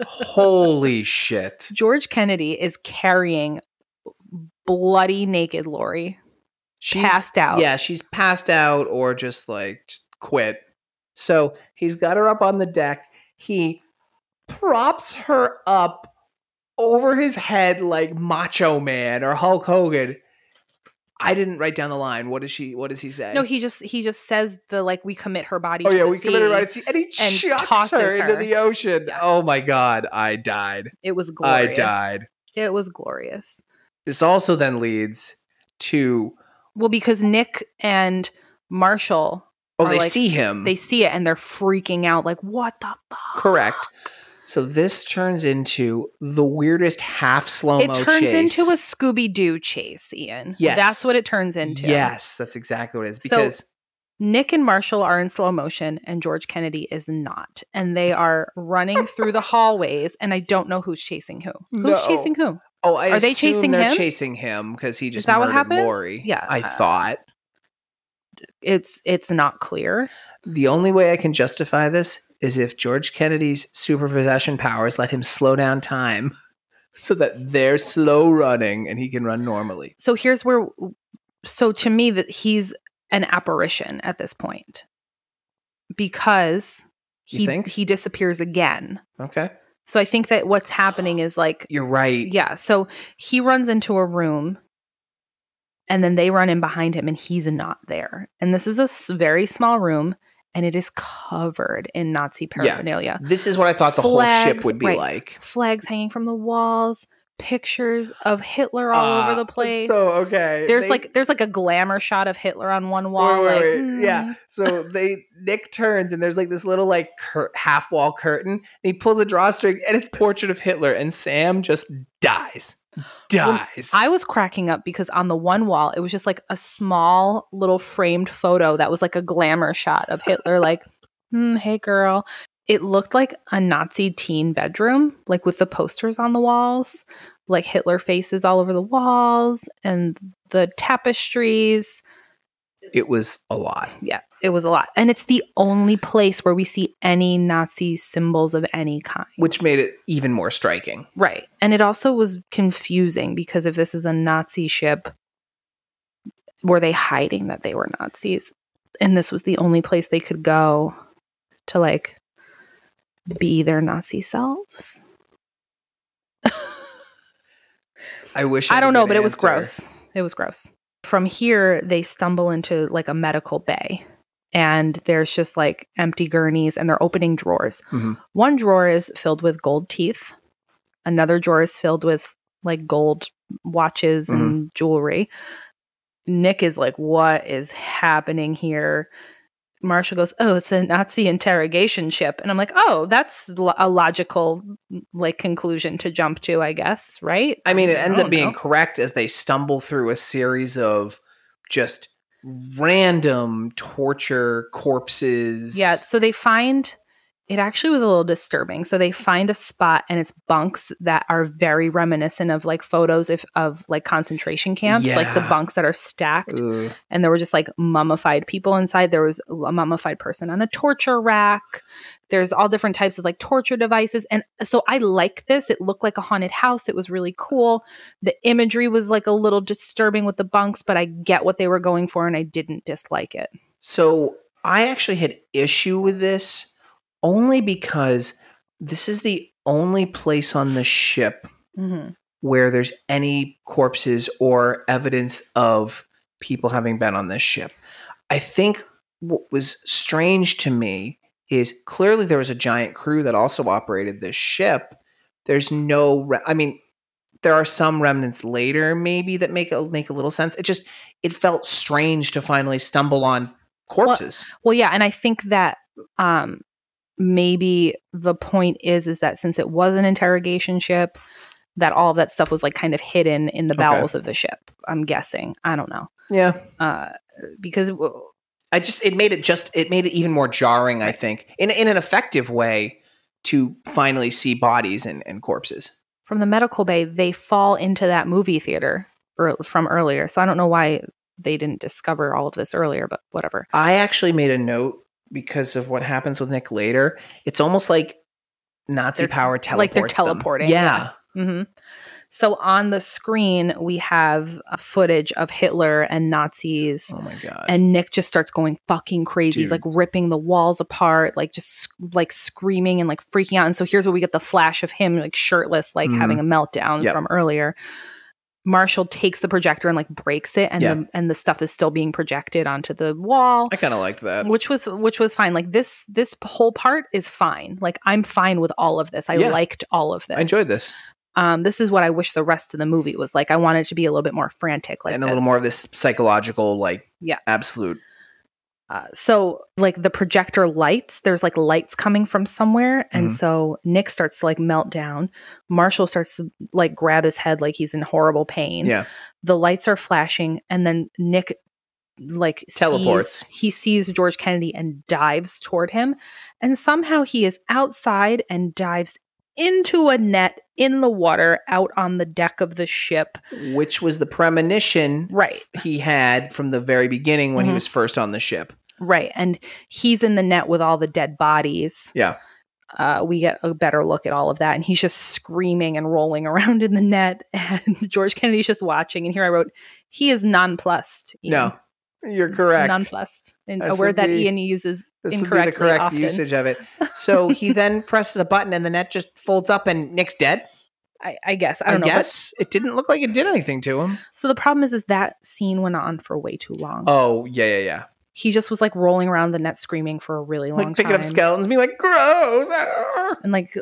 [SPEAKER 1] Holy shit.
[SPEAKER 2] George Kennedy is carrying bloody naked Lori.
[SPEAKER 1] She's
[SPEAKER 2] Passed out.
[SPEAKER 1] Yeah, she's passed out or just like just quit. So he's got her up on the deck. He props her up over his head like Macho Man or Hulk Hogan. I didn't write down the line. What does she? What does he say?
[SPEAKER 2] No, he just he just says the like we commit her body.
[SPEAKER 1] Oh
[SPEAKER 2] to
[SPEAKER 1] yeah,
[SPEAKER 2] the
[SPEAKER 1] we committed
[SPEAKER 2] sea.
[SPEAKER 1] right and he
[SPEAKER 2] and
[SPEAKER 1] chucks
[SPEAKER 2] tosses
[SPEAKER 1] her into
[SPEAKER 2] her.
[SPEAKER 1] the ocean.
[SPEAKER 2] Yeah.
[SPEAKER 1] Oh my god, I died.
[SPEAKER 2] It was glorious.
[SPEAKER 1] I died.
[SPEAKER 2] It was glorious.
[SPEAKER 1] This also then leads to
[SPEAKER 2] Well, because Nick and Marshall,
[SPEAKER 1] oh
[SPEAKER 2] Or,
[SPEAKER 1] they
[SPEAKER 2] like,
[SPEAKER 1] see him.
[SPEAKER 2] they see it and they're freaking out. Like, what the fuck?
[SPEAKER 1] correct. So this turns into the weirdest half slow
[SPEAKER 2] It
[SPEAKER 1] mo.
[SPEAKER 2] turns into a Scooby Doo chase, Ian.
[SPEAKER 1] Yes.
[SPEAKER 2] That's what it turns into.
[SPEAKER 1] yes. That's exactly what it is
[SPEAKER 2] So-
[SPEAKER 1] because
[SPEAKER 2] Nick and Marshall are in slow motion and George Kennedy is not. And they are running through the hallways and I don't know who's chasing who. Who's
[SPEAKER 1] No.
[SPEAKER 2] chasing who?
[SPEAKER 1] oh I
[SPEAKER 2] are they
[SPEAKER 1] assume
[SPEAKER 2] chasing
[SPEAKER 1] they're
[SPEAKER 2] him?
[SPEAKER 1] chasing him because he just
[SPEAKER 2] that what
[SPEAKER 1] murdered
[SPEAKER 2] happened?
[SPEAKER 1] Lori.
[SPEAKER 2] Yeah,
[SPEAKER 1] I
[SPEAKER 2] uh,
[SPEAKER 1] thought
[SPEAKER 2] It's it's not clear.
[SPEAKER 1] the only way I can justify this is if George Kennedy's super possession powers let him slow down time so that they're slow running and he can run normally.
[SPEAKER 2] So here's where so to me that he's an apparition at this point. Because
[SPEAKER 1] You
[SPEAKER 2] he
[SPEAKER 1] think?
[SPEAKER 2] he disappears again.
[SPEAKER 1] Okay.
[SPEAKER 2] So I think that what's happening is like
[SPEAKER 1] You're right.
[SPEAKER 2] yeah, so he runs into a room and then they run in behind him and he's not there. And this is a s- very small room and it is covered in Nazi paraphernalia.
[SPEAKER 1] This is what I thought the whole ship
[SPEAKER 2] Flags,
[SPEAKER 1] would be
[SPEAKER 2] right.
[SPEAKER 1] like.
[SPEAKER 2] Flags hanging from the walls, pictures of Hitler all
[SPEAKER 1] Ah,
[SPEAKER 2] over the place.
[SPEAKER 1] So okay.
[SPEAKER 2] there's
[SPEAKER 1] they-
[SPEAKER 2] like there's like a glamour shot of Hitler on one
[SPEAKER 1] Wait,
[SPEAKER 2] wall.
[SPEAKER 1] wait,
[SPEAKER 2] like,
[SPEAKER 1] wait.
[SPEAKER 2] mm.
[SPEAKER 1] Yeah. So they Nick turns and there's like this little like cur- half wall curtain and he pulls a drawstring and it's portrait of Hitler and Sam just dies. Dies.
[SPEAKER 2] I was cracking up because on the one wall it was just like a small little framed photo that was like a glamour shot of Hitler, like, "Hmm, hey girl. It looked like a Nazi teen bedroom, like with the posters on the walls, like Hitler faces all over the walls and the tapestries.
[SPEAKER 1] it was a lot.
[SPEAKER 2] Yeah, it was a lot. And it's the only place where we see any Nazi symbols of any kind.
[SPEAKER 1] Which made it even more striking.
[SPEAKER 2] Right. And it also was confusing because if this is a Nazi ship, were they hiding that they were Nazis? And this was the only place they could go to like be their Nazi selves.
[SPEAKER 1] I wish
[SPEAKER 2] I
[SPEAKER 1] had a
[SPEAKER 2] don't know,
[SPEAKER 1] good
[SPEAKER 2] but it was
[SPEAKER 1] answer.
[SPEAKER 2] gross. It was gross. From here, they stumble into like a medical bay, and there's just like empty gurneys, and they're opening drawers.
[SPEAKER 1] Mhm.
[SPEAKER 2] One drawer is filled with gold teeth, another drawer is filled with like gold watches
[SPEAKER 1] Mm-hmm.
[SPEAKER 2] and jewelry. Nick is like, What is happening here? Marshall goes, Oh, it's a Nazi interrogation ship. And I'm like, Oh, that's lo- a logical like conclusion to jump to, I guess, right?
[SPEAKER 1] I mean, it ends up
[SPEAKER 2] don't
[SPEAKER 1] being
[SPEAKER 2] know.
[SPEAKER 1] correct as they stumble through a series of just random torture corpses.
[SPEAKER 2] Yeah, so they find it actually was a little disturbing. So they find a spot and it's bunks that are very reminiscent of like photos if, of like concentration camps, like the
[SPEAKER 1] Yeah.
[SPEAKER 2] bunks that are stacked
[SPEAKER 1] Ugh.
[SPEAKER 2] and there were just like mummified people inside. There was a mummified person on a torture rack. There's all different types of like torture devices. And so I like this. It looked like a haunted house. It was really cool. The imagery was like a little disturbing with the bunks, but I get what they were going for and I didn't dislike it.
[SPEAKER 1] So I actually had issue with this only because this is the only place on the ship
[SPEAKER 2] Mm-hmm.
[SPEAKER 1] where there's any corpses or evidence of people having been on this ship. I think what was strange to me is clearly there was a giant crew that also operated this ship. There's no, re- I mean, there are some remnants later maybe that make a, make a little sense. It just it felt strange to finally stumble on corpses.
[SPEAKER 2] Well, yeah, and I think that um, maybe the point is is that since it was an interrogation ship, that all of that stuff was like kind of hidden in the
[SPEAKER 1] Okay.
[SPEAKER 2] bowels of the ship. I'm guessing. I don't know
[SPEAKER 1] Yeah,
[SPEAKER 2] uh, because w-
[SPEAKER 1] I just it made it just it made it even more jarring. I think in in an effective way to finally see bodies and, and corpses.
[SPEAKER 2] from the medical bay they fall into that movie theater ear from earlier. So I don't know why they didn't discover all of this earlier, but whatever.
[SPEAKER 1] I actually made a note because of what happens with Nick later. It's almost like Nazi
[SPEAKER 2] They're-
[SPEAKER 1] power teleports.
[SPEAKER 2] like they're
[SPEAKER 1] them.
[SPEAKER 2] teleporting,
[SPEAKER 1] Yeah.
[SPEAKER 2] hmm So on the screen, we have uh, footage of Hitler and Nazis.
[SPEAKER 1] Oh my god.
[SPEAKER 2] And Nick just starts going fucking crazy. He's
[SPEAKER 1] Dude.
[SPEAKER 2] like ripping the walls apart, like just sc- like screaming and like freaking out. And so here's where we get the flash of him like shirtless, like
[SPEAKER 1] Mhm.
[SPEAKER 2] having a meltdown
[SPEAKER 1] Yep.
[SPEAKER 2] from earlier. Marshall takes the projector and like breaks it, and
[SPEAKER 1] Yeah.
[SPEAKER 2] the, and the stuff is still being projected onto the wall
[SPEAKER 1] I kind of liked that.
[SPEAKER 2] which was which was fine like this this whole part is fine like i'm fine with all of this i
[SPEAKER 1] Yeah.
[SPEAKER 2] liked all of this
[SPEAKER 1] I enjoyed this.
[SPEAKER 2] um this is what i wish the rest of the movie was like i wanted to be a little bit more frantic like
[SPEAKER 1] and a
[SPEAKER 2] this.
[SPEAKER 1] little more of this psychological like
[SPEAKER 2] Yeah.
[SPEAKER 1] absolute.
[SPEAKER 2] uh, so like the projector lights there's like lights coming from somewhere and
[SPEAKER 1] Mhm.
[SPEAKER 2] so nick starts to like melt down marshall starts to like grab his head like he's in horrible pain
[SPEAKER 1] Yeah.
[SPEAKER 2] the lights are flashing and then nick like sees-
[SPEAKER 1] Teleports.
[SPEAKER 2] he sees george kennedy and dives toward him and somehow he is outside and dives into a net in the water out on the deck of the ship
[SPEAKER 1] Which was the premonition
[SPEAKER 2] Right.
[SPEAKER 1] he had from the very beginning when
[SPEAKER 2] Mhm.
[SPEAKER 1] he was first on the ship.
[SPEAKER 2] right and he's in the net with all the dead bodies
[SPEAKER 1] Yeah.
[SPEAKER 2] uh, we get a better look at all of that and he's just screaming and rolling around in the net and george kennedy's just watching and here i wrote he is nonplussed Ian.
[SPEAKER 1] No. You're correct.
[SPEAKER 2] nonplussed and a
[SPEAKER 1] This
[SPEAKER 2] word
[SPEAKER 1] would
[SPEAKER 2] that
[SPEAKER 1] be-
[SPEAKER 2] ian uses
[SPEAKER 1] this would be the
[SPEAKER 2] incorrectly
[SPEAKER 1] correct
[SPEAKER 2] often.
[SPEAKER 1] usage of it. So he then presses a button and the net just folds up and Nick's dead.
[SPEAKER 2] I, I guess I
[SPEAKER 1] I,
[SPEAKER 2] don't know. but-
[SPEAKER 1] guess it didn't look like it did anything to him.
[SPEAKER 2] so the problem is, is that scene went on for way too long.
[SPEAKER 1] Oh yeah, yeah, yeah.
[SPEAKER 2] He just was like rolling around the net screaming for a really long
[SPEAKER 1] like picking
[SPEAKER 2] time,
[SPEAKER 1] up skeletons, being like, gross. ah."
[SPEAKER 2] and like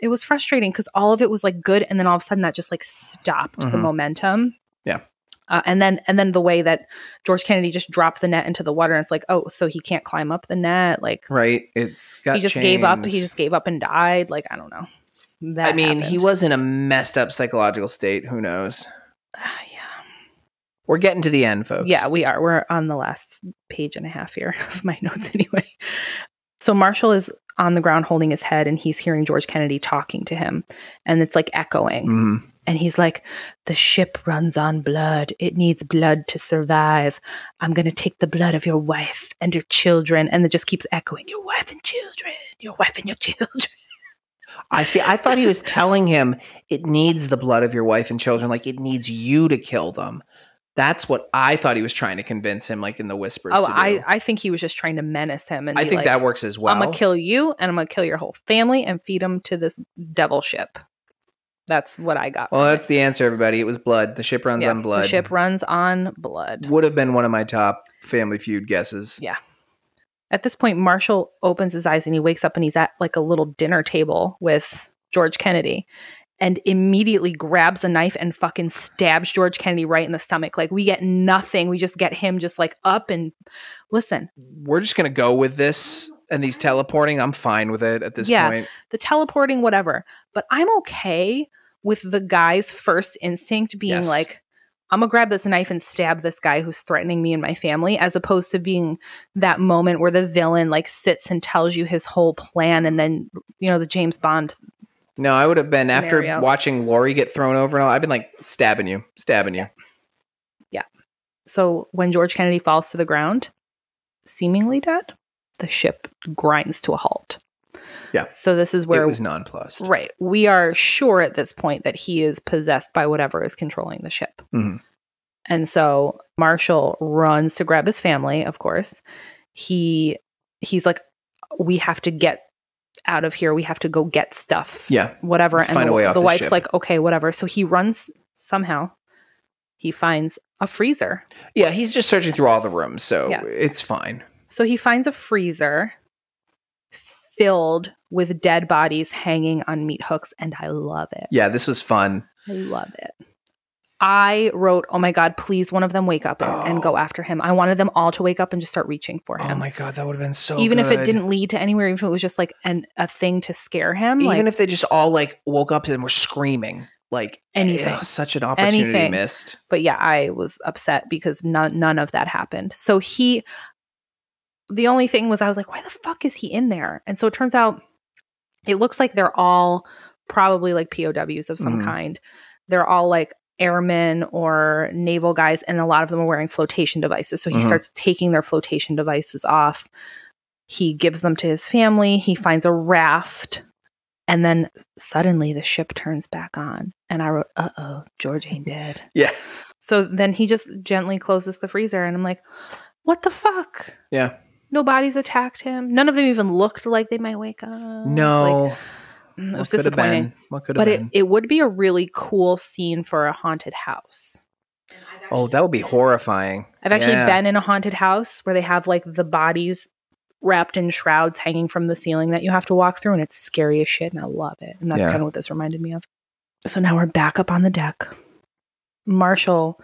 [SPEAKER 2] it was frustrating because all of it was like good, and then all of a sudden that just like stopped the
[SPEAKER 1] Mhm.
[SPEAKER 2] momentum.
[SPEAKER 1] Yeah.
[SPEAKER 2] Uh, and then and then the way that George Kennedy just dropped the net into the water, and it's like, oh, so he can't climb up the net. Like
[SPEAKER 1] Right. It's got.
[SPEAKER 2] he just gave up. He
[SPEAKER 1] chains.
[SPEAKER 2] just gave up and died. Like I don't know. That
[SPEAKER 1] I mean, he
[SPEAKER 2] happened.
[SPEAKER 1] was in a messed up psychological state. Who knows?
[SPEAKER 2] yeah.
[SPEAKER 1] We're getting to the end, folks.
[SPEAKER 2] Yeah, we are. We're on the last page and a half here of my notes anyway. So Marshall is on the ground holding his head and he's hearing George Kennedy talking to him and it's like echoing.
[SPEAKER 1] Mhm.
[SPEAKER 2] And he's like, The ship runs on blood. It needs blood to survive. I'm going to take the blood of your wife and your children. And it just keeps echoing, Your wife and children, your wife and your children.
[SPEAKER 1] I see. I thought he was telling him it needs the blood of your wife and children. Like it needs you to kill them. That's what I thought he was trying to convince him, like in the whispers. to
[SPEAKER 2] Oh,
[SPEAKER 1] do.
[SPEAKER 2] I, I think he was just trying to menace him. And
[SPEAKER 1] I
[SPEAKER 2] be
[SPEAKER 1] think
[SPEAKER 2] like,
[SPEAKER 1] that works as well.
[SPEAKER 2] I'm gonna kill you and I'm gonna kill your whole family and feed them to this devil ship. That's what I got.
[SPEAKER 1] Well,
[SPEAKER 2] from
[SPEAKER 1] that's
[SPEAKER 2] it.
[SPEAKER 1] the answer, everybody. It was blood. The ship runs
[SPEAKER 2] Yeah,
[SPEAKER 1] on blood.
[SPEAKER 2] The ship runs on blood.
[SPEAKER 1] would have been one of my top Family Feud guesses.
[SPEAKER 2] Yeah. At this point, Marshall opens his eyes and he wakes up and he's at like a little dinner table with George Kennedy and immediately grabs a knife and fucking stabs George Kennedy right in the stomach. Like we get nothing. We just get him just like up and listen.
[SPEAKER 1] We're just gonna go with this and these teleporting. I'm fine with it at this
[SPEAKER 2] Yeah.
[SPEAKER 1] point.
[SPEAKER 2] the teleporting, whatever. But I'm okay with the guy's first instinct being
[SPEAKER 1] Yes.
[SPEAKER 2] like, I'm gonna grab this knife and stab this guy who's threatening me and my family, as opposed to being that moment where the villain like sits and tells you his whole plan, and then you know the James Bond.
[SPEAKER 1] No, I would have been
[SPEAKER 2] Scenario.
[SPEAKER 1] after watching Lori get thrown over and all. I've been like stabbing you, stabbing you.
[SPEAKER 2] So when George Kennedy falls to the ground, seemingly dead, the ship grinds to a halt.
[SPEAKER 1] Yeah.
[SPEAKER 2] So this is where
[SPEAKER 1] it was nonplussed.
[SPEAKER 2] Right. We are sure at this point that he is possessed by whatever is controlling the ship.
[SPEAKER 1] Mhm.
[SPEAKER 2] And so Marshall runs to grab his family, of course. he he's like we have to get out of here we have to go get stuff
[SPEAKER 1] Yeah.
[SPEAKER 2] whatever
[SPEAKER 1] Let's
[SPEAKER 2] and
[SPEAKER 1] find
[SPEAKER 2] the,
[SPEAKER 1] a way off
[SPEAKER 2] the
[SPEAKER 1] the
[SPEAKER 2] wife's
[SPEAKER 1] ship.
[SPEAKER 2] like okay whatever so he runs somehow he finds a freezer
[SPEAKER 1] Yeah, he's just searching through all the rooms, so
[SPEAKER 2] Yeah.
[SPEAKER 1] it's fine.
[SPEAKER 2] so he finds a freezer filled with dead bodies hanging on meat hooks and i love it
[SPEAKER 1] Yeah, this was fun.
[SPEAKER 2] I love it. I wrote, "Oh my god, please one of them wake up and, and go after him." I wanted them all to wake up and just start reaching for him.
[SPEAKER 1] Oh my god, that would have been so
[SPEAKER 2] even if it
[SPEAKER 1] good.
[SPEAKER 2] didn't lead to anywhere, even if it was just like an a thing to scare him,
[SPEAKER 1] even
[SPEAKER 2] like
[SPEAKER 1] if they just all like woke up and were screaming. Like
[SPEAKER 2] Anything.
[SPEAKER 1] eh, such an opportunity
[SPEAKER 2] Anything.
[SPEAKER 1] missed.
[SPEAKER 2] but yeah, I was upset because none none of that happened. So he the only thing was I was like, why the fuck is he in there? And so it turns out it looks like they're all probably like POWs of some
[SPEAKER 1] Mhm.
[SPEAKER 2] kind. They're all like airmen or naval guys and a lot of them are wearing flotation devices. So he
[SPEAKER 1] Mhm.
[SPEAKER 2] starts taking their flotation devices off. He gives them to his family. He finds a raft. And then suddenly the ship turns back on. And I wrote, uh oh, George ain't dead.
[SPEAKER 1] Yeah.
[SPEAKER 2] So then he just gently closes the freezer, and I'm like, what the fuck?
[SPEAKER 1] Yeah.
[SPEAKER 2] Nobody's attacked him. None of them even looked Oh, like they might wake up.
[SPEAKER 1] No.
[SPEAKER 2] Like, mm, it
[SPEAKER 1] What
[SPEAKER 2] was
[SPEAKER 1] could have been?
[SPEAKER 2] disappointing.
[SPEAKER 1] What could have
[SPEAKER 2] But it,
[SPEAKER 1] been?
[SPEAKER 2] it would be a really cool scene for a haunted house.
[SPEAKER 1] oh, that would be horrifying.
[SPEAKER 2] I've actually
[SPEAKER 1] Yeah.
[SPEAKER 2] been in a haunted house where they have like the bodies wrapped in shrouds hanging from the ceiling that you have to walk through, and it's scary as shit, and I love it. And that's
[SPEAKER 1] Yeah.
[SPEAKER 2] kind of what this reminded me of. So now we're back up on the deck. Marshall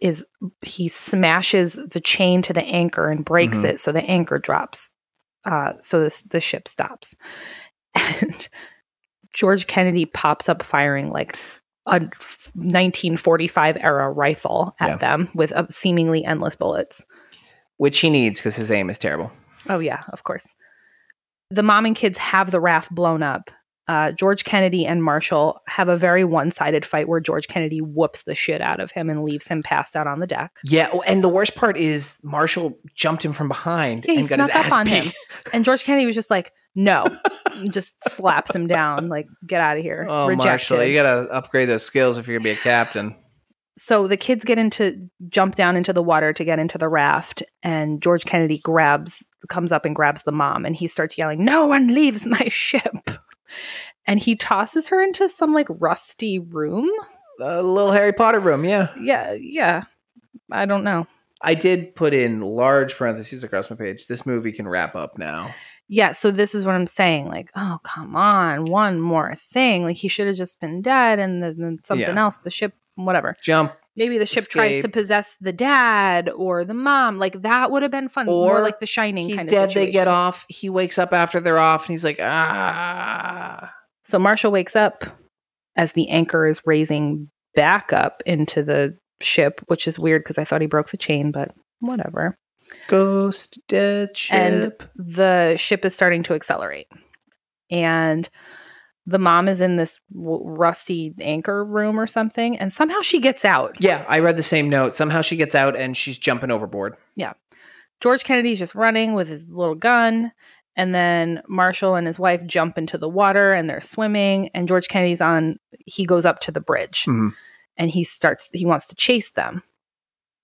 [SPEAKER 2] is he smashes the chain to the anchor and breaks
[SPEAKER 1] Mhm.
[SPEAKER 2] it, so the anchor drops. Uh, so this the ship stops, and George Kennedy pops up firing like a 1945 era rifle at
[SPEAKER 1] Yeah.
[SPEAKER 2] them with uh, seemingly endless bullets.
[SPEAKER 1] Which he needs because his aim is terrible.
[SPEAKER 2] Oh yeah, of course. The mom and kids have the raft blown up. Uh, George Kennedy and Marshall have a very one-sided fight where George Kennedy whoops the shit out of him and leaves him passed out on the deck.
[SPEAKER 1] Yeah, oh, and the worst part is Marshall jumped him from behind
[SPEAKER 2] Yeah, he
[SPEAKER 1] and got his
[SPEAKER 2] snuck up
[SPEAKER 1] ass
[SPEAKER 2] on him.
[SPEAKER 1] beat.
[SPEAKER 2] And George Kennedy was just like, "No," and just slaps him down, like, "Get out of here."
[SPEAKER 1] Oh,
[SPEAKER 2] Rejected.
[SPEAKER 1] Marshall, you gotta upgrade those skills if you're gonna be a captain.
[SPEAKER 2] so the kids get into jump down into the water to get into the raft and george kennedy grabs comes up and grabs the mom and he starts yelling no one leaves my ship and he tosses her into some like rusty room
[SPEAKER 1] A little Harry Potter room, yeah.
[SPEAKER 2] yeah yeah i don't know
[SPEAKER 1] I did put in large parentheses across my page. This movie can wrap up now.
[SPEAKER 2] yeah so this is what i'm saying like oh come on one more thing like he should have just been dead and then, then something
[SPEAKER 1] Yeah.
[SPEAKER 2] else the ship whatever
[SPEAKER 1] Jump
[SPEAKER 2] maybe the ship tries to
[SPEAKER 1] Escape.
[SPEAKER 2] possess the dad or the mom like that would have been fun
[SPEAKER 1] Or
[SPEAKER 2] more like the shining
[SPEAKER 1] He's
[SPEAKER 2] kind of
[SPEAKER 1] dead. They
[SPEAKER 2] situation.
[SPEAKER 1] get off. He wakes up after they're off, and he's like, ah.
[SPEAKER 2] So Marshall wakes up as the anchor is raising back up into the ship, which is weird because I thought he broke the chain, but whatever.
[SPEAKER 1] Ghost dead ship.
[SPEAKER 2] The ship is starting to accelerate. And the mom is in this w- rusty anchor room or something, and somehow she gets out.
[SPEAKER 1] yeah, I read the same note. Somehow she gets out and she's jumping overboard.
[SPEAKER 2] George Kennedy's just running with his little gun. And then Marshall and his wife jump into the water and they're swimming. And George Kennedy's on, he goes up to the bridge
[SPEAKER 1] Mhm.
[SPEAKER 2] and he starts, he wants to chase them.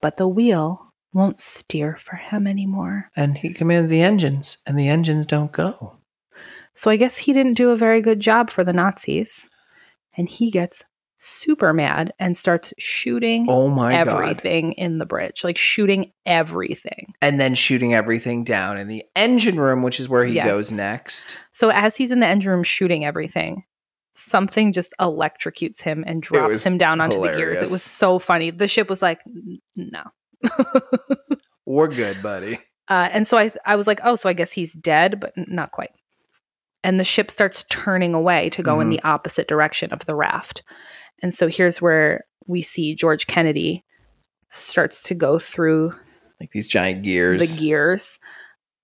[SPEAKER 2] But the wheel won't steer for him anymore.
[SPEAKER 1] And he commands the engines, and the engines don't go.
[SPEAKER 2] So I guess he didn't do a very good job for the Nazis. And he gets super mad and starts shooting
[SPEAKER 1] Oh my God.
[SPEAKER 2] everything in the bridge, like shooting everything.
[SPEAKER 1] And then shooting everything down in the engine room, which is where he
[SPEAKER 2] Yes.
[SPEAKER 1] goes next.
[SPEAKER 2] So as he's in the engine room shooting everything, something just electrocutes him and
[SPEAKER 1] was
[SPEAKER 2] drops him down onto the gears.
[SPEAKER 1] hilarious.
[SPEAKER 2] It was so funny. The ship was like, "N- no.
[SPEAKER 1] We're good, buddy.
[SPEAKER 2] Uh, and so I, I was like, oh, so I guess he's dead, but n- not quite. And the ship starts turning away to go in
[SPEAKER 1] Mhm.
[SPEAKER 2] the opposite direction of the raft. And so here's where we see George Kennedy starts to go through
[SPEAKER 1] Like these giant gears.
[SPEAKER 2] the gears.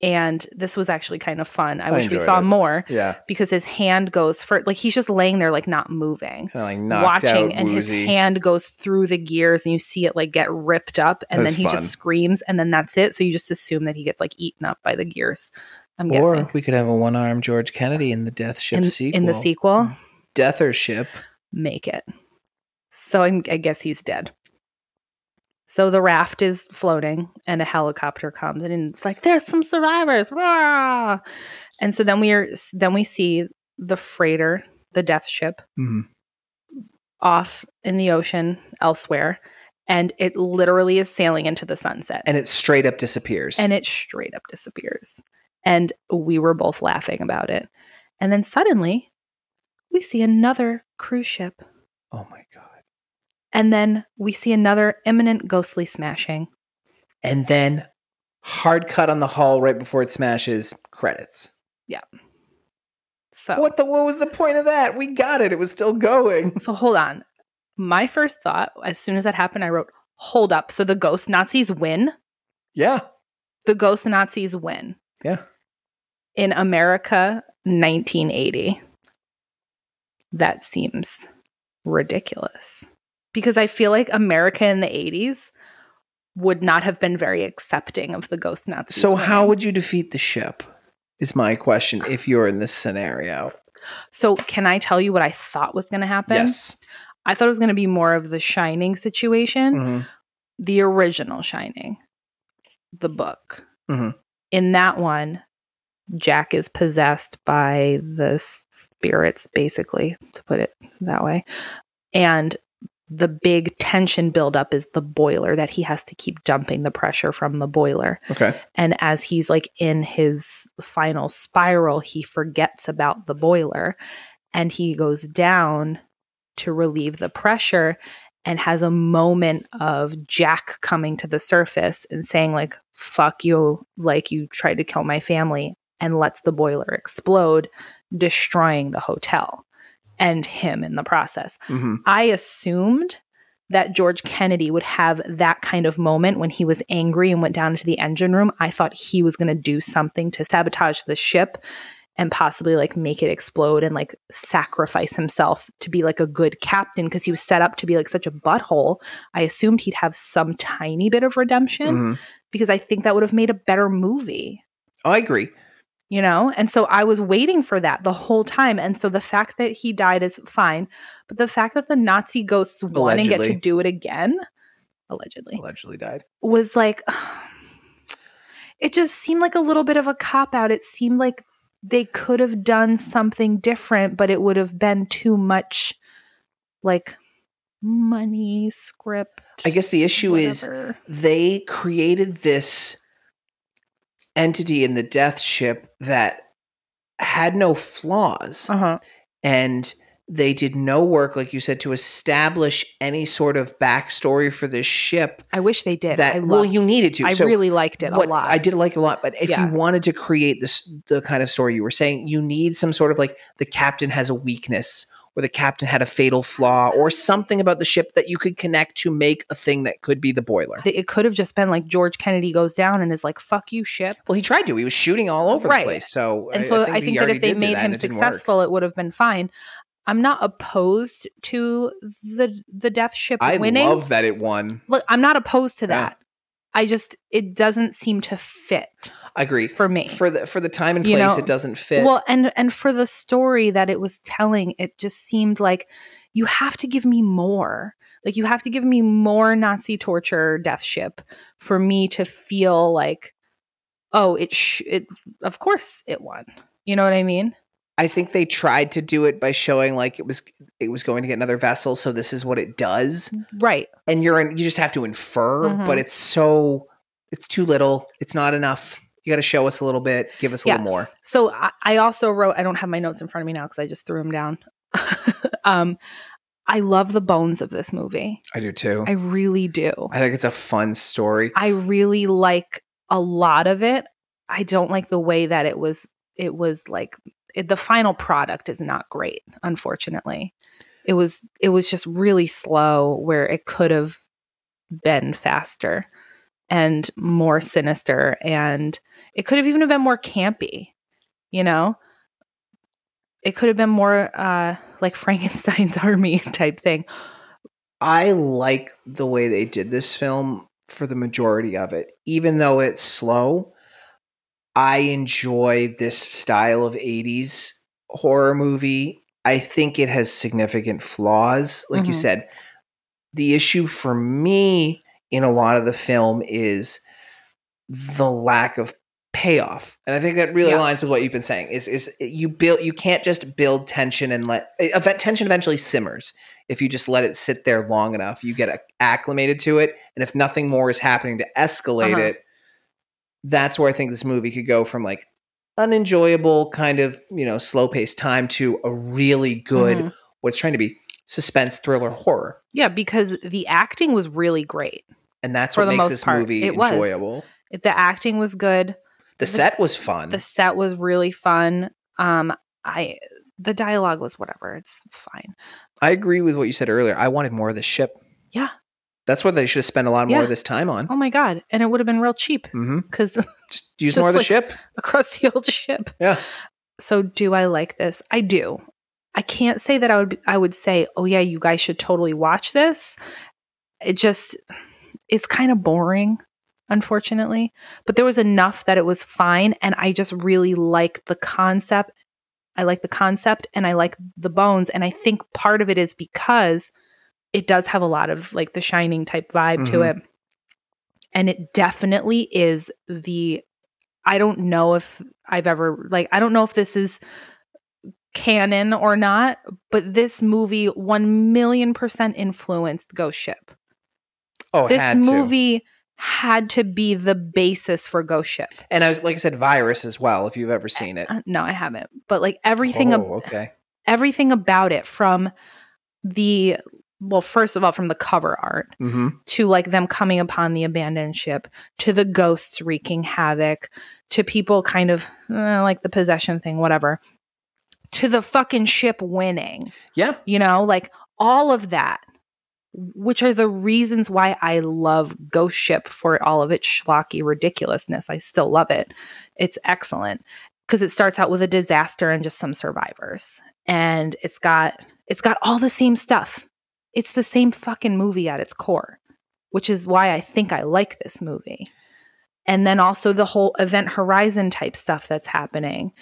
[SPEAKER 2] And this was actually kind of fun. I,
[SPEAKER 1] I
[SPEAKER 2] wish we
[SPEAKER 1] enjoyed
[SPEAKER 2] saw
[SPEAKER 1] it.
[SPEAKER 2] more
[SPEAKER 1] yeah,
[SPEAKER 2] because his hand goes for like he's just laying there like not moving.
[SPEAKER 1] kind of like knocked
[SPEAKER 2] watching
[SPEAKER 1] out,
[SPEAKER 2] and his
[SPEAKER 1] woozy.
[SPEAKER 2] hand goes through the gears and you see it like get ripped up and
[SPEAKER 1] That's
[SPEAKER 2] then he
[SPEAKER 1] fun.
[SPEAKER 2] just screams and then that's it so you just assume that he gets like eaten up by the gears i'm
[SPEAKER 1] or
[SPEAKER 2] guessing
[SPEAKER 1] we could have a one-armed George Kennedy in the Death Ship
[SPEAKER 2] in,
[SPEAKER 1] sequel. Hmm.
[SPEAKER 2] in the sequel
[SPEAKER 1] Deather Ship.
[SPEAKER 2] make it so I'm, i guess he's dead So the raft is floating and a helicopter comes in and it's like, there's some survivors. Rah! And so then we are then we see the freighter, the death ship,
[SPEAKER 1] Mm-hmm.
[SPEAKER 5] Mhm.
[SPEAKER 2] off in the ocean elsewhere. And it literally is sailing into the sunset.
[SPEAKER 1] and it straight up disappears.
[SPEAKER 2] and it straight up disappears. And we were both laughing about it. And then suddenly we see another cruise ship.
[SPEAKER 5] Oh my god.
[SPEAKER 2] And then we see another imminent ghostly smashing.
[SPEAKER 1] and then hard cut on the hull right before it smashes. Credits.
[SPEAKER 2] So,
[SPEAKER 1] What the? What was the point of that? We got it. It was still going.
[SPEAKER 2] so hold on. My first thought, as soon as that happened, I wrote, hold up. So the ghost Nazis win?
[SPEAKER 1] Yeah.
[SPEAKER 2] The ghost Nazis win.
[SPEAKER 1] Yeah.
[SPEAKER 2] In America, 1980. That seems ridiculous because I feel like America in the 80s would not have been very accepting of the ghost Nazis.
[SPEAKER 1] So how
[SPEAKER 2] winning.
[SPEAKER 1] would you defeat the ship? Is my question. If you're in this scenario,
[SPEAKER 2] So can I tell you what I thought was going to happen?
[SPEAKER 1] yes.
[SPEAKER 2] I thought it was going to be more of the Shining situation,
[SPEAKER 1] Mhm.
[SPEAKER 2] the original Shining, the book.
[SPEAKER 1] Mhm.
[SPEAKER 2] In that one, Jack is possessed by the spirits, basically, to put it that way. And the big tension buildup is the boiler that he has to keep dumping the pressure from the boiler.
[SPEAKER 1] Okay.
[SPEAKER 2] And as he's like in his final spiral, he forgets about the boiler and he goes down to relieve the pressure and has a moment of Jack coming to the surface and saying, like, fuck you, like you tried to kill my family, and lets the boiler explode, destroying the hotel and him in the process.
[SPEAKER 1] Mhm.
[SPEAKER 2] I assumed that George Kennedy would have that kind of moment when he was angry and went down into the engine room. I thought he was going to do something to sabotage the ship and possibly like make it explode and like sacrifice himself to be like a good captain because he was set up to be like such a butthole. I assumed he'd have some tiny bit of redemption
[SPEAKER 1] Mhm.
[SPEAKER 2] because I think that would have made a better movie
[SPEAKER 1] Oh, I agree.
[SPEAKER 2] you know? And so I was waiting for that the whole time. And so the fact that he died is fine, but the fact that the Nazi ghosts want and get to
[SPEAKER 1] Allegedly.
[SPEAKER 2] do it again, allegedly,
[SPEAKER 1] Allegedly died.
[SPEAKER 2] was like, it just seemed like a little bit of a cop out. It seemed like they could have done something different, but it would have been too much like money script.
[SPEAKER 1] I guess the issue is
[SPEAKER 2] whatever.
[SPEAKER 1] they created this entity in the death ship that had no flaws
[SPEAKER 2] Uh-huh.
[SPEAKER 1] and they did no work like you said to establish any sort of backstory for this ship
[SPEAKER 2] I wish they did.
[SPEAKER 1] that
[SPEAKER 2] I, loved,
[SPEAKER 1] well you needed to
[SPEAKER 2] I
[SPEAKER 1] So
[SPEAKER 2] really liked it
[SPEAKER 1] what-
[SPEAKER 2] a lot.
[SPEAKER 1] i did like it a lot but if
[SPEAKER 2] Yeah.
[SPEAKER 1] you wanted to create this the kind of story you were saying you need some sort of like the captain has a weakness or the captain had a fatal flaw or something about the ship that you could connect to make a thing that could be the boiler
[SPEAKER 2] Th- it could have just been like George Kennedy goes down and is like, "Fuck you, ship."
[SPEAKER 1] Well, he tried to. He was shooting all over
[SPEAKER 2] Right.
[SPEAKER 1] the place. So,
[SPEAKER 2] And so I think,
[SPEAKER 1] he
[SPEAKER 2] that
[SPEAKER 1] already
[SPEAKER 2] if they
[SPEAKER 1] did do
[SPEAKER 2] made
[SPEAKER 1] that
[SPEAKER 2] him
[SPEAKER 1] and it didn't work.
[SPEAKER 2] successful, it would have been fine. I'm not opposed to the the death ship
[SPEAKER 1] I
[SPEAKER 2] winning.
[SPEAKER 1] love that it won.
[SPEAKER 2] Look, I'm not opposed to
[SPEAKER 1] Yeah.
[SPEAKER 2] that. I just it doesn't seem to fit
[SPEAKER 1] I agree.
[SPEAKER 2] for me.
[SPEAKER 1] For the for the time and
[SPEAKER 2] You
[SPEAKER 1] place,
[SPEAKER 2] know,
[SPEAKER 1] it doesn't fit.
[SPEAKER 2] Well, and and for the story that it was telling, it just seemed like you have to give me more. Like you have to give me more Nazi torture death ship for me to feel like oh, it sh- it of course it won. You know what I mean?
[SPEAKER 1] I think they tried to do it by showing like it was it was going to get another vessel, so this is what it does.
[SPEAKER 2] Right.
[SPEAKER 1] And you're in, you just have to infer,
[SPEAKER 2] Mhm.
[SPEAKER 1] but it's so it's too little. It's not enough. You got to show us a little bit. Give us a
[SPEAKER 2] Yeah.
[SPEAKER 1] little more.
[SPEAKER 2] So I, I also wrote, I don't have my notes in front of me now because I just threw them down. um, I love the bones of this movie.
[SPEAKER 1] I do too.
[SPEAKER 2] I really do.
[SPEAKER 1] I think it's a fun story.
[SPEAKER 2] I really like a lot of it. I don't like the way that it was, it was like it, the final product is not great, unfortunately. It was, it was just really slow where it could have been faster and more sinister. And it could have even been more campy, you know? It could have been more uh, like Frankenstein's army type thing.
[SPEAKER 1] I like the way they did this film for the majority of it. Even though it's slow, I enjoy this style of 80s horror movie. I think it
[SPEAKER 2] Mm-hmm.
[SPEAKER 1] has significant flaws. Like you
[SPEAKER 2] Mhm.
[SPEAKER 1] said, the issue for me in a lot of the film is the lack of payoff. And I think that really
[SPEAKER 2] Yeah.
[SPEAKER 1] aligns with what you've been saying. Is is you build you can't just build tension and let eh, that tension eventually simmers if you just let it sit there long enough. You get acc- acclimated to it, and if nothing more is happening to escalate
[SPEAKER 2] Uh-huh.
[SPEAKER 1] it, that's where I think this movie could go from like unenjoyable kind of you know slow paced time to a really good
[SPEAKER 2] Mhm.
[SPEAKER 1] what it's trying to be suspense thriller horror
[SPEAKER 2] Yeah, because the acting was really great.
[SPEAKER 1] and that's
[SPEAKER 2] For
[SPEAKER 1] what
[SPEAKER 2] the
[SPEAKER 1] makes
[SPEAKER 2] most
[SPEAKER 1] this
[SPEAKER 2] part,
[SPEAKER 1] movie
[SPEAKER 2] it was.
[SPEAKER 1] enjoyable
[SPEAKER 2] The acting was good.
[SPEAKER 1] the
[SPEAKER 2] The-
[SPEAKER 1] set was fun
[SPEAKER 2] The set was really fun. Um, I the dialogue was whatever. It's fine.
[SPEAKER 1] I agree with what you said earlier. I wanted more of this ship.
[SPEAKER 2] Yeah.
[SPEAKER 1] That's what they should have spent a lot more
[SPEAKER 2] Yeah.
[SPEAKER 1] of this time on.
[SPEAKER 2] Oh my god! And it would have been real cheap
[SPEAKER 1] hmm
[SPEAKER 2] because
[SPEAKER 1] Just use
[SPEAKER 2] Just
[SPEAKER 1] more of the
[SPEAKER 2] like-
[SPEAKER 1] ship.
[SPEAKER 2] across the old ship.
[SPEAKER 1] Yeah.
[SPEAKER 2] So do I like this? I do. I can't say that I would I would say, "Oh yeah, you guys should totally watch this." It just it's kind of boring, unfortunately. But there was enough that it was fine and I just really like the concept. I like the concept and I like the bones and I think part of it is because it does have a lot of like the shining type vibe to
[SPEAKER 1] Mhm.
[SPEAKER 2] it. And it definitely is the I don't know if I've ever like I don't know if this is canon or not, but this movie one million percent influenced Ghost Ship.
[SPEAKER 1] Oh, it
[SPEAKER 2] this
[SPEAKER 1] had to.
[SPEAKER 2] movie had to be the basis for Ghost Ship.
[SPEAKER 1] And I was like I said, virus as well. If you've ever seen it,
[SPEAKER 2] Uh, No, I haven't, but like everything, ab-
[SPEAKER 1] Oh, okay.
[SPEAKER 2] everything about it from the well, first of all, from the cover art
[SPEAKER 1] hmm
[SPEAKER 2] to like them coming upon the abandoned ship, to the ghosts wreaking havoc, to people kind of eh, like the possession thing, whatever, to the fucking ship winning,
[SPEAKER 1] Yeah.
[SPEAKER 2] you know, like all of that, which are the reasons why I love Ghost Ship for all of its schlocky ridiculousness. I still love it. It's excellent because it starts out with a disaster and just some survivors, and it's got it's got all the same stuff. It's the same fucking movie at its core which is why I think I like this movie. And then also the whole Event Horizon type stuff that's happening,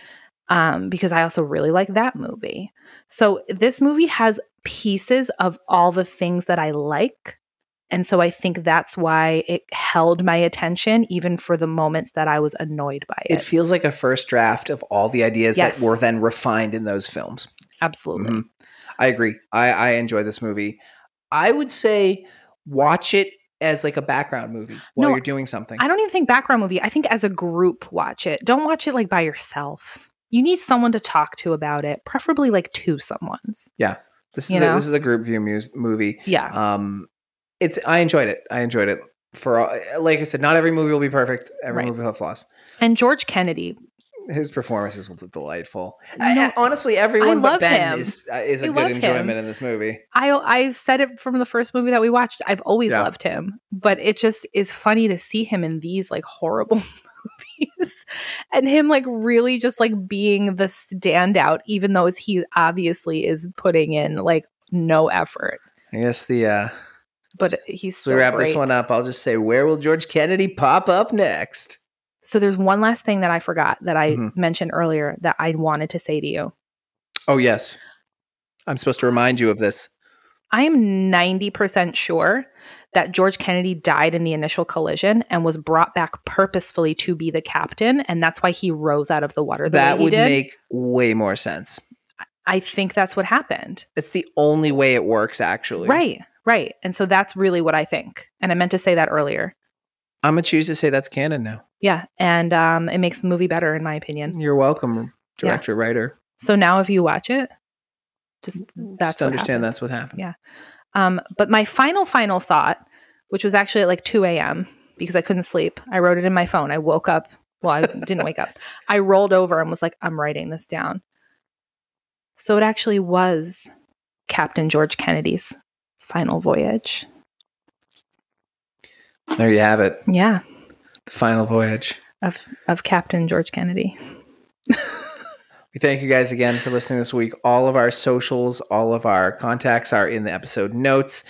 [SPEAKER 2] um, because I also really like that movie. So this movie has pieces of all the things that I like. And so I think that's why it held my attention, even for the moments that I was annoyed by it.
[SPEAKER 1] It feels like a first draft of all the ideas
[SPEAKER 2] Yes. Mm-hmm.
[SPEAKER 1] that were then refined in those films.
[SPEAKER 2] Absolutely.
[SPEAKER 1] Mhm. I agree. I, I enjoy this movie. I would say watch it as like a background movie while
[SPEAKER 2] No,
[SPEAKER 1] you're doing something.
[SPEAKER 2] I don't even think background movie. I think as a group, watch it. Don't watch it like by yourself. You need someone to talk to about it, preferably like two someone's.
[SPEAKER 1] this
[SPEAKER 2] you
[SPEAKER 1] is a,
[SPEAKER 2] know.
[SPEAKER 1] this is a group view mus- movie.
[SPEAKER 2] Yeah.
[SPEAKER 1] um it's i enjoyed it i enjoyed it for all, like i said not every movie will be perfect every
[SPEAKER 2] Right.
[SPEAKER 1] movie will have flaws
[SPEAKER 2] And George Kennedy,
[SPEAKER 1] his performances were delightful
[SPEAKER 2] No,
[SPEAKER 1] I- uh, honestly everyone
[SPEAKER 2] I
[SPEAKER 1] but
[SPEAKER 2] love
[SPEAKER 1] ben
[SPEAKER 2] him.
[SPEAKER 1] is uh, is a
[SPEAKER 2] I
[SPEAKER 1] good
[SPEAKER 2] love
[SPEAKER 1] enjoyment
[SPEAKER 2] him.
[SPEAKER 1] in this movie
[SPEAKER 2] I I've said it from the first movie that we watched. I've always
[SPEAKER 1] Yeah.
[SPEAKER 2] loved him, but it just is funny to see him in these like horrible movies and him like really just like being the standout even though it's, he obviously is putting in like no effort.
[SPEAKER 1] i guess the uh
[SPEAKER 2] But he's
[SPEAKER 1] so
[SPEAKER 2] still
[SPEAKER 1] we wrap
[SPEAKER 2] great.
[SPEAKER 1] this one up i'll just say where will george kennedy pop up next
[SPEAKER 2] So there's one last thing that I forgot that I
[SPEAKER 1] Mhm.
[SPEAKER 2] mentioned earlier that I wanted to say to you.
[SPEAKER 1] oh yes i'm supposed to remind you of this
[SPEAKER 2] I am 90% sure that George Kennedy died in the initial collision and was brought back purposefully to be the captain. And that's why he rose out of the water the
[SPEAKER 1] that
[SPEAKER 2] way he
[SPEAKER 1] would
[SPEAKER 2] did.
[SPEAKER 1] make way more sense
[SPEAKER 2] I think that's what happened.
[SPEAKER 1] it's the only way it works actually
[SPEAKER 2] Right, right. And so that's really what I think. And I meant to say that earlier.
[SPEAKER 1] i'm gonna choose to say that's canon now
[SPEAKER 2] Yeah. And um, it makes the movie better, in my opinion.
[SPEAKER 1] you're welcome
[SPEAKER 2] Yeah.
[SPEAKER 1] director writer
[SPEAKER 2] So now if you watch it, just that's
[SPEAKER 1] Mm, just understand
[SPEAKER 2] that.
[SPEAKER 1] that's what happened
[SPEAKER 2] Yeah. Um, but my final, final thought, which was actually at like 2 a.m. because I couldn't sleep, I wrote it in my phone. I woke up. Well, I didn't wake up. I rolled over and was like, I'm writing this down. So it actually was Captain George Kennedy's final voyage.
[SPEAKER 1] There you have it.
[SPEAKER 2] Yeah,
[SPEAKER 1] The final voyage.
[SPEAKER 2] of, of Captain George Kennedy.
[SPEAKER 1] We thank you guys again for listening this week. All of our socials, all of our contacts are in the episode notes.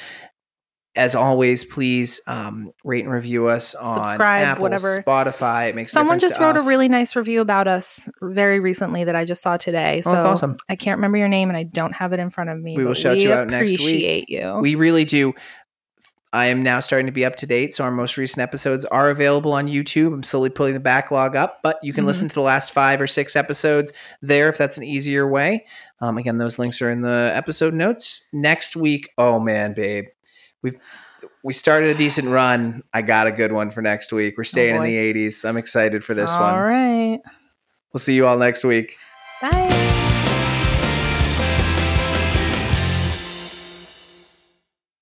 [SPEAKER 1] As always, please um, rate and review us on
[SPEAKER 2] Subscribe,
[SPEAKER 1] Apple,
[SPEAKER 2] whatever.
[SPEAKER 1] Spotify. It makes a
[SPEAKER 2] Someone
[SPEAKER 1] difference
[SPEAKER 2] just
[SPEAKER 1] to
[SPEAKER 2] wrote a
[SPEAKER 1] us.
[SPEAKER 2] really nice review about us very recently that I just saw today.
[SPEAKER 1] Oh,
[SPEAKER 2] So
[SPEAKER 1] that's awesome.
[SPEAKER 2] I can't remember your name and I don't have it in front of me.
[SPEAKER 1] We will
[SPEAKER 2] but
[SPEAKER 1] shout you out next week.
[SPEAKER 2] Appreciate you.
[SPEAKER 1] We really do. I am now starting to be up to date, so our most recent episodes are available on YouTube. I'm slowly pulling the backlog up, but you can
[SPEAKER 2] Mhm.
[SPEAKER 1] listen to the last five or six episodes there if that's an easier way. Um, again, those links are in the episode notes. Next week, oh man, babe, we've we started a decent run. I got a good one for next week. We're staying in
[SPEAKER 2] boy.
[SPEAKER 1] the 80s. I'm excited for this one.
[SPEAKER 2] All right.
[SPEAKER 1] We'll see you all next week.
[SPEAKER 2] Bye.